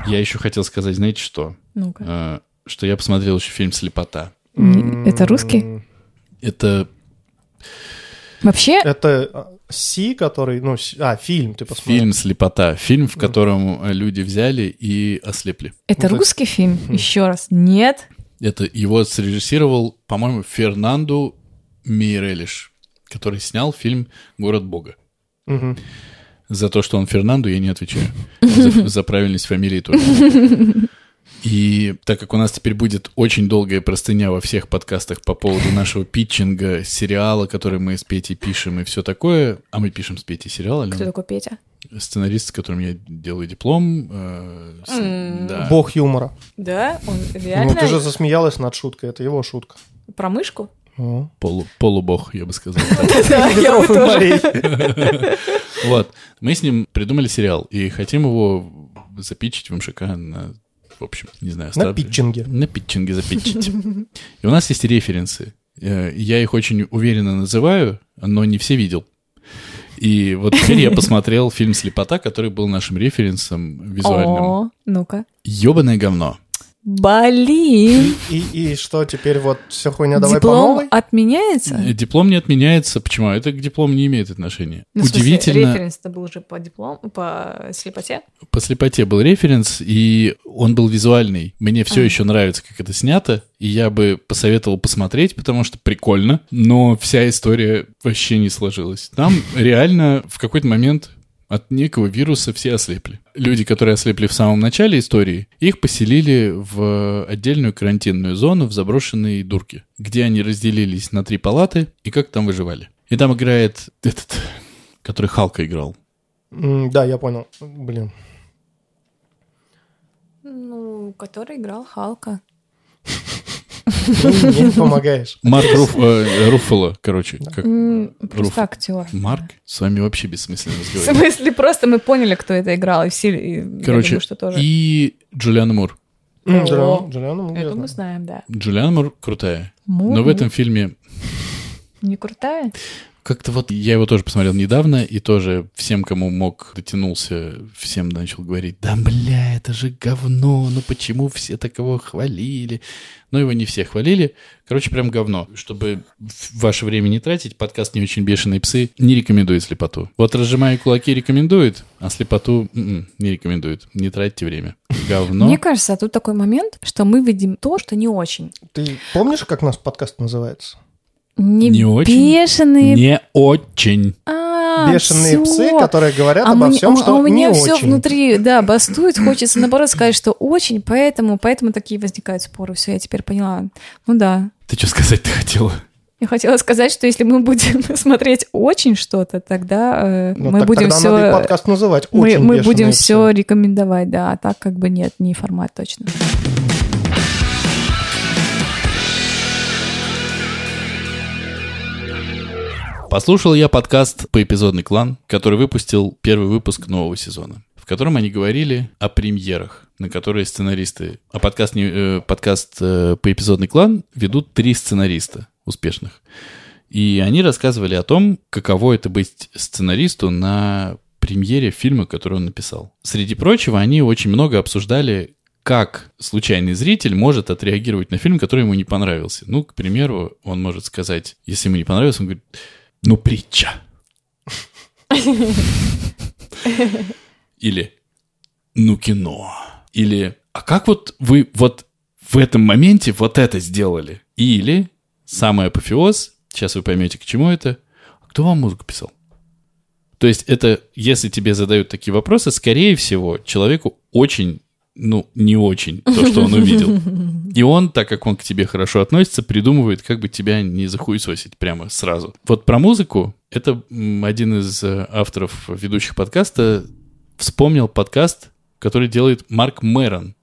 C: Я еще хотел сказать, знаете что?
B: Ну-ка.
C: Э, Что я посмотрел еще фильм «Слепота».
B: М, Это русский?
C: Это
B: Вообще,
A: Это а, Си, который... ну Си- А, фильм ты посмотрел.
C: фильм «Слепота». Фильм, в котором э, люди взяли и ослепли.
B: это
A: это-
B: русский фильм?
A: Хм.
B: Еще раз. Нет.
C: Это его срежиссировал, по-моему, Фернанду Мейрелиш, который снял фильм «Город Бога».
A: Мгм.
C: За то, что он Фернанду, я не отвечаю. За, за правильность фамилии тоже. И так как у нас теперь будет очень долгая простыня во всех подкастах по поводу нашего питчинга, сериала, который мы с Петей пишем и все такое, а мы пишем с Петей сериал,
B: Кто
C: Алена,
B: такой Петя?
C: сценарист, с которым я делаю диплом. э, с- да.
A: Бог юмора.
B: Да, он
A: Ну,
B: реально
A: ты же засмеялась над шуткой, это его шутка.
B: про мышку?
A: О.
C: Полу- полубог, я бы сказал.
B: Да, я бы тоже.
C: Вот. Мы с ним придумали сериал и хотим его запичить в МШК на в общем, не знаю.
A: На
C: ставлю.
A: питчинге.
C: На питчинге запитчить. И у нас есть референсы. Э, Я их очень уверенно называю, но не все видел. И вот теперь я посмотрел фильм «Слепота», который был нашим референсом визуальным.
B: О, ну-ка.
C: Ёбаное говно.
B: Блин.
A: И, и что теперь вот вся хуйня Ну, давай по
B: Диплом
A: новой?
B: отменяется?
C: Э, Диплом не отменяется. Почему? А Это к диплому не имеет отношения.
B: Ну, в смысле,
C: Удивительно.
B: Референс-то был уже по диплому, по слепоте.
C: По слепоте был референс, и он был визуальный. Мне все еще нравится, как это снято, и я бы посоветовал посмотреть, потому что прикольно, но вся история вообще не сложилась. Там реально в какой-то момент от некого вируса все ослепли. Люди, которые ослепли в самом начале истории, их поселили в отдельную карантинную зону в заброшенной дурке, где они разделились на три палаты и как там выживали. И там играет этот, который Халка играл.
A: М, Да, я понял. Блин.
B: Ну, который играл Халка.
A: Ты мне помогаешь.
C: Марк Руф, э, Руффало, короче. Как, Руф.
B: Просто актер.
C: Марк, с вами вообще бессмысленно
B: В
C: разговаривать.
B: смысле, просто мы поняли, кто это играл, и все, и я
C: Короче,
B: думаю, что тоже.
C: и Джулиан Мур.
A: М,
B: О.
A: Джулиан- Джулиан, ну, я
B: Это мы
A: знаю.
B: знаем, да.
C: Джулиан Мур крутая.
B: Мур
C: Но в этом фильме
B: Не крутая?
C: как-то вот я его тоже посмотрел недавно, и тоже всем, кому мог, дотянулся, всем начал говорить, да бля, это же говно, ну почему все такого хвалили? Но его не все хвалили. Короче, прям говно. Чтобы в- ваше время не тратить, подкаст «Не очень бешеные псы» не рекомендует слепоту. Вот «Разжимая кулаки» рекомендует, а слепоту м-м, не рекомендует. Не тратьте время. Говно.
B: Мне кажется, тут такой момент, что мы видим то, что не очень.
A: Ты помнишь, как наш подкаст называется?
B: Не,
C: Не очень?
B: бешеные...
C: Не очень.
B: А,
A: Бешеные
B: всё.
A: псы, которые говорят
B: А
A: обо
B: мне-
A: всем,
B: а
A: что
B: у меня
A: не
B: все
A: очень.
B: внутри, да, бастует, хочется наоборот сказать, что очень, поэтому, поэтому такие возникают споры. Все, я теперь поняла. Ну да.
C: Ты что сказать-то хотела?
B: Я хотела сказать, что если мы будем смотреть очень что-то, тогда э,
A: Ну,
B: мы
A: так
B: будем
A: тогда надо и
B: все
A: подкаст называть.
B: мы,
A: Очень
B: мы
A: бешеные
B: будем
A: псы.
B: все рекомендовать, да, а так как бы нет, не формат точно.
C: Послушал я подкаст по эпизодный клан, который выпустил первый выпуск нового сезона, в котором они говорили о премьерах, на которые сценаристы... А подкаст, не- э, подкаст по эпизодный клан ведут три сценариста успешных. И они рассказывали о том, каково это быть сценаристу на премьере фильма, который он написал. Среди прочего, они очень много обсуждали, как случайный зритель может отреагировать на фильм, который ему не понравился. Ну, к примеру, он может сказать, если ему не понравился, он говорит, ну, притча. Или ну, кино. Или а как вот вы вот в этом моменте вот это сделали? Или самый апофеоз, сейчас вы поймете, к чему это, «А кто вам музыку писал? То есть это, если тебе задают такие вопросы, скорее всего, человеку очень, ну, не очень то, что он увидел. И он, так как он к тебе хорошо относится, придумывает, как бы тебя не захуесосить прямо сразу. Вот про музыку, это м, один из э, авторов, ведущих подкаста, вспомнил подкаст, который делает Марк Мэрон,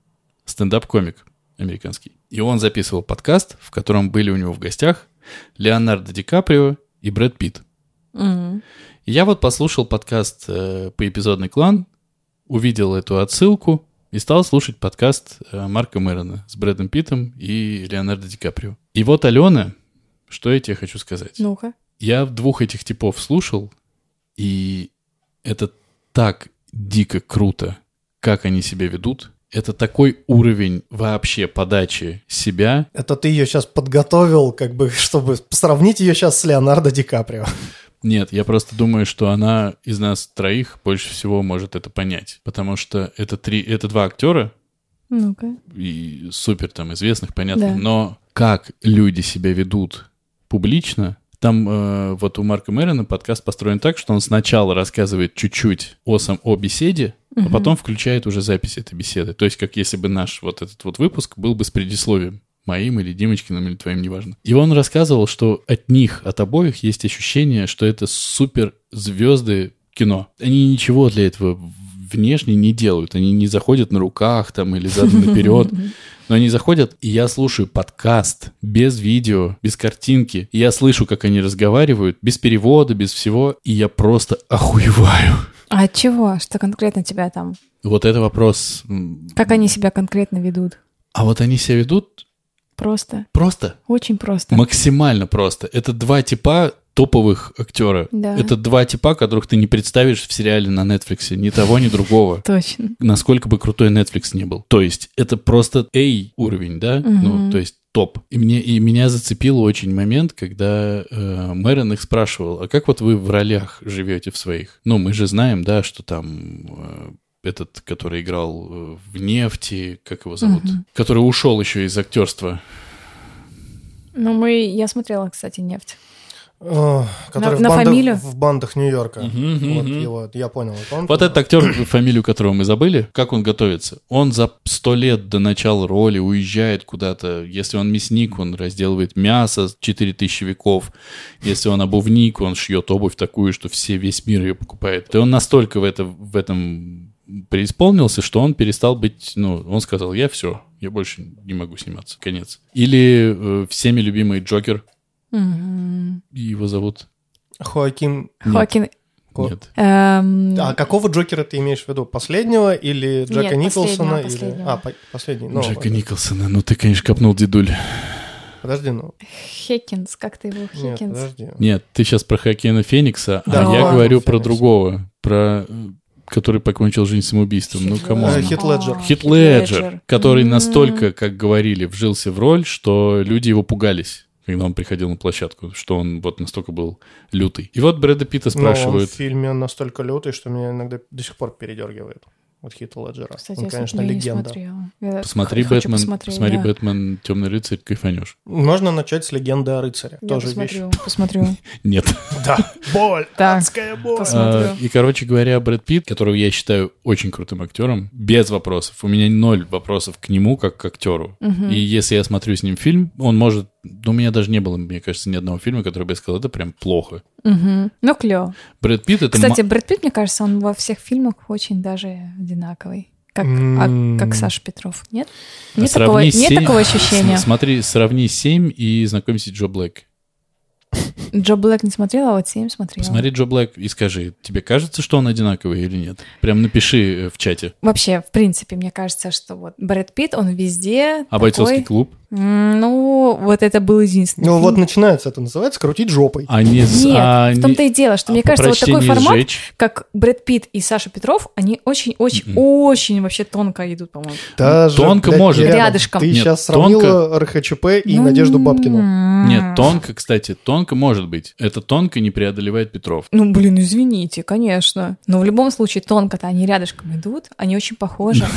C: стендап-комик американский. И он записывал подкаст, в котором были у него в гостях Леонардо Ди Каприо и Брэд Питт.
B: М.
C: И Я вот послушал подкаст э, по эпизодный клан, увидел эту отсылку и стал слушать подкаст э, Марка Мэрона с Брэдом Питтом и Леонардо Ди Каприо. И вот Алена, что я тебе хочу сказать.
B: Ну-ка.
C: Я двух этих типов слушал, и это так дико круто, как они себя ведут. Это такой уровень вообще подачи себя.
A: Это ты ее сейчас подготовил, как бы, чтобы сравнить ее сейчас с Леонардо Ди Каприо.
C: Нет, я просто думаю, что она из нас троих больше всего может это понять. Потому что это, три, это два актера,
B: Ну-ка.
C: и супер там известных, понятно.
B: Да.
C: Но как люди себя ведут публично, там э, вот у Марка Мэрона подкаст построен так, что он сначала рассказывает чуть-чуть о, сам, о беседе, а потом включает уже запись этой беседы. То есть как если бы наш вот этот вот выпуск был бы с предисловием моим или Димочкиным или твоим, неважно. И он рассказывал, что от них, от обоих есть ощущение, что это супер звезды кино. Они ничего для этого внешне не делают. Они не заходят на руках там или задом наперед. Но они заходят, и я слушаю подкаст без видео, без картинки. И я слышу, как они разговаривают, без перевода, без всего. И я просто охуеваю.
B: А от чего? Что конкретно тебя там?
C: Вот это вопрос. м,
B: Как они себя конкретно ведут?
C: А вот они себя ведут
B: Просто.
C: просто,
B: Очень просто.
C: максимально просто. Это два типа топовых актера.
B: Да.
C: Это два типа, которых ты не представишь в сериале на Netflix. Ни того, ни другого.
B: Точно.
C: насколько бы крутой Netflix не был. То есть это просто A уровень, да?
B: Мгм.
C: Ну, то есть топ. И, мне, и меня зацепил очень момент, когда э, Мэрон их спрашивал, а как вот вы в ролях живете в своих? Ну, мы же знаем, да, что там э, этот, который играл э, в «Нефти», как его зовут? Который ушел еще из актерства.
B: Ну, мы... Я смотрела, кстати, «Нефть».
A: Э, Который в
B: на
A: бандах-
B: фамилию?
A: в бандах Нью-Йорка.
C: Мгм,
A: Вот
C: мгм.
A: его, я понял. он-
C: Вот этот актер, фамилию которого мы забыли, как он готовится? Он за сто лет до начала роли уезжает куда-то. Если он мясник, он разделывает мясо 4000 веков. Если он обувник, он шьет обувь такую, что все, весь мир ее покупает. И он настолько в, это, в этом преисполнился, что он перестал быть, ну, он сказал, я все, я больше не могу сниматься, конец. Или э, всеми любимый Джокер,
B: Мгм.
C: его зовут...
A: Хоакин...
C: Нет.
B: Хоакин...
A: Ко-
C: Нет.
B: эм,
A: А какого Джокера ты имеешь в виду? Последнего или Джека
B: Нет,
A: Николсона?
B: последнего,
A: или-
B: последнего.
A: А, по- последний. Ну,
C: Джека Николсона, ну ты, конечно, копнул дедуль.
A: Подожди, ну.
B: Хекинс, как ты его?
A: Нет,
B: Хекинс.
A: подожди.
C: Нет, ты сейчас про Хакена Феникса,
A: Да,
C: а я
B: про
A: Хакена
C: говорю про
A: Феникса.
C: другого, про э, который покончил жизнь самоубийством. Ну, кому?
A: Э, Хит
B: А,
A: Леджер.
C: Хит Леджер, который
B: М-м.
C: настолько, как говорили, вжился в роль, что люди его пугались, когда он приходил на площадку, что он вот настолько был лютый. И вот Брэда Питта
A: Но он в
C: спрашивают,
A: фильме настолько лютый, что меня иногда до сих пор передергивает. Вот Хита Леджера.
B: Кстати,
A: он,
B: я
A: конечно,
B: смотрела, я не
A: легенда.
B: смотрела. Я
C: посмотри
B: х- хочу
C: Бэтмен,
B: посмотреть,
C: посмотри
B: да.
C: Бэтмен, Темный рыцарь, кайфанешь.
A: Можно начать с легенды о рыцаре.
B: Я
A: Тоже
B: посмотрю,
A: вещь.
B: посмотрю.
C: Нет.
A: Да. Боль.
B: Так,
A: Адская боль.
B: пос- Смотрю.
C: А, И, короче говоря, Брэд Питт, которого я считаю очень крутым актером, без вопросов. У меня ноль вопросов к нему как к актеру. И если я смотрю с ним фильм, он может... Ну, у меня даже не было, мне кажется, ни одного фильма, который бы я сказал, это прям плохо.
B: Мгм. Ну, клево.
C: Брэд Питт это...
B: Кстати,
C: ма-
B: Брэд Питт, мне кажется, он во всех фильмах очень даже одинаковый. Как,
A: М.
B: а- как Саша Петров, нет?
C: а
B: Нет, такого,
C: сравни
B: нет
C: «Семь»,
B: такого ощущения.
C: с- Смотри, сравни 7 и знакомься с Джо Блэк.
B: Джо Блэк не смотрела, а вот «Семь» смотрела.
C: Посмотри Джо Блэк и скажи, тебе кажется, что он одинаковый или нет? Прям напиши э, в чате.
B: Вообще, в принципе, мне кажется, что вот Брэд Питт, он везде
C: А бойцовский
B: такой...
C: клуб?
B: М, Ну, вот это был единственный
A: Ну
B: фильм.
A: вот начинается это, называется «Крутить жопой».
C: А не... с-
B: Нет,
C: а
B: в
C: не-
B: том-то и дело, что
C: а
B: мне
C: по
B: кажется, вот такой
C: прочтении
B: формат,
C: сжечь?
B: как Брэд Питт и Саша Петров, они очень-очень-очень вообще тонко идут, по-моему.
A: Даже,
C: ну, тонко
A: блядь,
C: может.
A: Елена,
B: Рядышком. Ну, м-м.
A: Ты
C: Нет,
A: сейчас
C: тонко.
A: сравнила РХЧП и Надежду Бабкину.
C: Нет, тонко, кстати, тонко может быть. Это тонко не преодолевает Петров.
B: Ну, блин, извините, конечно. Но в любом случае тонко-то они рядышком идут, они очень похожи.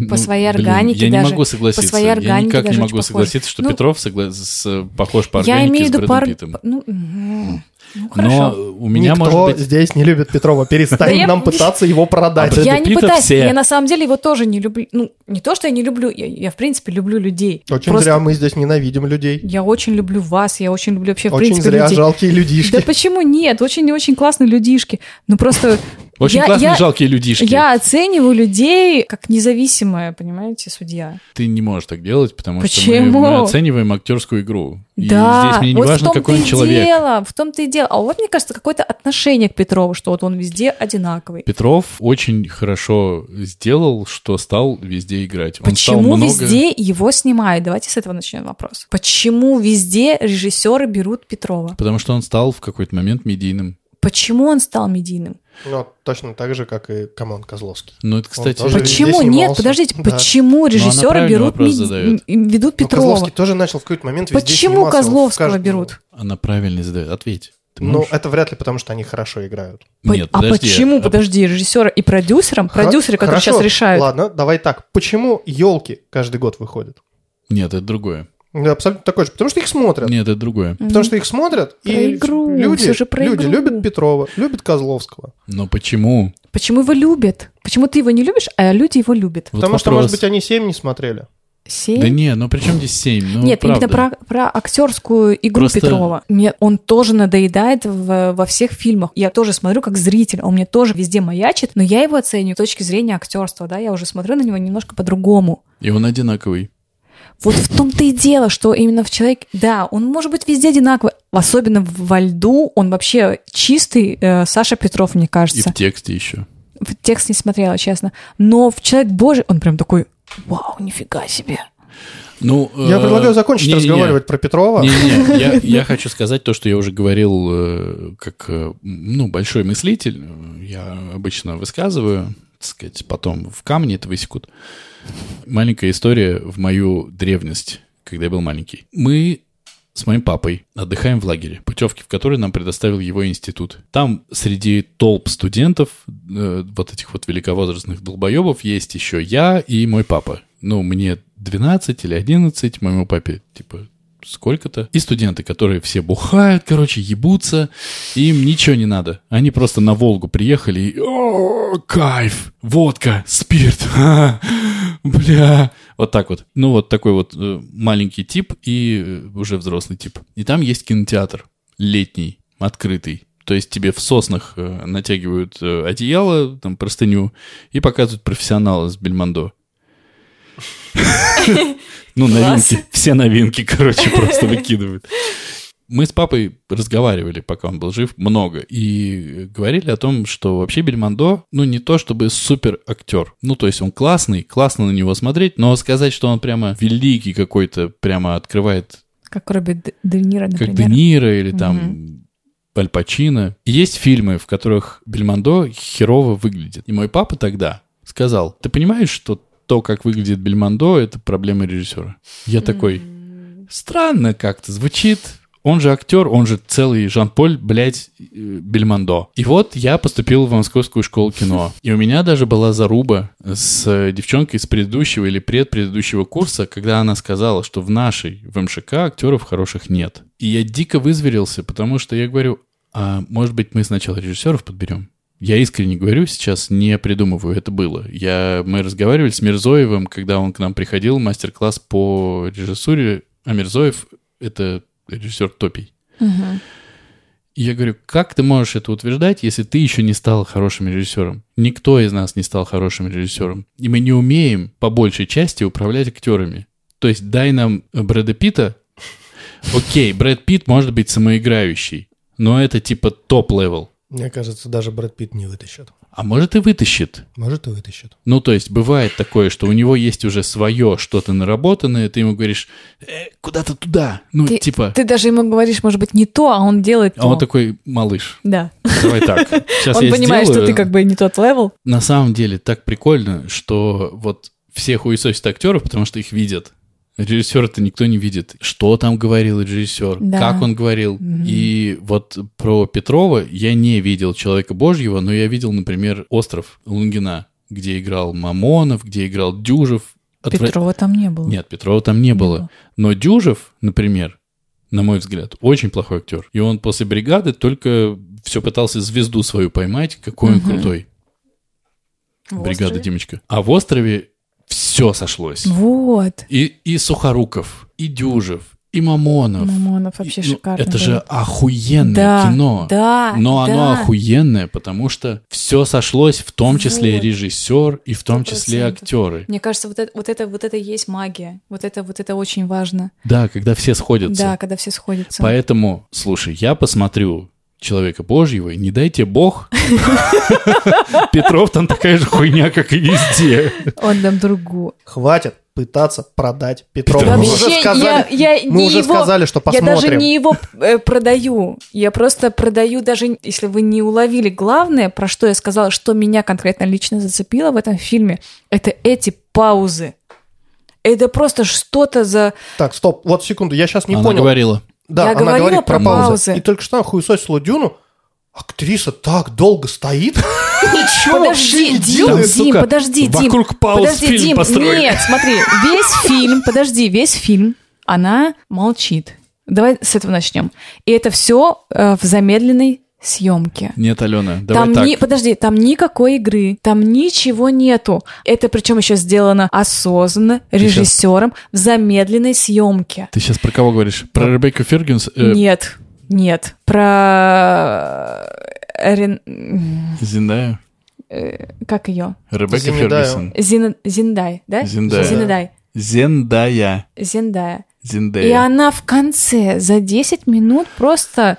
C: Ну,
B: По своей
C: блин,
B: органике
C: Я не
B: даже.
C: могу согласиться.
B: По своей
C: я
B: органике
C: никак не
B: даже
C: могу
B: очень
C: согласиться,
B: похожи.
C: что
B: Ну,
C: Петров согла- с- э, похож по
B: Я
C: органике
B: имею в
C: с
B: виду
C: Брэдом
B: пар...
C: Питтом.
B: Ну, м, ну,
C: Но
B: хорошо.
C: у меня
A: Никто
C: может быть... А,
A: здесь не любит Петрова.
B: Да я-
A: Перестань нам пытаться его продать.
C: Брэда
B: Я не
C: Питта
B: пытаюсь,
C: все.
B: я на самом деле его тоже не люблю. Ну, не то, что я не люблю, я, я, в принципе люблю людей.
A: Очень
B: Просто
A: зря мы здесь ненавидим людей.
B: Я очень люблю вас, я очень люблю вообще, в
A: Очень
B: принципе,
A: зря
B: людей.
A: жалкие
B: Да
A: людишки.
B: почему нет? Очень и очень классные людишки. Ну просто
C: Очень
B: я-
C: классные
B: я-
C: жалкие людишки.
B: я оцениваю людей как независимая, понимаете, судья.
C: Ты не можешь так делать, потому что
B: Почему?
C: мы- мы, оцениваем актерскую игру. и здесь мне не
B: вот
C: важно,
B: в том-то
C: какой он
B: и
C: человек.
B: дело, в том-то и дело. А вот, мне кажется, какое-то отношение к Петрову, что вот он везде одинаковый.
C: Петров очень хорошо сделал, что стал везде играть. Он стал
B: Почему
C: много-
B: везде его снимают? Давайте с этого начнем вопрос. Почему везде режиссеры берут Петрова?
C: Потому что он стал в какой-то момент медийным.
B: Почему он стал медийным?
A: Ну, точно так же, как и Камон Козловский.
C: Ну, это, кстати,
A: тоже Уже везде
B: Почему нет?
A: снимался.
B: Подождите,
A: Да.
B: почему режиссеры
C: Ну, правильный
B: берут
C: вопрос
B: меди-
C: задает.
B: м, ведут
A: Ну,
B: Петрова?
A: Козловский тоже начал в какой-то момент везде
B: Почему
A: сниматься, вот в
B: Козловского
A: каждом-
B: берут?
C: Она правильно задает. Ответь. Ты
A: Ну,
C: можешь?
A: это вряд ли потому, что они хорошо играют.
B: По-
C: Нет,
B: а
C: подожди.
B: почему,
C: А-
B: подожди, режиссера и продюсерам, продюсеры, которые
A: Хорошо,
B: сейчас решают,
A: Ладно, давай так. Почему елки каждый год выходят?
C: Нет, это другое.
A: Ну, Абсолютно такой же. Потому что их смотрят.
C: Нет, это другое.
A: Потому что их смотрят,
B: Про
A: и
B: игру,
A: люди,
B: всё же про
A: люди
B: игру.
A: любят Петрова, любят Козловского.
C: Но почему?
B: почему его любят? Почему ты его не любишь, а люди его любят?
C: Вот
A: Потому что,
C: вопрос.
A: может быть, они семь не смотрели.
B: Семь?
C: Да не, ну при чем здесь 7? Ну,
B: Нет,
C: правда.
B: именно про, про актерскую игру
C: Просто-
B: Петрова. Мне он тоже надоедает в- во всех фильмах. Я тоже смотрю как зритель, он мне тоже везде маячит, но я его оцениваю с точки зрения актерства, да, я уже смотрю на него немножко по-другому.
C: И он одинаковый.
B: Вот в том-то и дело, что именно в человеке, да, он может быть везде одинаковый, особенно в- во льду, он вообще чистый э, Саша Петров, мне
C: И
B: кажется.
C: в тексте еще.
B: текст не смотрела, честно. Но в «Человек Божий» он прям такой, вау, нифига себе.
C: Ну,
A: Я
C: э,
A: предлагаю закончить
C: не-не-не.
A: разговаривать про Петрова.
C: Не-не, я, я хочу сказать то, что я уже говорил, э, как э, ну, большой мыслитель. Я обычно высказываю, так сказать, потом в камне это высекут. Маленькая история в мою древность, когда я был маленький. Мы с моим папой отдыхаем в лагере, путевки в который нам предоставил его институт. Там среди толп студентов, э, вот этих вот великовозрастных долбоебов, есть еще я и мой папа. Ну, мне 12 или 11, моему папе, типа, сколько-то. И студенты, которые все бухают, короче, ебутся, и им ничего не надо. Они просто на Волгу приехали и... «О, кайф! Водка, спирт! ха, Бля! Вот так вот. Ну, вот такой вот э, маленький тип и э, уже взрослый тип. И там есть кинотеатр. Летний, открытый. То есть тебе в соснах э, натягивают э, одеяло, там простыню, и показывают профессионала с Бельмондо. Ну,
B: Класс.
C: новинки. Все новинки, короче, просто выкидывают. Мы с папой разговаривали, пока он был жив, много. И говорили о том, что вообще Бельмондо, ну, не то чтобы супер актер. Ну, то есть он классный, классно на него смотреть, но сказать, что он прямо великий какой-то, прямо открывает
B: Как Робби Д- Де Ниро, например.
C: как Де Ниро или там Аль Пачино. И Есть фильмы, в которых Бельмондо херово выглядит. И мой папа тогда сказал, ты понимаешь, что то, как выглядит Бельмондо, это проблема режиссера. Я такой, странно как-то звучит. Он же актер, он же целый Жан-Поль, блядь, э, Бельмондо. И вот я поступил в Московскую школу кино. И у меня даже была заруба с девчонкой с предыдущего или предпредыдущего курса, когда она сказала, что в нашей, в МШК, актеров хороших нет. И я дико вызверился, потому что я говорю, а может быть мы сначала режиссеров подберем? Я искренне говорю, сейчас не придумываю, это было. Я, мы разговаривали с Мирзоевым, когда он к нам приходил, мастер-класс по режиссуре, а Мирзоев — это режиссер Топий.
B: Мгм.
C: И я говорю, как ты можешь это утверждать, если ты еще не стал хорошим режиссером? Никто из нас не стал хорошим режиссером. И мы не умеем по большей части управлять актерами. То есть дай нам Брэда Питта. Окей, Брэд Питт может быть самоиграющий, но это типа топ-левел.
A: Мне кажется, даже Брэд Питт не вытащит.
C: А может и вытащит.
A: Может, и вытащит.
C: Ну, то есть бывает такое, что у него есть уже свое что-то наработанное, ты ему говоришь, «Э, куда-то туда. Ну,
B: Ты-
C: типа,
B: Ты даже ему говоришь, может быть, не то, а он делает
C: а он
B: то.
C: такой, малыш,
B: Да.
C: давай так. Сейчас
B: он
C: я
B: понимает,
C: сделаю».
B: что ты как бы не тот левел.
C: На самом деле так прикольно, что вот все хуесосят актеров, потому что их видят. Режиссера-то никто не видит. Что там говорил режиссер,
B: Да.
C: как он говорил. И вот про Петрова я не видел «Человека Божьего», но я видел, например, «Остров» Лунгина, где играл Мамонов, где играл Дюжев. Отвра-
B: Петрова там не было.
C: Нет, Петрова там не было.
B: было.
C: Но Дюжев, например, на мой взгляд, очень плохой актер. И он после бригады только все пытался звезду свою поймать, какой он
B: Мгм.
C: крутой.
B: В
C: Бригада
B: острове.
C: Димочка. А в острове все сошлось.
B: Ну. Вот.
C: И, и Сухоруков, и Дюжев, и Мамонов.
B: Мамонов вообще
C: И, ну,
B: шикарно.
C: Это же
B: было.
C: охуенное
B: Да,
C: кино.
B: Да,
C: Но оно
B: да.
C: охуенное, потому что все сошлось, в том числе
B: Вот.
C: режиссер и в том числе
B: 100%.
C: актеры.
B: Мне кажется, вот это, вот это, вот это и есть магия. Вот это, вот это очень важно.
C: Да, когда все сходятся.
B: Да, когда все сходятся.
C: Поэтому, слушай, я посмотрю Человека Божьего, и не дайте бог. Петров там такая же хуйня, как и везде.
B: Он нам другу.
A: Хватит пытаться продать Петрова.
C: Петрова.
A: Мы
B: Вообще,
A: уже сказали,
B: я, я
A: мы
B: не
A: уже
B: его...
A: сказали, что посмотрим.
B: Я даже не его э, продаю. Я просто продаю, даже если вы не уловили главное, про что я сказала, что меня конкретно лично зацепило в этом фильме, это эти паузы. Это просто что-то за...
A: Так, стоп, вот секунду, я сейчас не
C: Она
A: понял.
C: говорила.
A: Да,
B: Я
A: она
B: говорила
A: говорит про
B: про
A: паузы.
B: паузы.
A: И только что она хуесосила Дюну. Актриса так долго стоит. Ничего вообще
B: Подожди,
A: не
B: Дим,
A: делает.
B: Дим,
C: сука,
B: подожди, Дим.
C: вокруг пауз
B: подожди,
C: фильм
B: Дим,
C: построили.
B: Нет, смотри, весь фильм, подожди, весь фильм, она молчит. Давай с этого начнем. И это все в замедленной съемке.
C: Нет, Алена, давай
B: Там
C: так.
B: ни- подожди, там никакой игры, там ничего нету. Это причем еще сделано осознанно
C: щас-
B: режиссером в замедленной съемке.
C: Ты сейчас про кого говоришь? Про Ребекку Фергюнс? э,
B: Нет, нет. Про э, Рен- м,
C: Зиндаю?
B: как ее?
C: Ребекка
A: Зиндаю.
C: Фергюсон.
B: Зин... Зиндай, да?
C: Зиндая.
B: Зиндай.
C: Зендая.
B: Зиндая. И
C: Зиндая.
B: она в конце за 10 минут просто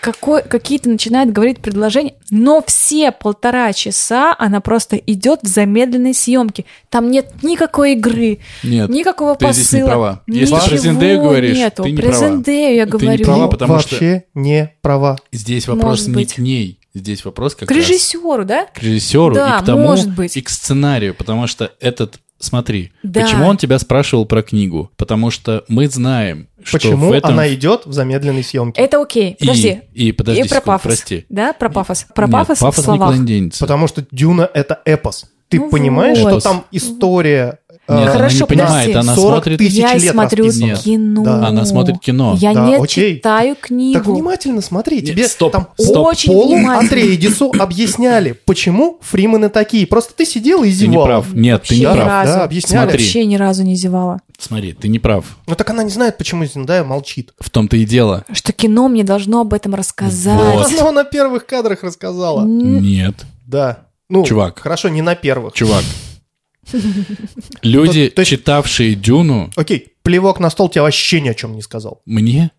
B: какой- какие-то начинает говорить предложения, но все полтора часа она просто идет в замедленной съемке. Там нет никакой игры,
C: Нет.
B: никакого
C: Ты
B: посыла.
C: здесь не права. Если
B: ничего
C: про Зендею говоришь,
B: нету.
C: ты не
B: Про
C: права.
B: Зендею я
C: Ты не
B: говорю.
C: права, потому что-
A: Вообще не права.
C: Здесь вопрос
B: Может
C: не
B: быть.
C: к ней. Здесь вопрос как
B: К
C: раз
B: режиссеру, да?
C: к режиссеру
B: Да,
C: и к тому,
B: может быть.
C: и к сценарию, потому что этот, смотри,
B: Да.
C: почему он тебя спрашивал про книгу? Потому что мы знаем, что
A: Почему
C: в этом...
A: она идет в замедленной съемке?
B: Это окей. Подожди.
C: И, и подожди,
B: и про
C: секунду,
B: пафос.
C: прости.
B: Да, про пафос. Про
C: Нет,
B: пафос, в
C: никуда
B: словах.
C: не денется.
A: Потому что Дюна это эпос. Ты
B: Ну
A: понимаешь, что
B: вот.
A: там история... э,
C: Нет, она
B: Хорошо,
C: не понимает,
B: подожди.
C: она
A: 40
C: смотрит...
A: тысяч
B: Я
A: лет
B: смотрю
A: расписано.
C: Нет.
B: кино.
A: Да.
C: Она смотрит кино.
B: Я
A: Да,
B: не
A: окей.
B: читаю книгу.
A: Так внимательно смотри,
C: Нет,
A: тебе
C: стоп,
A: там
C: стоп.
B: Очень
A: Полу
B: внимательно.
A: Андреидису объясняли, почему фримены такие. Просто ты сидел и
C: Ты не
A: зевал.
C: прав. Нет, ты не
B: Вообще
A: Да,
B: ни
C: прав.
B: разу.
A: да, объясняли.
C: Смотри.
B: Вообще ни разу не зевала.
C: Смотри, ты не прав.
A: Ну так она не знает, почему Зендая молчит.
C: В том-то и дело.
B: Что кино мне должно об этом рассказать.
C: Вот.
A: Она на первых кадрах рассказала.
B: Н-
C: Нет,
A: Да. Ну,
C: Чувак.
A: Хорошо, не на первых.
C: чувак. Люди,
A: То- то есть-
C: читавшие Дюну,
A: Окей, плевок на стол тебе вообще ни о чем не сказал.
C: мне,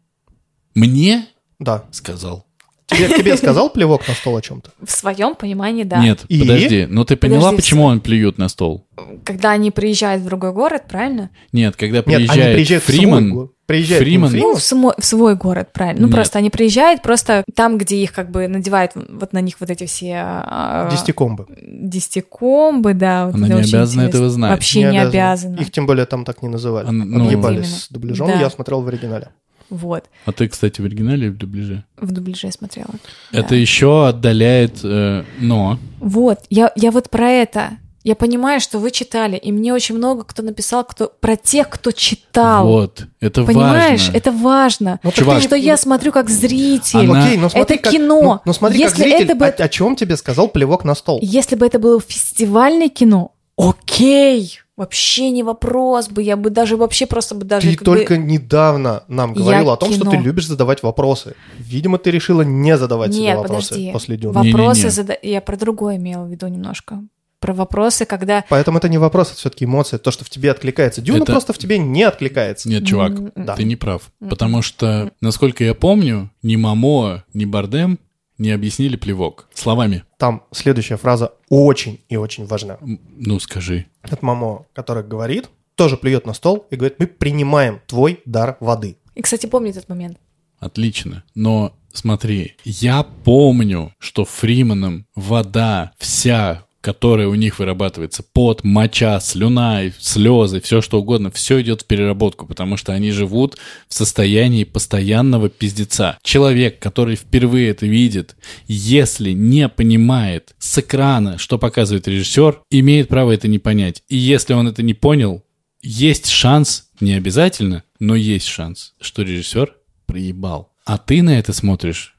C: мне
A: Да.
C: сказал.
A: Тебе, тебе сказал плевок на стол о чем-то?
B: В своем понимании, да.
C: Нет,
A: И?
C: подожди, но ты поняла,
B: Подожди,
C: почему он плюет на стол?
B: Когда они приезжают в другой город, правильно?
C: Нет, когда
A: Нет,
C: приезжает,
A: они приезжают в
C: Фриман,
A: свой го- приезжают не
C: Фриман.
A: в
B: Ну, в, смо- в свой город, правильно. Ну,
C: Нет.
B: просто они приезжают, просто там, где их как бы надевают вот на них вот эти все... а,
A: Десятикомбы.
B: десятикомбы, да. вот
C: Она
B: это
C: не
B: очень
C: обязана
B: интересно.
C: этого знать.
B: Вообще не, обязана.
A: Их тем более там так не называли.
C: А, ну,
A: Объебали
B: Вот именно.
A: с дубляжом,
B: Да.
A: я смотрел в оригинале.
B: Вот.
C: а ты, кстати, в оригинале или в дубляже?
B: В дубляже смотрела.
C: Это еще отдаляет, э, но
B: Вот, я, я вот про это. Я понимаю, что вы читали, и мне очень много кто написал кто, про тех, кто читал.
C: вот, это
B: Понимаешь,
C: важно.
B: это важно.
A: Ну,
C: так Чувак. ты не-
B: Что я смотрю как зритель.
C: Она-
A: Окей, но смотри,
B: Это
A: как-
B: кино.
A: Ну, ну смотри, как
B: Если
A: зритель,
B: это бы-
A: о, о чем тебе сказал плевок на стол?
B: Если бы это было фестивальное кино, окей, вообще не вопрос бы, я бы даже вообще просто бы даже...
A: Ты
B: как бы-
A: только недавно нам
B: Я
A: говорила о том, что ты
B: кино.
A: любишь задавать вопросы. Видимо, ты решила не задавать себе
B: Нет,
A: вопросы
B: подожди.
A: после Дюны.
C: Не-не-не.
B: Вопросы зада- Я про другое имела в виду немножко. Про вопросы, когда...
A: Поэтому это не вопрос, это все-таки эмоция, то, что в тебе откликается. Дюна
C: Это-
A: просто в тебе не откликается.
C: Нет, чувак,
B: М, м,
A: Да.
C: ты не прав.
B: М.
C: Потому что, насколько я помню, ни Мамоа, ни Бардем не объяснили плевок. Словами.
A: Там следующая фраза очень и очень важна.
C: М, Ну, скажи.
A: Это Мамо, который говорит, тоже плюет на стол и говорит, мы принимаем твой дар воды.
B: И, кстати, помню этот момент.
C: Отлично. Но смотри, я помню, что Фриманом вода вся которая у них вырабатывается, пот, моча, слюна, и слезы, все что угодно, все идет в переработку, потому что они живут в состоянии постоянного пиздеца. Человек, который впервые это видит, если не понимает с экрана, что показывает режиссер, имеет право это не понять. И если он это не понял, есть шанс, не обязательно, но есть шанс, что режиссер проебал. А ты на это смотришь,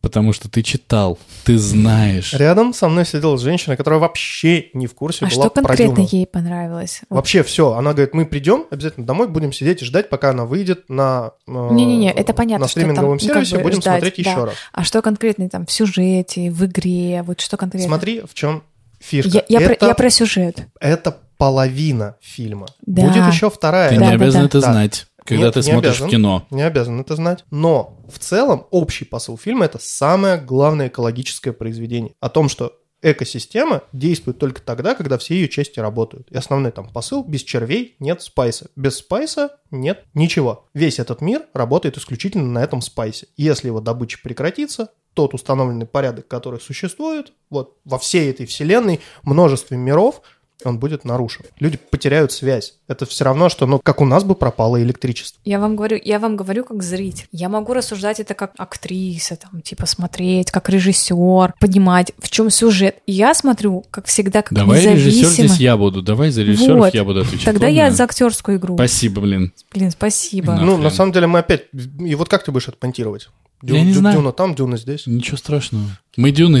C: потому что ты читал, ты знаешь.
A: Рядом со мной сидела женщина, которая вообще не в курсе
B: А
A: была
B: что
A: про
B: конкретно
A: Дюну.
B: ей понравилось? Вот
A: Вообще все. Она говорит, мы придем, обязательно домой будем сидеть и ждать, пока она выйдет на э,
B: Не-не-не, это понятно,
A: на
B: что там,
A: стриминговом
B: ну, как
A: сервисе,
B: бы
A: будем
B: ждать,
A: смотреть
B: да.
A: еще раз.
B: А что конкретно там в сюжете, в игре, вот что конкретно?
A: Смотри, в чем фишка.
B: я, я
A: это,
B: про, я про сюжет.
A: это половина фильма.
B: Да.
A: Будет еще вторая.
C: Ты
B: Да,
C: не
B: да,
C: обязан
B: да.
C: это
A: Да.
C: знать, когда
A: Нет,
C: ты
A: не
C: смотришь
A: обязан.
C: кино.
A: Не обязан это знать. Но в целом общий посыл фильма это самое главное экологическое произведение. О том, что экосистема действует только тогда, когда все ее части работают. И основной там посыл – без червей нет спайса. Без спайса нет ничего. Весь этот мир работает исключительно на этом спайсе. Если его добыча прекратится, тот установленный порядок, который существует вот во всей этой вселенной, множестве миров, он будет нарушен. Люди потеряют связь. Это все равно, что, ну, как у нас бы пропало электричество.
B: Я вам говорю, я вам говорю как зритель. Я могу рассуждать это как актриса, там, типа смотреть, как режиссер, понимать, в чем сюжет. Я смотрю, как всегда, как
C: Давай режиссер
B: независимо.
C: здесь я буду, давай за режиссеров
B: Вот.
C: я буду отвечать.
B: Тогда
C: ладно?
B: я за актерскую игру.
C: Спасибо, блин.
B: Блин, спасибо.
C: Да.
A: Ну,
C: прям.
A: на самом деле мы опять... И вот как ты будешь это понтировать?
C: Я не знаю.
A: Дюна там, Дюна здесь.
C: Ничего страшного. Мы Дюной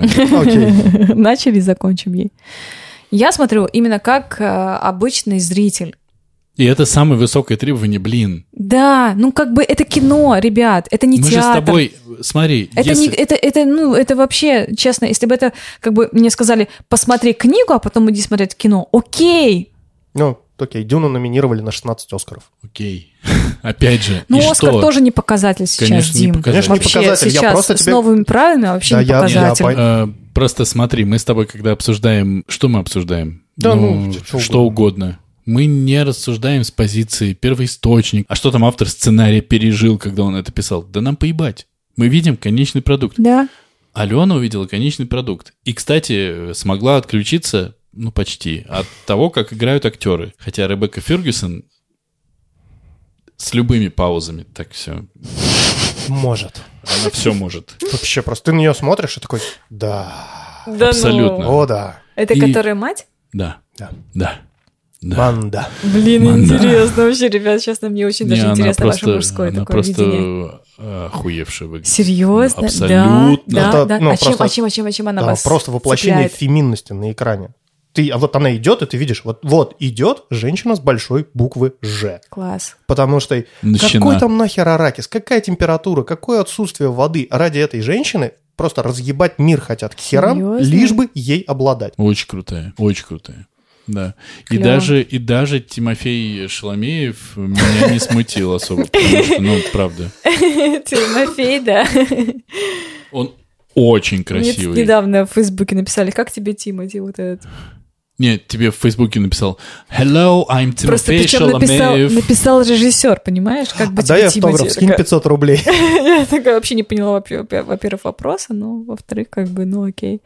C: это.
A: Окей.
B: Начали и закончим ей. Я смотрю именно как э, обычный зритель.
C: И это самое высокое требование, блин.
B: Да, ну как бы это кино, ребят, это не
C: Мы же с
B: театр.
C: тобой, смотри,
B: Это,
C: если-
B: не, это, это, ну, это вообще, честно, если бы это, как бы мне сказали, посмотри книгу, а потом иди смотреть кино, окей,
A: Ну, Окей, Дюну номинировали на 16 Оскаров.
C: Окей. Опять же,
B: Ну,
C: и
B: Оскар
C: что?
B: тоже не показатель сейчас,
C: Конечно, не
B: Дим.
C: показатель.
A: Конечно, не
B: Вообще,
A: показатель.
B: сейчас
A: Я просто
B: с
A: тебе...
B: новыми правилами вообще
A: Да,
B: не
A: я- я
B: показатель.
A: пой-
C: Э, Просто смотри, мы с тобой, когда обсуждаем, что мы обсуждаем?
A: Да, ну, что
C: что угодно. Мы не рассуждаем с позиции первоисточник. А что там автор сценария пережил, когда он это писал? Да нам поебать. Мы видим конечный продукт.
B: Да.
C: Алена увидела конечный продукт. И, кстати, смогла отключиться, ну, почти, от того, как играют актеры. Хотя Ребекка Фергюсон с любыми паузами так все.
A: Может.
C: Она все может.
A: Вообще просто ты на нее смотришь и такой, да,
B: Да ну,
C: Абсолютно.
A: о да,
B: Это
C: И-
B: которая мать?
C: Да.
A: Да.
C: Да. Да.
A: банда.
B: Блин,
C: Манда.
B: интересно вообще, ребят, сейчас мне очень
C: Не,
B: даже
C: она
B: интересно ваше
C: просто-
B: мужское
C: она
B: такое
C: просто
B: видение.
C: э, охуевшая выглядит.
B: Серьезно?
C: Абсолютно.
B: Да, да,
A: Это,
B: да.
A: ну,
B: а, чем,
A: просто-
B: а чем, а чем, а чем она
A: Да,
B: вас
A: просто воплощение
B: цепляет?
A: феминности на экране. Ты, а вот она идет, и ты видишь, вот, вот идет женщина с большой буквы Ж.
B: Класс.
A: Потому что
C: Начина.
A: какой там нахер аракис, какая температура, какое отсутствие воды ради этой женщины просто разъебать мир хотят к херам,
B: Серьезно?
A: лишь бы ей обладать.
C: Очень крутая, очень крутая. Да. И
B: Клёво.
C: даже, и даже Тимофей Шеломеев меня не смутил особо, потому что, ну, правда.
B: Тимофей, да.
C: Он очень
B: Мне тут
C: красивый.
B: недавно в Фейсбуке написали, как тебе Тимати вот этот.
C: Нет, тебе в Фейсбуке написал «Hello, I'm
B: Просто
C: Тимофей
B: причем написал,
C: Шеломеев».
B: написал режиссер, понимаешь? Как бы
A: Отдай
B: тебе Тимати.
A: А автограф, скинь
B: Такая-
A: 500 рублей.
B: Я такая вообще не поняла, во- во-первых, вопроса, но во-вторых, как бы, ну окей.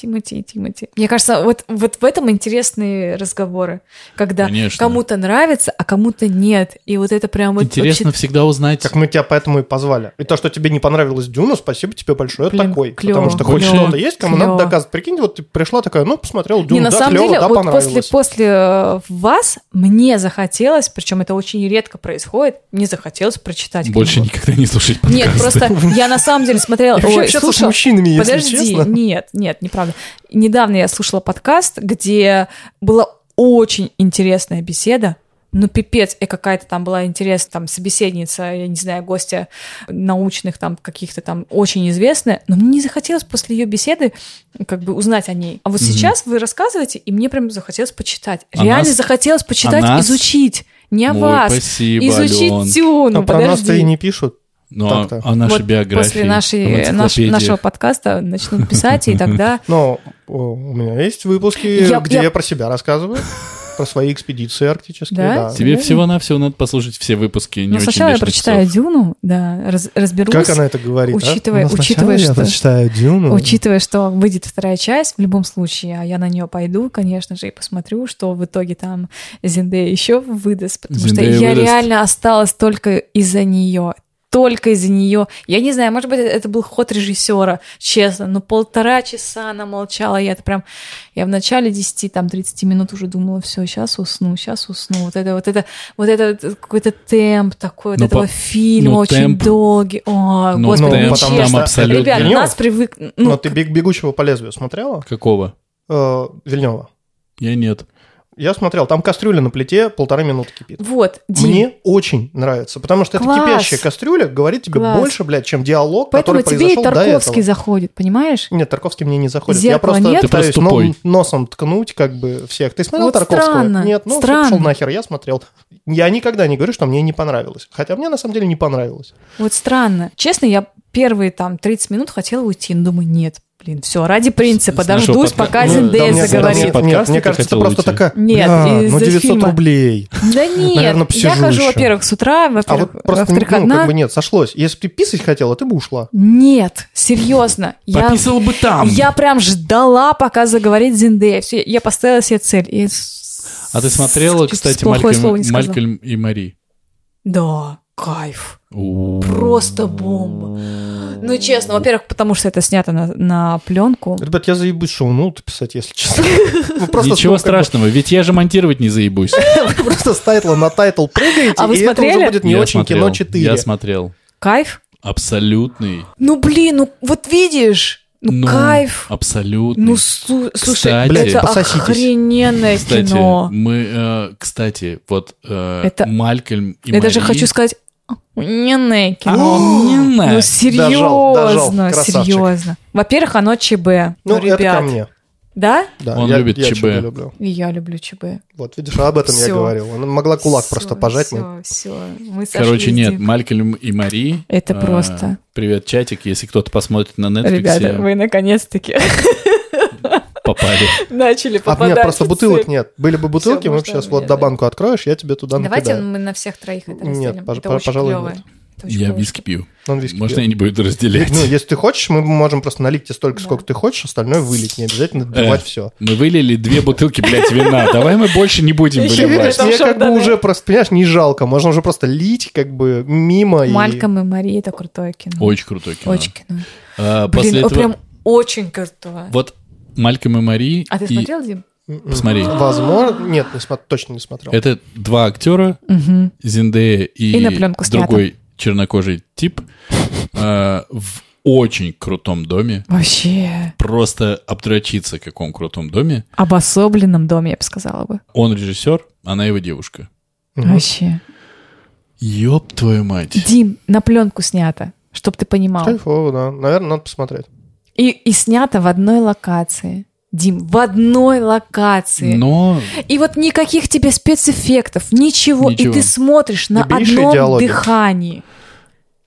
B: Тимати, Тимати. Мне кажется, вот, вот в этом интересные разговоры, когда
C: Конечно.
B: кому-то нравится, а кому-то нет. И вот это прям вот
C: Интересно всегда узнать,
A: Как мы тебя поэтому и позвали. И то, что тебе не понравилось Дюна, спасибо тебе большое
B: Блин,
A: такой.
B: клёво,
A: Потому что хоть
C: клёво,
A: что-то есть, кому
B: клёво.
A: надо доказывать. Прикинь, вот ты пришла такая, ну, посмотрел
B: Не,
A: Дюну,
B: на
A: да,
B: самом
A: клёво,
B: деле,
A: да,
B: вот после,
A: понравилось.
B: после э, вас мне захотелось, причем это очень редко происходит, мне захотелось прочитать
C: больше
B: книгу.
C: никогда не слушать подкасты.
B: Нет, просто я на самом деле смотрела...
A: И вообще
B: Ой,
A: общаться с
B: слушала,
A: мужчинами, если
B: Подожди,
A: честно.
B: нет, нет, неправда. Недавно я слушала подкаст, где была очень интересная беседа. Ну, пипец, и какая-то там была интересная там собеседница, я не знаю, гостя научных там каких-то там очень известная, но мне не захотелось после ее беседы как бы узнать о ней. А вот
C: Мгм.
B: сейчас вы рассказываете, и мне прям захотелось почитать.
C: О
B: Реально
C: нас?
B: захотелось почитать,
C: О нас?
B: изучить. Не о
C: Ой,
B: вас.
C: спасибо,
B: изучить
C: Алён.
B: Тюну,
A: А про нас-то
B: ну, подожди.
A: и не пишут.
C: Ну, а,
A: Так-то.
C: а наши
B: Вот
C: биографии.
B: После
C: в
B: нашей, наш-
C: энциклопедиях.
B: нашего подкаста начнут писать, и тогда...
A: Но о, у меня есть выпуски,
B: Я-
A: где
B: я-
A: я... про себя рассказываю, про свои экспедиции арктические.
B: Да?
A: Да?
C: Тебе
B: Реально?
C: всего-навсего надо послушать все выпуски. не
B: Ну,
C: очень
B: сначала я
C: лишних
B: прочитаю
C: часов.
B: Дюну, да, раз- разберусь.
A: Как она это говорит, а?
B: учитывая-
A: Ну, сначала
B: учитывая,
A: я
B: что-
A: прочитаю Дюну.
B: Учитывая, что выйдет вторая часть, в любом случае, а я на нее пойду, конечно же, и посмотрю, что в итоге там Зинде еще выдаст, потому
C: Зендея
B: что я
C: выдаст.
B: реально осталась только из-за нее. Только из-за нее. Я не знаю, может быть, это был ход режиссера, честно, но полтора часа она молчала. Я это прям. Я в начале 10, там 30 минут уже думала, все, сейчас усну, сейчас усну. Вот это, вот это, вот это вот какой-то темп такой, вот
C: Ну,
B: этого
C: по-
B: фильма
C: ну,
B: очень
C: темп.
B: долгий. О,
C: Ну,
B: господи,
C: темп
B: ну,
C: там
B: честно.
C: абсолютно.
B: Ребят,
A: Вильнёв.
B: нас привык...
A: Но
B: Ну,
A: ты «Бег- «Бегущего по лезвию» смотрела?
C: Какого?
A: Э, Вильнёва.
C: Я нет.
A: Я смотрел, там кастрюля на плите полторы минуты кипит.
B: вот, Дим,
A: Мне очень нравится, потому что
B: Класс.
A: эта кипящая кастрюля говорит тебе
B: Класс.
A: больше, блядь, чем диалог,
B: поэтому
A: который
B: тебе и
A: произошел до
B: Тарковский
A: этого.
B: заходит, понимаешь?
A: Нет, Тарковский мне не заходит. Я
B: Зеркала
A: просто
B: нет?
C: Ты
A: пытаюсь
C: просто
A: но-
C: тупой.
A: носом ткнуть как бы всех. Ты смотрел
B: Вот
A: Тарковского?
B: странно,
A: Нет, ну
B: странно.
A: пошел нахер, я смотрел. Я никогда не говорю, что мне не понравилось. Хотя мне на самом деле не понравилось.
B: Вот странно. Честно, я первые там 30 минут хотела уйти, но думаю, нет, блин, все, ради принципа,
C: С- с нашего
B: дождусь,
C: подка-
B: пока
C: Ну,
A: да,
B: Зиндея
A: мне-
B: заговорит.
A: Нет,
C: Подкаста
A: нет,
C: ты
A: мне кажется, ты
C: хотела
A: просто
C: уйти?
A: такая,
B: Нет,
A: «Бля,
B: из-за
A: ну 900
B: фильма.
A: рублей.
B: Да нет,
A: Наверно,
B: я
A: посижу
B: хожу,
A: еще.
B: во-первых, с утра,
A: А
B: во-первых,
A: вот просто, ну,
B: во-вторых,
A: как
B: одна.
A: бы нет, сошлось. Если бы ты писать хотела, ты бы ушла.
B: Нет, серьезно, я...
C: Пописал бы там.
B: Я прям ждала, пока заговорит Зиндея. Всё, я поставила себе цель. И...
C: А ты смотрела,
B: Чуть
C: кстати,
B: плохое слово
C: Малькольм,
B: не сказала.
C: Малькольм и Мари?
B: Да, кайф.
C: У.
B: Просто бомба. Ну, честно, во-первых, потому что это снято на, пленку.
A: Ребят, я заебусь, что ну писать, если честно. Ну, просто,
C: Ничего
A: ну, как бы,
C: страшного, ведь я же монтировать не заебусь.
A: Просто с тайтла на тайтл прыгаете,
B: А вы
A: и это уже
B: смотрели?
A: будет не
C: Я
A: очень
C: смотрел,
A: кино 4.
C: Я смотрел.
B: Кайф?
C: Абсолютный.
B: Ну, блин, ну вот видишь, ну, кайф.
C: Абсолютный.
B: Ну, су- слушай,
C: Кстати- Блядь,
B: это
A: пососитесь.
B: охрененное
C: Кстати,
B: кино.
C: мы, э, кстати, вот э,
B: Это-
C: Малькольм и
B: Я даже
C: Мари-
B: хочу сказать,
C: А,
B: охрененное кино.
C: Охрененно.
B: Ну, серьезно,
A: дожал, красавчик.
B: серьезно. Во-первых, оно ЧБ.
A: Ну, это
B: ребят,
A: ко мне.
B: Да?
A: Да,
C: Он
A: я-
C: любит
A: я
C: ЧБ.
A: люблю.
B: И я люблю ЧБ.
A: Вот, видишь, об этом я
B: Всё.
A: говорил. Она могла кулак просто пожать. мы-
B: Все, все. Мы сошлись,
C: Короче, нет,
B: Дим.
C: Малькольм и Мари.
B: Это
C: А,
B: просто.
C: Привет, чатик. Если кто-то посмотрит на Netflix,
B: Ребята, вы наконец-таки
C: попали.
B: начали
A: А
B: попадать.
A: нет, просто
B: в
A: бутылок
B: цель.
A: нет. Были бы бутылки, мы
B: можно
A: сейчас
B: мне,
A: вот
B: да.
A: до банку откроешь, я тебе туда
B: Давайте
A: накидаю.
B: мы на всех троих это
A: Нет,
B: разделим.
A: пож-
B: это очень
A: пожалуй,
B: клёво.
A: нет.
B: Это очень
C: Я
B: клёво.
C: виски пью.
A: Он виски
C: Можно
A: пьет.
C: я не буду разделять?
A: Ну, если ты хочешь, мы можем просто налить тебе столько,
B: Да.
A: сколько ты хочешь, остальное вылить. Не обязательно добивать все.
C: Мы вылили две бутылки, блядь, вина. Давай мы больше не будем
B: Ещё
C: выливать.
B: там
A: Мне как бы
B: шардоне.
A: уже просто, понимаешь, не жалко. Можно уже просто лить как бы мимо. и-
B: Мальком и Мария это крутое кино.
C: Очень крутой кино.
B: Очень кино.
C: А, после
B: Блин, о,
C: этого...
B: прям очень крутое.
C: Вот Мальком и Мари...
B: А ты
C: и-
B: смотрел, Дим?
A: М-м.
C: Посмотри. Э,
A: Возможно. Нет, не смо- точно не смотрел.
C: Это два актера,
B: Угу.
C: Зиндея и,
B: И на пленку снято.
C: другой чернокожий тип, а, в очень крутом доме.
B: Вообще,
C: Просто обдрочиться, каком крутом доме.
B: обособленном доме, я бы сказала бы.
C: Он режиссер, она его девушка.
A: Мгм.
B: Вообще.
C: Ёб твою мать.
B: Дим, на пленку снято, чтобы ты понимал.
A: Кайфово, да. Наверное, надо посмотреть.
B: И, и снято в одной локации. Дим, в одной локации.
C: Но
B: И вот никаких тебе спецэффектов, ничего.
C: Ничего.
B: И ты смотришь на
A: Дебильнейшие
B: одном
A: диалоги.
B: дыхании.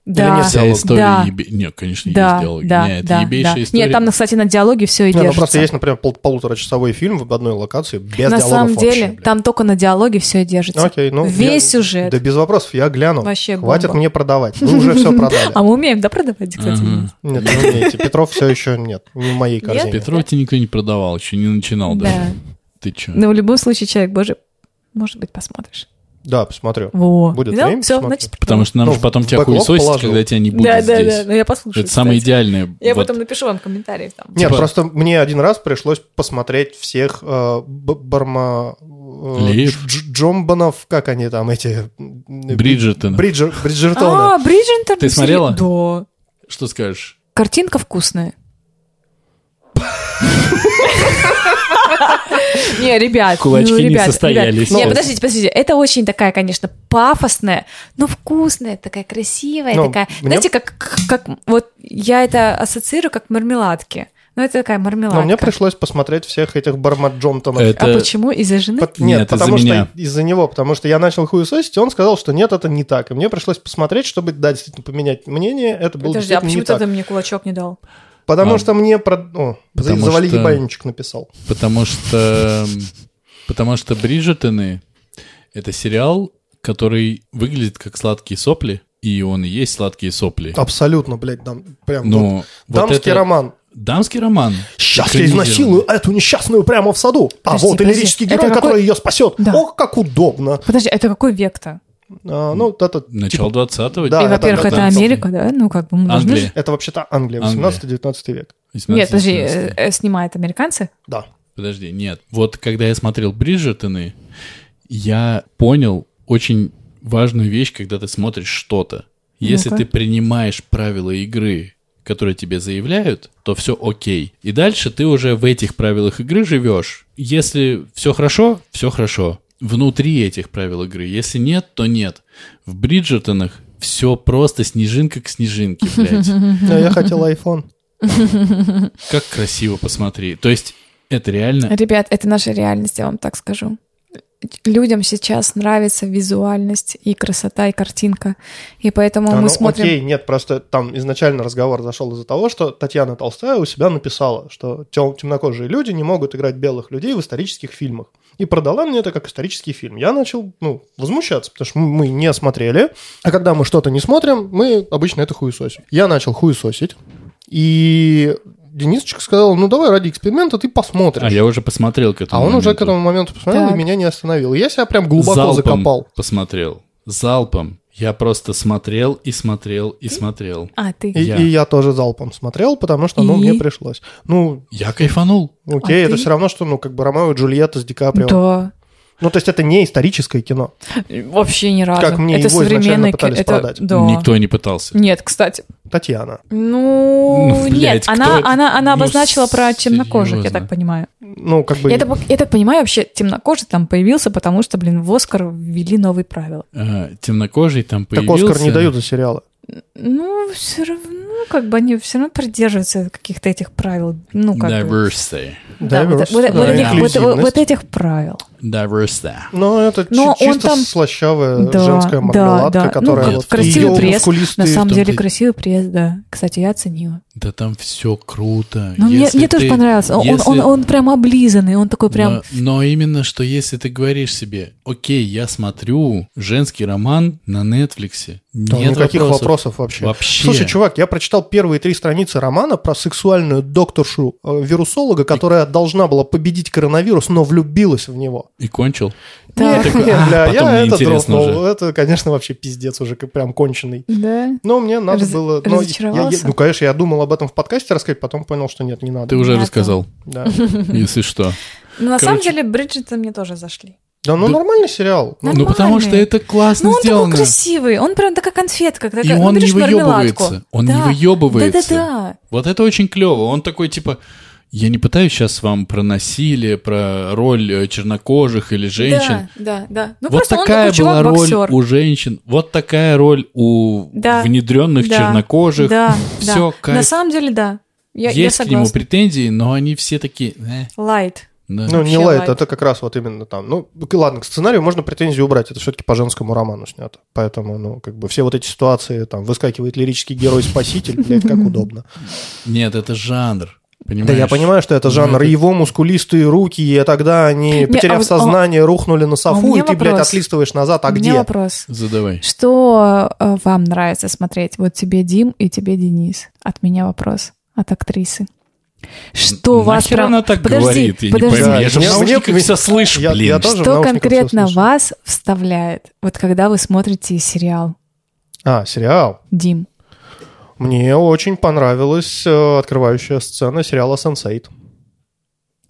B: Да.
A: нет
C: вся
A: Диалог.
C: история...
B: Да.
C: ебе- Нет, конечно,
B: да,
C: есть диалоги.
B: да,
C: Нет, это
B: да,
C: ебейшая
B: да.
C: история.
B: Нет, там, просто на диалоге все и
A: Не, ну
B: держится.
A: просто есть, например, пол- полуторачасовой фильм в одной локации без
B: на
A: диалогов
B: самом
A: вообще,
B: деле,
A: блядь.
B: там только на диалоге все и держится.
A: Окей, ну,
B: Весь
A: я-
B: сюжет.
A: Да без вопросов, я гляну.
B: Вообще
A: Хватит
B: бомба.
A: мне продавать. Вы уже все продали.
B: А мы умеем, да, продавать, кстати?
C: Ага.
B: Денис?
A: Нет, не умеете. Петров все еще нет. Не в моей
B: Нет?
A: корзине.
C: Петрова тебе никто не продавал, еще не начинал
B: Да. Ну,
C: даже. Ты чё?
B: Но в любом случае, человек, боже, может быть, посмотришь.
A: Да, посмотрю.
B: Во.
A: Будет
B: да?
A: время,
B: Все,
A: посмотрю.
B: значит,
C: Потому что нам
A: Ну,
C: же потом
A: в
C: тебя
A: бэклог
C: хуесосить,
A: положил.
C: когда тебя не будет
B: Да, да,
C: здесь.
B: да. Ну, я послушаю.
C: Это самое
B: кстати.
C: идеальное.
B: Я
C: Вот
B: потом напишу вам комментарий там.
A: Нет,
C: Типа-
A: просто мне один раз пришлось посмотреть всех э, б- Барма... э,
C: Леев?
A: Дж- Джомбанов, как они там, эти... Бриджертоны.
C: Бриджертона.
A: Бриджер, Бриджертоны.
B: А, Бриджинтон.
C: Ты смотрела?
B: Да.
C: Что скажешь?
B: Картинка вкусная. Не, ребят,
C: Кулачки
B: ну,
C: не
B: ребят,
C: состоялись
B: ребят.
C: сейчас.
B: Не, подождите, подождите. Это очень такая, конечно, пафосная, но вкусная, такая красивая,
A: Ну,
B: такая.
A: мне-
B: Знаете, как, как вот я это ассоциирую как мармеладки. Ну, это такая мармеладка.
A: Но мне пришлось посмотреть всех этих Барма Джомтонов.
C: Это-
B: А почему? Из-за жены?
A: Пот- Нет,
C: Нет, из-за
A: потому что
C: Э, меня.
A: из-за него, потому что я начал хуесосить, и он сказал, что нет, это не так. И мне пришлось посмотреть, чтобы, да, действительно поменять мнение, это было
B: Подожди,
A: действительно
B: а почему
A: не так.
B: ты мне кулачок не дал?
A: Потому
C: А.
A: что мне... Про... О, за-
C: Потому
A: завали
C: что-
A: ебальничек написал.
C: Потому что... Потому что Бриджертоны — это сериал, который выглядит как сладкие сопли, и он и есть сладкие сопли.
A: Абсолютно, блядь, там прям... А, вот.
C: Но Ну, вот
A: Дамский
C: это-
A: роман.
C: Дамский роман.
A: Сейчас я изнасилую эту несчастную прямо в саду. А
B: Подожди,
A: вот и
B: подожди.
A: лирический
B: Это
A: герой,
B: какой-
A: который ее спасет.
B: Да.
A: Ох, как удобно.
B: Подожди, это какой век-то?
A: А, ну, вот это...
C: Начало
B: Типа,
C: 20-го.
A: Да,
B: И, во-первых,
A: да,
B: это
A: да.
B: Америка, да? Ну, как бы мы должны
C: Англия.
B: ж-
A: Это вообще-то Англия,
C: Англия.
A: 18-19 век.
C: 18-19.
B: Нет, подожди, э, э, снимают американцы?
A: Да.
C: Подожди, нет. Вот когда я смотрел Бриджертоны, я понял очень важную вещь, когда ты смотришь что-то. Если
B: Ну-ка.
C: ты принимаешь правила игры, которые тебе заявляют, то все окей. И дальше ты уже в этих правилах игры живешь. Если все хорошо, все хорошо. Внутри этих правил игры. Если нет, то нет. В Бриджертонах все просто снежинка к снежинке, блядь.
A: А я хотел iPhone.
C: Как красиво, посмотри. То есть это реально...
B: Ребят, это наша реальность, я вам так скажу. Людям сейчас нравится визуальность и красота, и картинка. И поэтому
A: А,
B: мы
A: ну,
B: смотрим...
A: Окей, нет, просто там изначально разговор зашел из-за того, что Татьяна Толстая у себя написала, что тем- темнокожие люди не могут играть белых людей в исторических фильмах. И продала мне это как исторический фильм. Я начал, ну, возмущаться, потому что мы не смотрели. А когда мы что-то не смотрим, мы обычно это хуесосим. Я начал хуесосить, и Денисочка сказал, ну, давай ради эксперимента ты посмотришь.
C: А я уже посмотрел к
A: А
C: этому
A: он уже к
C: моменту.
A: этому моменту посмотрел
B: Так.
A: и меня не остановил. Я себя прям глубоко
C: Залпом
A: закопал.
C: посмотрел. Залпом. Я просто смотрел и смотрел и смотрел.
B: А, ты...
A: И и
C: Я.
A: я. тоже залпом смотрел, потому что оно
B: И?
A: мне пришлось. Ну,
C: Я кайфанул.
A: окей,
B: А
A: это
B: ты?
A: все равно, что, ну, как бы Ромео и Джульетта с Ди Каприо.
B: Да.
A: Ну, то есть это не историческое кино.
B: Вообще ни разу.
A: Как мне
B: это
A: его изначально
B: современный... ки-
A: пытались
B: это-
A: продать.
B: Да.
C: Никто не пытался.
B: Нет, кстати.
A: Татьяна.
B: Ну,
C: Ну, блядь,
B: нет, она,
C: кто-
B: она, она
C: ну,
B: обозначила про темнокожих, я
C: серьезно.
B: так понимаю.
A: Ну, как бы...
B: Я так, я так понимаю, вообще темнокожий там появился, потому что, блин, в Оскар ввели новые правила.
C: А, темнокожий там
A: Так
C: появился.
A: Оскар не дают за сериалы.
B: Ну, все равно, как бы они все равно придерживаются каких-то этих правил. Ну, как бы.
C: Diversity.
A: Да,
B: да, вот,
A: Diversity,
B: вот-
A: да,
B: вот этих, вот- вот-
A: инклюзивность.
B: вот этих правил.
C: Diversity.
A: Но это чи-
B: Но он
A: чисто
B: там-
A: слащавая
B: Да,
A: женская
B: да,
A: мармеладка,
B: да. Ну,
A: которая
C: как
A: вот
C: красивый
A: её
B: пресс,
A: мускулистые
B: На
C: в
B: самом
C: том-то
B: деле
C: и-
B: красивый пресс, да. Кстати, я оценила.
C: Да там все круто.
B: Но Ну, мне,
C: Если
B: мне тоже
C: ты-
B: понравился. Он,
C: если-
B: он, он прям облизанный, он такой прям...
C: Но, но именно, что если ты говоришь себе, окей, я смотрю женский роман на Netflix,
A: Да,
C: нет
A: никаких вопросов,
C: вопросов.
A: вообще.
C: Вообще.
A: Слушай, чувак, я прочитал первые три страницы романа про сексуальную докторшу э, вирусолога, которая должна была победить коронавирус, но влюбилась в него.
C: И кончил.
B: Так.
A: Нет,
C: Такой,
A: нет,
C: «А,
A: бля,
C: потом мне
A: я это
C: интересно
A: дропнул.
C: уже».
A: Это, конечно, вообще пиздец уже как прям конченый.
B: Да.
A: Но мне надо
B: Раз-
A: было... ну, я- я-
B: разочаровался?
A: ну, конечно, я думал об этом в подкасте рассказать, потом понял, что нет, не надо.
C: Ты уже
B: Да,
C: рассказал,
A: Да.
C: если что.
B: Но Ну, на
C: самом Короче.
B: деле Бриджиты мне тоже зашли.
A: Да, ну
C: Да.
A: нормальный сериал. Ну,
C: Ну, потому
B: Нормальный.
C: что это классно
B: Ну, он
C: сделано.
B: такой красивый, он прям такая конфетка. Такая,
C: э, И
B: ну,
C: он не
B: берешь мармеладку.
C: выебывается. Он
B: Да.
C: не выебывается.
B: Да-да-да.
C: Вот это очень клево. Он такой, типа, я не пытаюсь сейчас вам про насилие, про роль э, чернокожих или женщин.
B: Да, да, да. Ну,
C: вот
B: просто
C: такая
B: он такой
C: была роль
B: чувак-боксер.
C: у женщин, вот такая роль у
B: Да.
C: внедренных
B: Да.
C: чернокожих.
B: Да,
C: Все,
B: да. На самом деле, да. Я, я
C: Есть к нему
B: согласна.
C: претензии, но они все такие... «Э,
B: Лайт.
C: да».
A: Ну, не
B: вообще
A: лайт,
B: лайт.
A: это как раз вот именно там. Ну, к- ладно, к сценарию можно претензии убрать, это все-таки по женскому роману снято. Поэтому, ну, как бы все вот эти ситуации, там, выскакивает лирический герой-спаситель, блядь, как удобно.
C: Нет, это жанр. Понимаешь?
A: Да я понимаю, что это
C: Ну,
A: жанр,
C: это-
A: его мускулистые руки, и тогда они,
B: а
A: потеряв
B: вот- а-
A: сознание, рухнули на софу, и
B: меня
A: ты, блядь,
B: вопрос.
A: отлистываешь назад, а
B: У меня
A: где?
B: вопрос.
C: Задавай.
B: Что э, вам нравится смотреть? Вот тебе Дим и тебе Денис. От меня вопрос. От актрисы. Что
C: Нахер
B: вас прям...
C: она так
B: подожди,
C: говорит? Я
B: подожди.
C: не пойму. Я же в
A: Да, мне-
C: наушниках
A: мне-
C: все слышу,
A: я-
C: блин.
A: я тоже в
B: Что
A: наушниках
B: конкретно
A: всё слышу.
B: вас вставляет, вот когда вы смотрите сериал,
A: А, сериал.
B: Дим?
A: Мне очень понравилась э, открывающая сцена сериала «Сенсейт».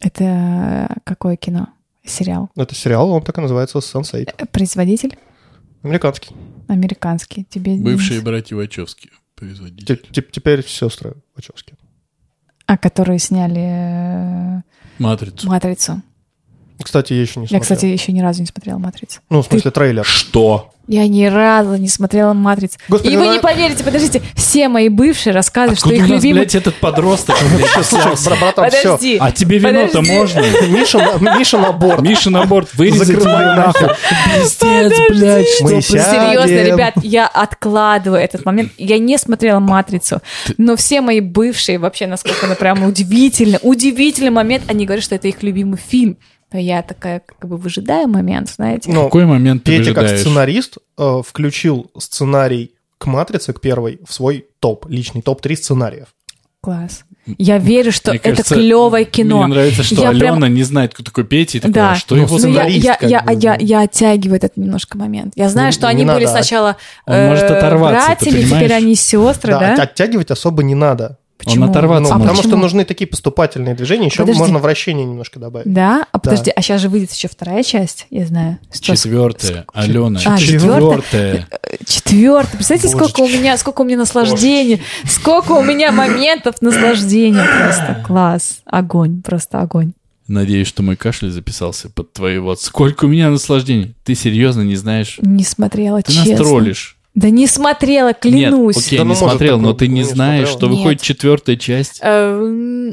B: Это какое кино? Сериал?
A: Это сериал, он так и называется «Сенсейт».
B: Э, Производитель?
A: Американский.
B: Американский. Тебе Денис?
C: Бывшие братья Вачовски.
A: Те-
C: Производитель.
A: те- Теперь сестры Вачовски.
B: А которые сняли э,
C: Матрицу.
B: «Матрицу».
A: Кстати, я еще не
B: Я,
A: смотрел.
B: кстати, еще ни разу не смотрела «Матрицу».
A: Ну, в смысле, трейлер.
C: Что?
B: Я ни разу не смотрела «Матрицу».
A: Господи,
B: и вы
A: ну,
B: не
A: а-
B: поверите, подождите, все мои бывшие рассказывают,
C: Откуда
B: что
C: у
B: их
C: нас,
B: любимый...
C: блядь, этот подросток?
A: Слушай, бра- братан, все.
B: Подожди.
C: А тебе вино-то
B: Подожди.
C: можно?
A: Миша, на- Миша на борт.
C: Миша на борт вырезать
A: Закрывай
C: его нахуй. Пиздец, блядь, что
A: Мы
C: происходит?
A: сядем.
B: Серьезно, ребят, я откладываю этот момент. Я не смотрела «Матрицу», но все мои бывшие вообще, насколько это прямо удивительно, удивительный момент, они говорят, что это их любимый фильм. Но я такая как бы выжидаю момент, знаете.
A: Ну,
C: Какой момент ты
A: Петя, как
C: выжидаешь?
A: сценарист, э, включил сценарий к «Матрице», к первой, в свой топ, личный топ-3 сценариев.
B: Класс. Я верю, что
C: Мне
B: это
C: кажется,
B: клевое кино.
C: Мне нравится, что
B: Я
C: Алена
B: прям-
C: не знает, кто такой Петя, и такая,
B: Да.
C: что
A: Ну,
C: его
A: ну,
B: Ну, я,
A: сценарист,
B: я,
A: как
B: я-
A: бы,
B: я-
A: да.
C: ну.
B: я оттягиваю этот немножко момент. Я знаю,
A: Ну,
B: что
A: не
B: они были
A: надо.
B: сначала э,
C: Он может оторваться, ты
B: братьями,
C: понимаешь?
B: теперь они сестры, да?
A: от- Оттягивать особо не надо.
B: Почему?
A: Ну,
C: оторваться
B: а
C: может.
A: потому что
B: почему?
A: нужны такие поступательные движения, еще
B: Подожди.
A: можно вращение немножко добавить.
B: Да? А подожди, а сейчас же выйдет еще вторая часть, я знаю. Что с-
C: Четвертая, Алена,
B: А,
C: четвертая.
B: Четвертый. Представляете,
A: Божечки.
B: сколько у меня, сколько у меня наслаждений, сколько у меня моментов наслаждения. Просто класс. Огонь, просто огонь.
C: Надеюсь, что мой кашель записался под твои вот. Сколько у меня наслаждений. Ты серьезно не знаешь?
B: Не смотрела,
C: Ты
B: честно.
C: нас троллишь.
B: Да не смотрела,
C: Нет,
B: клянусь.
C: окей,
A: Да ну
C: не
A: может
C: смотрел,
A: такое
C: но ты
A: быть,
C: не
A: не
C: знаешь,
A: смотрела.
C: что
B: Нет.
C: выходит четвертая часть.
B: Э,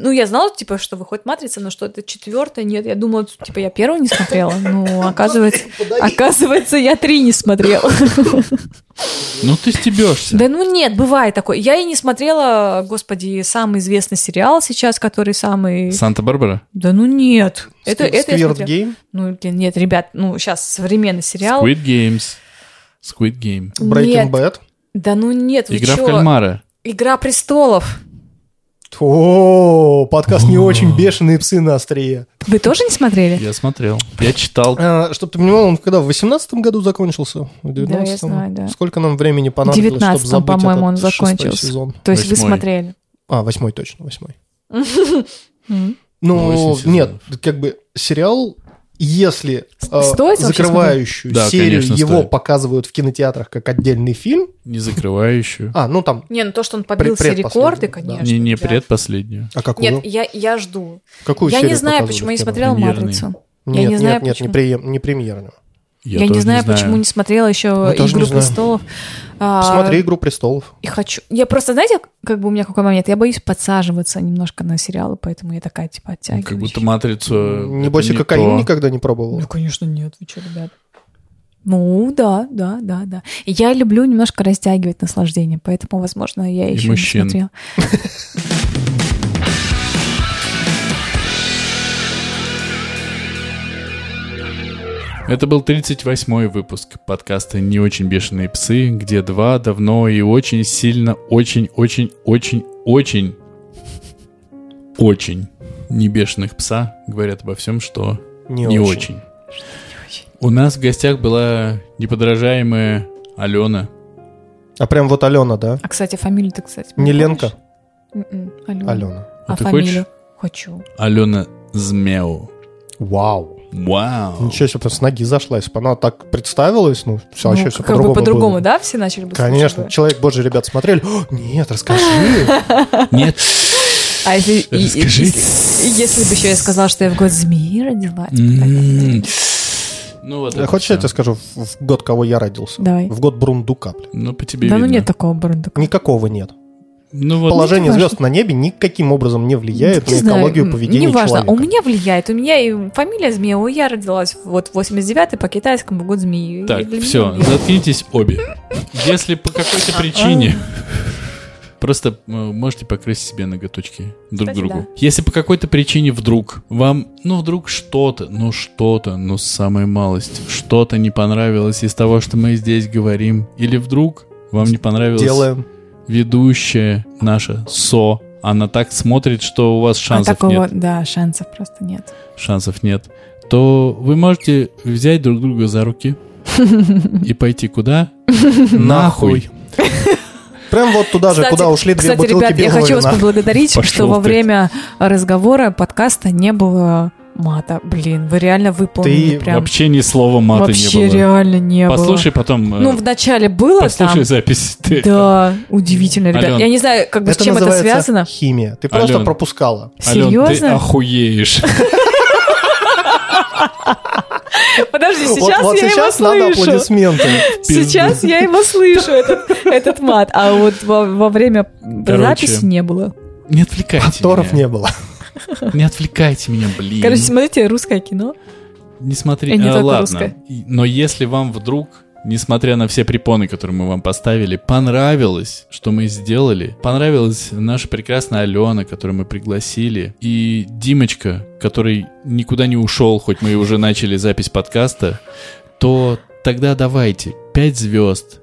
B: Ну, я знала, типа, что выходит «Матрица», но что это четвертая, нет. Я думала, типа, я первую не смотрела. Ну, оказывается, оказывается, я три не смотрела.
C: Ну ты стебешься.
B: Да ну нет, бывает такое. Я и не смотрела, господи, самый известный сериал сейчас, который самый...
C: Санта-Барбара?
B: Да ну нет. Это,
A: Сквир-
B: это я
A: Сквирт
B: смотрела.
A: Гейм,
B: Ну, блин, нет, ребят, ну, сейчас современный сериал.
C: Squid Games. Squid Game.
A: Breaking
B: Нет.
A: Bad.
B: Да ну нет, вы
C: Игра в
B: чё?
C: кальмара.
B: Игра престолов.
A: О, подкаст не очень бешеные псы на острие.
B: Вы тоже не смотрели?
C: Я смотрел. Я читал.
A: А, Чтоб ты понимал, он когда в 18 году закончился? В 19
B: знаю, да.
A: Сколько нам времени понадобилось, чтобы
B: 19-м,
A: забыть
B: по-моему,
A: этот шестой
B: он закончился.
A: сезон?
B: То есть вы
C: Восьмой.
B: смотрели.
A: А, восьмой точно, восьмой.
B: М.
A: Ну,
C: Восемь
A: нет,
C: сезонов.
A: как бы сериал, если э,
B: стоит вообще
A: закрывающую
C: смотреть? Да,
A: серию
C: конечно,
A: его
C: стоит.
A: показывают в кинотеатрах как отдельный фильм,
C: Не закрывающую.
A: а, ну там,
B: Не, ну то, что он побил
A: Пред-
B: все
A: предпоследний,
B: рекорды,
A: да.
B: конечно.
C: Не, не
B: я-
C: предпоследнюю.
A: а какую?
B: Нет, я, я жду.
A: какую
B: я
A: серию
B: не знаю,
A: показывали
B: почему я не
A: в кино?
B: смотрела
C: Премьерный.
B: «Матрицу».
A: Нет,
B: я не
A: нет,
B: знаю,
A: нет,
B: почему.
A: не, премьерную.
B: Я, не
C: тоже
B: знаю, почему не смотрела еще
A: Я тоже
B: «Игру
A: не знаю.
B: престолов». А,
A: Посмотри «Игру престолов».
B: И хочу... Я просто, знаете, как бы у меня какой момент? Я боюсь подсаживаться немножко на сериалы, поэтому я такая, типа, оттягиваю.
C: Ну, Как будто матрицу...
A: Небось,
C: это
A: и
C: не
A: кокаин
C: то.
A: никогда не пробовал.
B: Ну, конечно, нет, вы что, ребят? Ну, да, да, да, да. И Я люблю немножко растягивать наслаждение, поэтому, возможно, я
C: И
B: еще
C: мужчин.
B: не смотрела.
C: Это был 38-й выпуск подкаста «Не очень бешеные псы», где два давно и очень сильно, очень-очень-очень-очень, очень не бешеных пса говорят обо всем, что
A: Не,
C: не очень. У нас в гостях была неподражаемая Алена.
A: А прям вот Алена, да?
B: А, кстати, фамилию ты, кстати,
A: Не
B: помнишь?
A: Ленка,
B: Мгм, Алена.
A: Алена.
B: А,
C: А ты
B: фамилию? Хочу.
C: Алена Змеу.
A: Вау.
C: Вау.
A: Ничего себе, прям с ноги зашла, если бы она так представилась, ну, все, вообще
B: Ну,
A: все
B: как бы
A: по-другому
B: по-другому,
A: было.
B: да, все начали бы слушать
A: Конечно,
B: бы?
A: человек божий, ребят, смотрели. «О, нет, расскажи.
C: Нет,
B: А если, и- и-
C: Расскажи.
B: если, если бы еще я сказала, что я в год змеи родила, типа,
C: М. Ну вот.
A: Я
C: это
A: А Хочешь, я
C: всё.
A: тебе скажу, в- в год кого я родился?
B: Давай.
A: В год Брундука, блин.
C: Ну по тебе
B: так. Да ну
C: видно.
B: нет такого бурдука.
A: Никакого нет.
C: Ну вот.
A: Положение
B: важно.
A: звезд на небе никаким образом не влияет
B: Не
A: на
B: знаю,
A: экологию
B: м,
A: поведения
B: Неважно, у
A: человека.
B: меня влияет. У меня и фамилия змея, у я родилась вот в 89-й по китайскому год змеи.
C: Так,
B: Для меня А,
C: все,
B: влияет.
C: заткнитесь обе. Если по какой-то причине... Просто э, можете покрасить себе ноготочки друг
B: а. Кстати,
C: другу.
B: да.
C: Если по какой-то причине вдруг вам, ну вдруг что-то, ну что-то, ну самая малость, что-то не понравилось из того, что мы здесь говорим, или вдруг вам не понравилось
A: Делаем.
C: ведущая наша Со, она так смотрит, что у вас
B: А
C: шансов нет
B: такого, да, шансов просто нет.
C: шансов нет, то вы можете взять друг друга за руки и пойти куда? Нахуй.
A: Прям вот туда же,
B: Кстати,
A: куда ушли две
B: Кстати,
A: бутылки
B: ребят, я
A: белого
B: хочу вас
A: вина.
B: поблагодарить,
C: Пошёл
B: что во
C: ты.
B: время разговора подкаста не было мата. Блин, вы реально выполнили
A: Ты
B: прям.
C: Вообще ни слова мата
B: Вообще
C: не было.
B: реально не
C: Послушай потом, э,
B: было. Ну, вначале было
C: послушай запись. Ты-
B: там. Да, удивительно, ребят.
C: Алён,
B: я не знаю, как бы с чем это
A: называется
B: связано.
A: химия. Ты просто
C: Алён.
A: пропускала.
C: Алён, ты
B: Серьезно?
C: охуеешь.
B: Подожди, сейчас
A: вот вот
B: я
A: сейчас
B: его
A: надо
B: слышу.
A: аплодисменты.
C: пизду.
B: Сейчас я его слышу, этот, этот мат. А вот во, во время
C: Короче.
B: записи не было.
C: Не отвлекайте
A: Торов
C: меня.
A: не было.
C: Не отвлекайте меня, блин.
B: Короче, смотрите русское кино.
C: Не смотри,
B: И не
C: а,
B: только
C: ладно.
B: русское.
C: И- Но если вам вдруг, несмотря на все препоны, которые мы вам поставили, понравилось, что мы сделали, понравилась наша прекрасная Алена, которую мы пригласили, и Димочка, который никуда не ушел, хоть мы и уже начали запись подкаста, то тогда давайте 5 звезд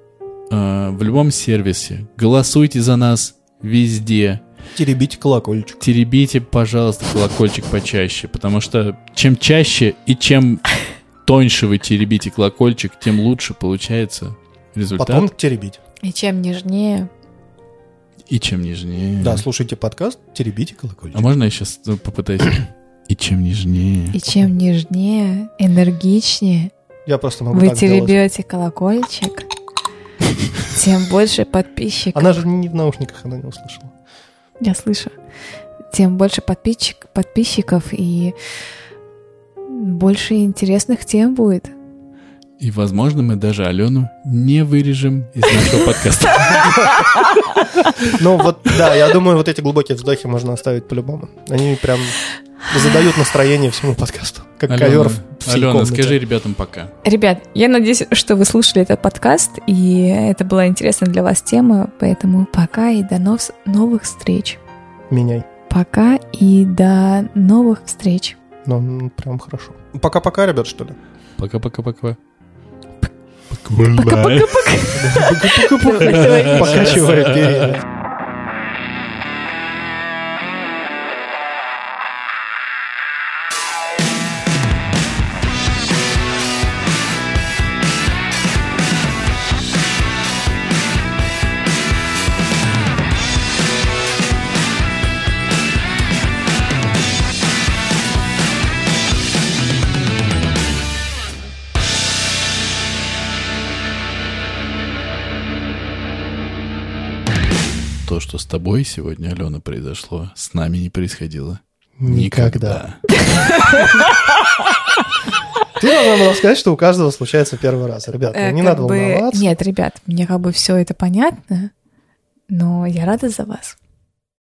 C: э, в любом сервисе. Голосуйте за нас везде
A: Теребить колокольчик.
C: теребите, пожалуйста, колокольчик почаще, потому что чем чаще и чем тоньше вы теребите колокольчик, тем лучше получается результат.
A: Потом теребить.
B: И чем нежнее.
C: И чем нежнее.
A: Да, слушайте подкаст, теребите
C: а
A: колокольчик.
C: можно я сейчас попытаюсь? И чем нежнее.
B: И чем нежнее, энергичнее
A: Я просто могу
B: вы
A: так делать.
B: теребете колокольчик, тем больше подписчиков.
A: Она же не в наушниках, она не услышала.
B: Я слышу. Тем больше подписчик, подписчиков и больше интересных тем будет.
C: И, возможно, мы даже Алену не вырежем из нашего подкаста.
A: Ну вот, да, я думаю, вот эти глубокие вздохи можно оставить по-любому. Они прям задают настроение всему подкасту. Как ковер
C: Алена,
A: в всей
C: Алена,
A: комнате.
C: скажи ребятам пока.
B: Ребят, я надеюсь, что вы слушали этот подкаст, и это была интересная для вас тема, поэтому пока и до нов- новых встреч.
A: Меняй.
B: Пока и до новых встреч.
A: Ну, м, прям хорошо. Пока-пока, ребят, что ли?
C: Пока-пока-пока.
A: Покачивая перья.
C: То, что с тобой сегодня, Алена, произошло, с нами не происходило.
A: Никогда. Ты должна была сказать, что у каждого случается первый раз. Ребята,
B: Э,
A: А не
B: как
A: надо
B: бы-
A: волноваться.
B: Нет, ребят, мне как бы все это понятно, но я рада за вас.